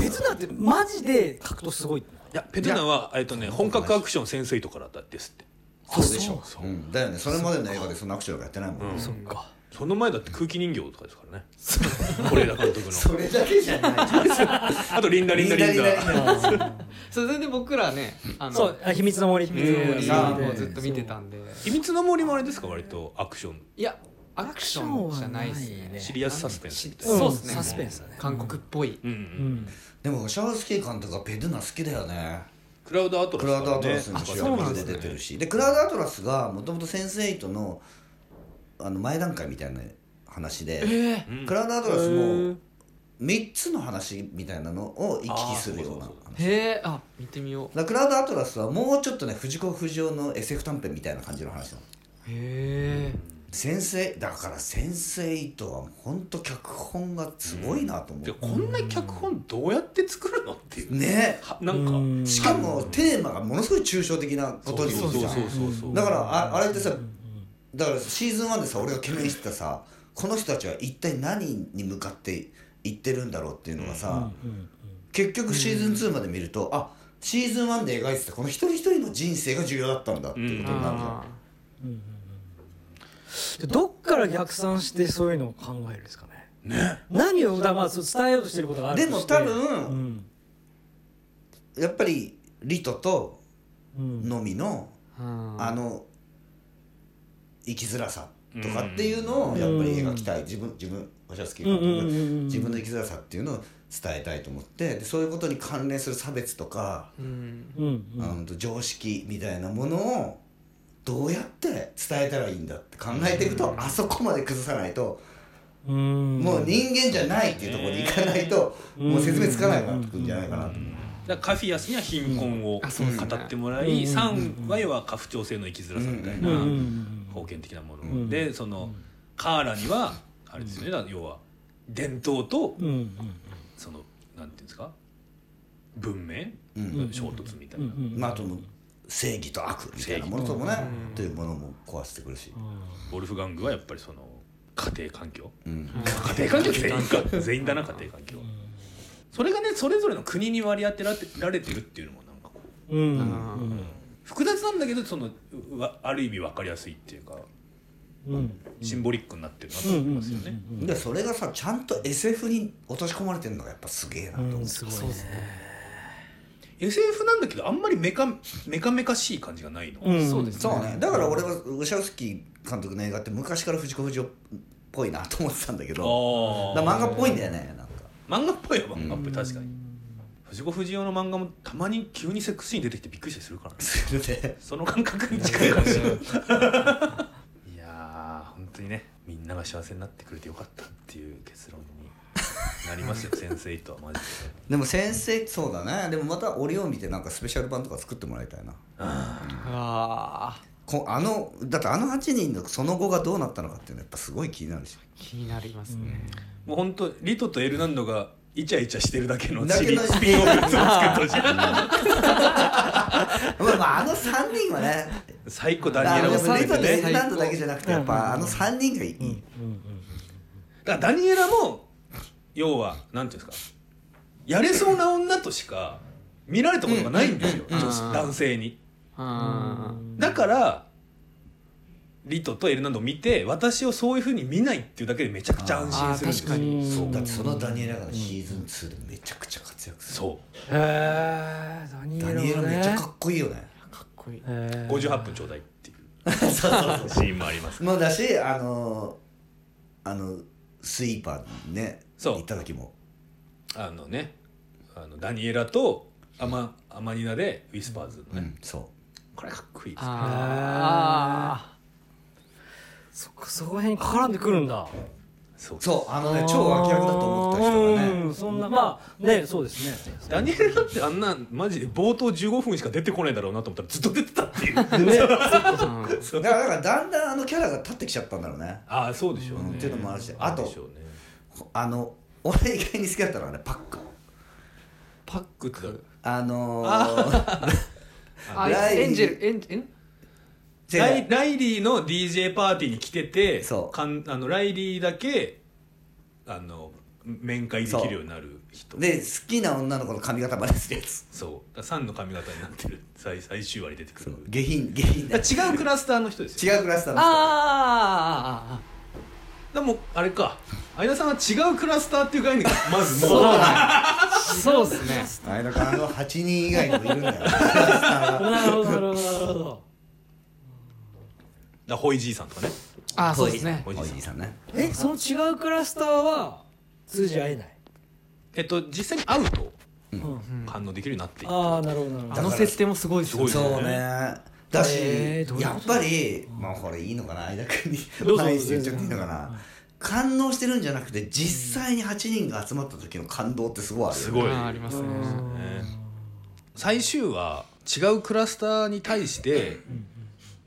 Speaker 3: ペツナってマジで格闘すごい
Speaker 2: いやペトゥナはえっとね本格アクション潜水とからだですって
Speaker 3: そうでしょ
Speaker 1: うんだよねそれまでの映画でそんなアクションがやってないもんね
Speaker 3: そっか
Speaker 2: その前だって空気人形とかですからね是枝監督
Speaker 1: そ
Speaker 2: の
Speaker 1: れだけじ ゃない
Speaker 2: あとリンダリンダリンダ
Speaker 5: それで僕らねあの
Speaker 3: そうあ秘密の森秘密の
Speaker 1: うん
Speaker 3: 森
Speaker 1: さ
Speaker 5: さ
Speaker 1: あ
Speaker 5: もうずっと見てたんで
Speaker 2: 秘密の森もあれですか割とアクション
Speaker 5: いやアクションじゃないですね
Speaker 2: シリアスサスペンスみたいな
Speaker 5: そうですね
Speaker 3: うんサスペンスだね
Speaker 5: 韓国っぽい、
Speaker 2: うんう
Speaker 3: うんん
Speaker 1: でもシャウスキー監督がペドゥナ好きだよね
Speaker 2: クラウドアトラス
Speaker 1: クラウドアトラス
Speaker 2: と
Speaker 1: の
Speaker 2: かね
Speaker 1: 主役で出てるしでクラウドアトラスがもともとセンスエイトのあの前段階みたいな話で、
Speaker 2: うん
Speaker 1: クラウドアトラスも3つの話みたいなのを行き来するような
Speaker 2: あーそう
Speaker 1: 話
Speaker 5: へえあ見てみよ
Speaker 1: だからクラウドアトラスはもうちょっとね藤子不二雄の SF 短編みたいな感じの話なの
Speaker 5: うへえ
Speaker 1: 先生だから先生イトは本当脚本がすごいなと思
Speaker 2: で
Speaker 1: う、
Speaker 2: こんな脚本どうやって作るのっていう
Speaker 1: ね
Speaker 2: はなんか
Speaker 1: しかもテーマがものすごい抽象的なことにするじゃん
Speaker 2: そうそ
Speaker 1: だからああれってさだからシーズン1でさ俺が懸念してたさこの人たちは一体何に向かって行ってるんだろうっていうのがさ、結局シーズン2まで見ると、あシーズン1で描いてたこの一人一人の人生が重要だったんだっていうことになるじゃん、
Speaker 5: あ
Speaker 3: でどっから逆算してそういうのを考えるんですかね何をだまあそう伝えようとしてることがある
Speaker 1: で
Speaker 3: と
Speaker 1: も
Speaker 3: して
Speaker 1: 多分、
Speaker 3: うん
Speaker 1: やっぱりリトと
Speaker 3: うん
Speaker 1: のみの、
Speaker 5: ーうん
Speaker 1: あの生きづらさとかっていうのをやっぱり描きたい、自分自分おしゃすき監督
Speaker 3: うんうんうんうん
Speaker 1: 自分の生きづらさっていうのを伝えたいと思ってでそういうことに関連する差別とか、
Speaker 5: うん
Speaker 3: うん
Speaker 1: あの常識みたいなものをどうやって伝えたらいいんだって考えていくと、あそこまで崩さないと、
Speaker 3: うん
Speaker 1: もう人間じゃないっていうところに行かないと、
Speaker 3: うん
Speaker 1: もう説明つかないなってくんじゃないかなと思う。
Speaker 2: だからカフィアスには貧困を語
Speaker 5: あそうですね
Speaker 2: ってもら
Speaker 3: うん
Speaker 2: い3話は家父長制の生きづらさみたい
Speaker 3: うんうんう
Speaker 2: なん封建的なも
Speaker 3: う
Speaker 2: の
Speaker 3: ん
Speaker 2: でそのカーラにはあれですよねだから要は伝統と
Speaker 3: うんうん
Speaker 2: そのなんていうんですか文明
Speaker 1: うん
Speaker 2: 衝突みたい
Speaker 3: うんう
Speaker 2: なん
Speaker 1: まあ、あともう正義と悪みたいなものともね、というものも壊してくるし、
Speaker 2: ウルフガングはやっぱりその家庭環境
Speaker 1: うん
Speaker 2: 家庭環境全員か全員だな家庭環境それがねそれぞれの国に割り当てられてられてるっていうのもなんかこう
Speaker 3: うん
Speaker 2: 複雑なんだけどそのうわある意味分かりやすいっていうか
Speaker 3: うん
Speaker 2: シンボリックになってるなと思いますよね。
Speaker 1: でそれがさちゃんと SF に落とし込まれてるのがやっぱすげえなと思う、
Speaker 3: うんすごいね
Speaker 2: SF なんだけどあんまりメカメカメカしい感じがないの、
Speaker 3: うん
Speaker 5: そうです
Speaker 1: そうねだから俺はウシャウスキー監督の映画って昔から藤子不二雄っぽいなと思ってたんだけど
Speaker 2: あ
Speaker 1: だ
Speaker 2: あ
Speaker 1: から漫画っぽいんだよねなんか
Speaker 2: 漫画っぽいよ漫画っぽい確かに藤子不二雄の漫画もたまに急にセックスシーン出てきてびっくりしたりするからね
Speaker 1: それで
Speaker 2: その感覚に近いかもしれない いやー本当にねみんなが幸せになってくれてよかったっていう結論になり ますよ先生とはマジで
Speaker 1: でも先生そうだねでもまた折を見てなんかスペシャル版とか作ってもらいたいな
Speaker 5: あ
Speaker 1: こあのだってあの8人のその後がどうなったのかっていうのはやっぱすごい気になるし
Speaker 5: ー気になりますね、
Speaker 2: もう本当リトとエルナンドがイチャイチャしてるだけの
Speaker 1: だ
Speaker 2: シ
Speaker 1: け
Speaker 2: リ
Speaker 1: の
Speaker 2: ーズスピンオフを作ってほしい
Speaker 1: まあまああの3人はね
Speaker 2: 最高ダニエ
Speaker 1: あ
Speaker 2: ラ
Speaker 1: の
Speaker 2: も
Speaker 1: で
Speaker 2: 含
Speaker 1: も
Speaker 2: め
Speaker 1: レ
Speaker 2: て
Speaker 1: ザーとエ
Speaker 2: ね
Speaker 1: ンランドだけじゃなくてやっぱあの3人がいい
Speaker 2: だからダニエラも要はなんていうんですかやれそうな女としか見られたことがないんですよ、
Speaker 5: んうん
Speaker 2: 女子男性に
Speaker 5: あー
Speaker 2: だからリトとエルナンドを見て私をそういうふうに見ないっていうだけでめちゃくちゃ安心するんですよ
Speaker 5: あー確かに
Speaker 1: そうだってそのダニエラがシーズン2でめちゃくちゃ活躍す
Speaker 2: そ
Speaker 3: へえダ
Speaker 1: る
Speaker 3: ニエ
Speaker 1: ダ
Speaker 3: ル
Speaker 1: ニエラめっちゃか
Speaker 3: っ
Speaker 1: っこいいよね
Speaker 5: かっこいい
Speaker 2: う
Speaker 3: こ
Speaker 2: 58分ちょうだいっていう
Speaker 1: そうそうそう
Speaker 2: シーンもあります
Speaker 1: もうだしあのあのスイーパーね
Speaker 2: そう
Speaker 1: 行った時も
Speaker 2: あのねあのダニエラとアマアマニナでウィスパーズの
Speaker 1: う
Speaker 2: ね、
Speaker 1: んそ
Speaker 2: これかっこいいですね
Speaker 5: あ
Speaker 3: そっかそこら辺に絡んでくるんだ
Speaker 2: そう
Speaker 1: うそうあのね超脇役だと思った人がね
Speaker 3: うんそんなまあねそうですね
Speaker 2: ダニエルだってあんなマジで冒頭15分しか出てこないだろうなと思ったらずっと出てたっ ていう
Speaker 5: ーうん
Speaker 1: だからだからだんだんあのキャラが立ってきちゃったんだろうね
Speaker 2: ああそうでしょう
Speaker 1: うん
Speaker 2: ね
Speaker 1: っていうのもあるしあと
Speaker 2: でしょうね
Speaker 1: あの俺意外に好きだったのはねパック
Speaker 2: パックって
Speaker 1: あのー、
Speaker 5: あ
Speaker 1: ライリー
Speaker 5: エンジェルエンジェル
Speaker 1: 違う
Speaker 2: ライライリーの DJ パーティーに来てて
Speaker 1: そう
Speaker 2: かんあのライリーだけあの面会できるようになる人
Speaker 1: で好きな女の子の髪型までするやつ
Speaker 2: そうだから3の髪型になってる最最終話に出てくる
Speaker 1: 下品下品な
Speaker 2: だから違うクラスターの人ですよ
Speaker 1: 違うクラスターの人
Speaker 5: あ
Speaker 2: でもあれか相田さんは違うクラスターっていう概 念がまずもう
Speaker 5: あそうですね
Speaker 1: あれだからあの8人以外にもいるんだよクラスターが
Speaker 3: なるほどなるほどなるほど
Speaker 2: だホイジーさんとかね
Speaker 5: ああそうですね
Speaker 2: おじいさん
Speaker 1: おじいさんね
Speaker 3: えその違うクラスターは通じ合えない
Speaker 2: えっと実際に会うと
Speaker 3: うん
Speaker 2: 反応できるようになっていく
Speaker 3: ああなるほどなるほ
Speaker 5: あの設定もすごいですよね
Speaker 2: すごい
Speaker 1: そうねだし、
Speaker 3: えーどういう
Speaker 1: や
Speaker 3: こ
Speaker 1: っ
Speaker 3: と
Speaker 1: ぱりまあこれいいのかな相田君に
Speaker 3: どうぞ
Speaker 1: 前に言っちゃっていいのかな感動してるんじゃなくて実際に8人が集まった時の感動ってすごいあるよ
Speaker 2: すごい
Speaker 5: あーありますね
Speaker 2: ね最終は違うクラスターに対して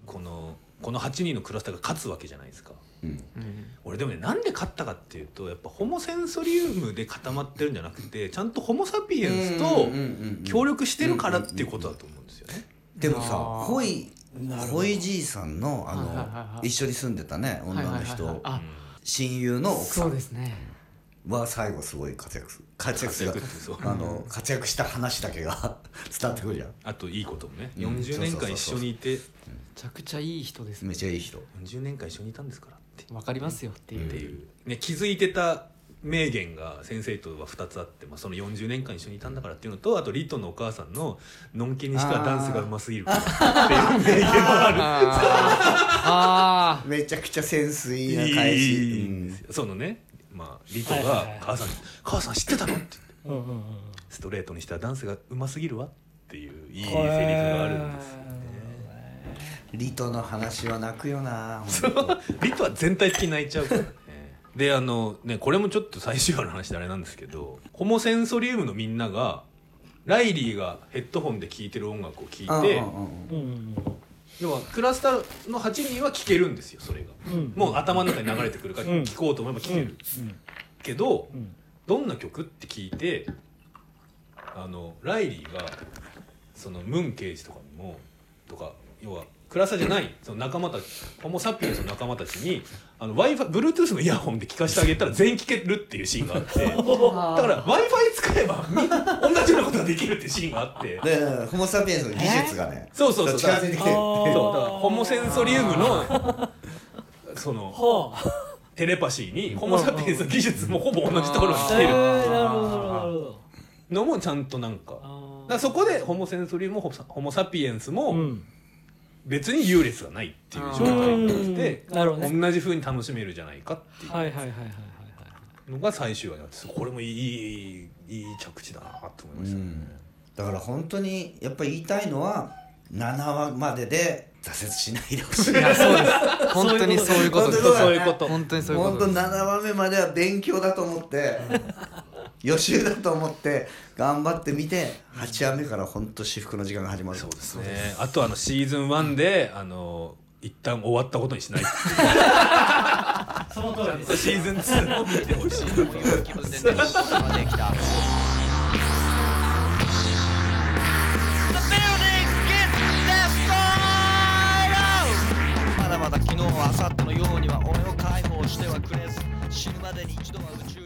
Speaker 2: このこの8人のクラスターが勝つわけじゃないですか
Speaker 5: うん
Speaker 2: 俺でもねなんで勝ったかっていうとやっぱホモセンソリウムで固まってるんじゃなくてちゃんとホモ・サピエンスと
Speaker 1: うんうんうんうん
Speaker 2: 協力してるからっていうことだと思うんですよね。
Speaker 1: でもさ
Speaker 5: あー
Speaker 1: ホイホイじいさんのあの、
Speaker 5: はいはいはいはい
Speaker 1: 一緒に住んでたね女の人、
Speaker 5: はいはいはいはい
Speaker 1: 親友の
Speaker 5: あ
Speaker 1: 奥さ
Speaker 5: そうんですね
Speaker 1: は最後すごい活躍す活躍する
Speaker 2: 活躍ってそう
Speaker 1: あの活躍した話だけが 伝わってくるじゃん
Speaker 2: あといいこともね
Speaker 1: うん
Speaker 2: 40年間一緒にいて
Speaker 5: めちゃくちゃいい人です
Speaker 1: め
Speaker 5: ね
Speaker 1: ちゃいい人
Speaker 2: 40年間一緒にいたんですからって
Speaker 5: わかりますよって
Speaker 2: って
Speaker 5: いう
Speaker 2: いう、ね、気づいてた名言が先生とは2つあって、まあ、その40年間一緒にいたんだからっていうのとあとリトのお母さんの「のんきにしてはダンスがうますぎる」っていう名言もある。
Speaker 5: あーあ
Speaker 1: めちゃくちゃ潜水ない返し
Speaker 2: い
Speaker 1: うん
Speaker 2: んですよそのね、まあ、リト
Speaker 3: はいはいは
Speaker 2: が
Speaker 3: い
Speaker 2: 母さんに「母さん知ってたの?」って言って
Speaker 3: どうんうん
Speaker 2: 「ストレートにしてはダンスがうますぎるわ」っていういいセリフ
Speaker 3: うん
Speaker 2: があるんですよね。
Speaker 1: リトの話は泣くよな
Speaker 2: リトは全体的に泣いちゃう からねであのねこれもちょっと最終話の話であれなんですけどホモセンソリウムのみんながライリーがヘッドホンで聴いてる音楽を聴
Speaker 1: ほんと
Speaker 2: いて
Speaker 1: うんうんうん
Speaker 3: うんうん
Speaker 2: 要はクラスターの8人は聴けるんですよそれが、
Speaker 3: うん
Speaker 2: もう頭の中に流れてくるから
Speaker 3: うん
Speaker 2: 聴こうと思えば聴ける、けど、
Speaker 3: ん
Speaker 2: どんな曲って聞いてあのライリーがそのムン刑事とかにもとか要はクラサじゃないその仲間たちホモ・サピエンスの仲間たちにあの w i f i Bluetooth のイヤホンで聞かせてあげたら全員聞けるっていうシーンがあってだから w i f i 使えばみんな同じようなことができるっていうシーンがあって。
Speaker 1: でホモ・サピエンスの技術がね
Speaker 2: そうそうそう
Speaker 1: 近づいてきてる
Speaker 3: あー
Speaker 2: そうだからホモセンソリウムのその
Speaker 3: はあ
Speaker 2: テレパシーにホモ・サピエンスの技術もほぼ同じところに来て
Speaker 3: え
Speaker 2: る
Speaker 3: ーなるほどなるほど
Speaker 2: のもちゃんとなんかだから
Speaker 3: あ
Speaker 2: そこでホモセンソリウムもホモホモ・サピエンス
Speaker 3: ーう
Speaker 2: も
Speaker 3: ん
Speaker 2: 別に優劣がないっていう状態になって
Speaker 3: うんなるほどね
Speaker 2: 同じ風に楽しめるじゃないかってい
Speaker 3: はいはいはいはいはいう
Speaker 2: のが最終話になってこれもいいいいいい着地だなと思いましたね、
Speaker 1: だから本当にやっぱり言いたいのは7話までで挫折しないでほしい
Speaker 5: いやそうです本当にそういうことです
Speaker 1: 本当そう
Speaker 2: いうこと
Speaker 5: 本当にそういうこ
Speaker 1: 本
Speaker 5: と
Speaker 1: 当
Speaker 5: です
Speaker 1: 7話目までは勉強だと思って予習だと思って頑張ってみて8話目から本当至福の時間が始まるそうです
Speaker 2: ねあとあのシーズン1であの一旦終わったことにしない
Speaker 3: その通りです
Speaker 2: シーズン2も見てほしい
Speaker 7: まだまだ昨日明後日のようには俺を解放してはくれず死ぬまでに一度は宇宙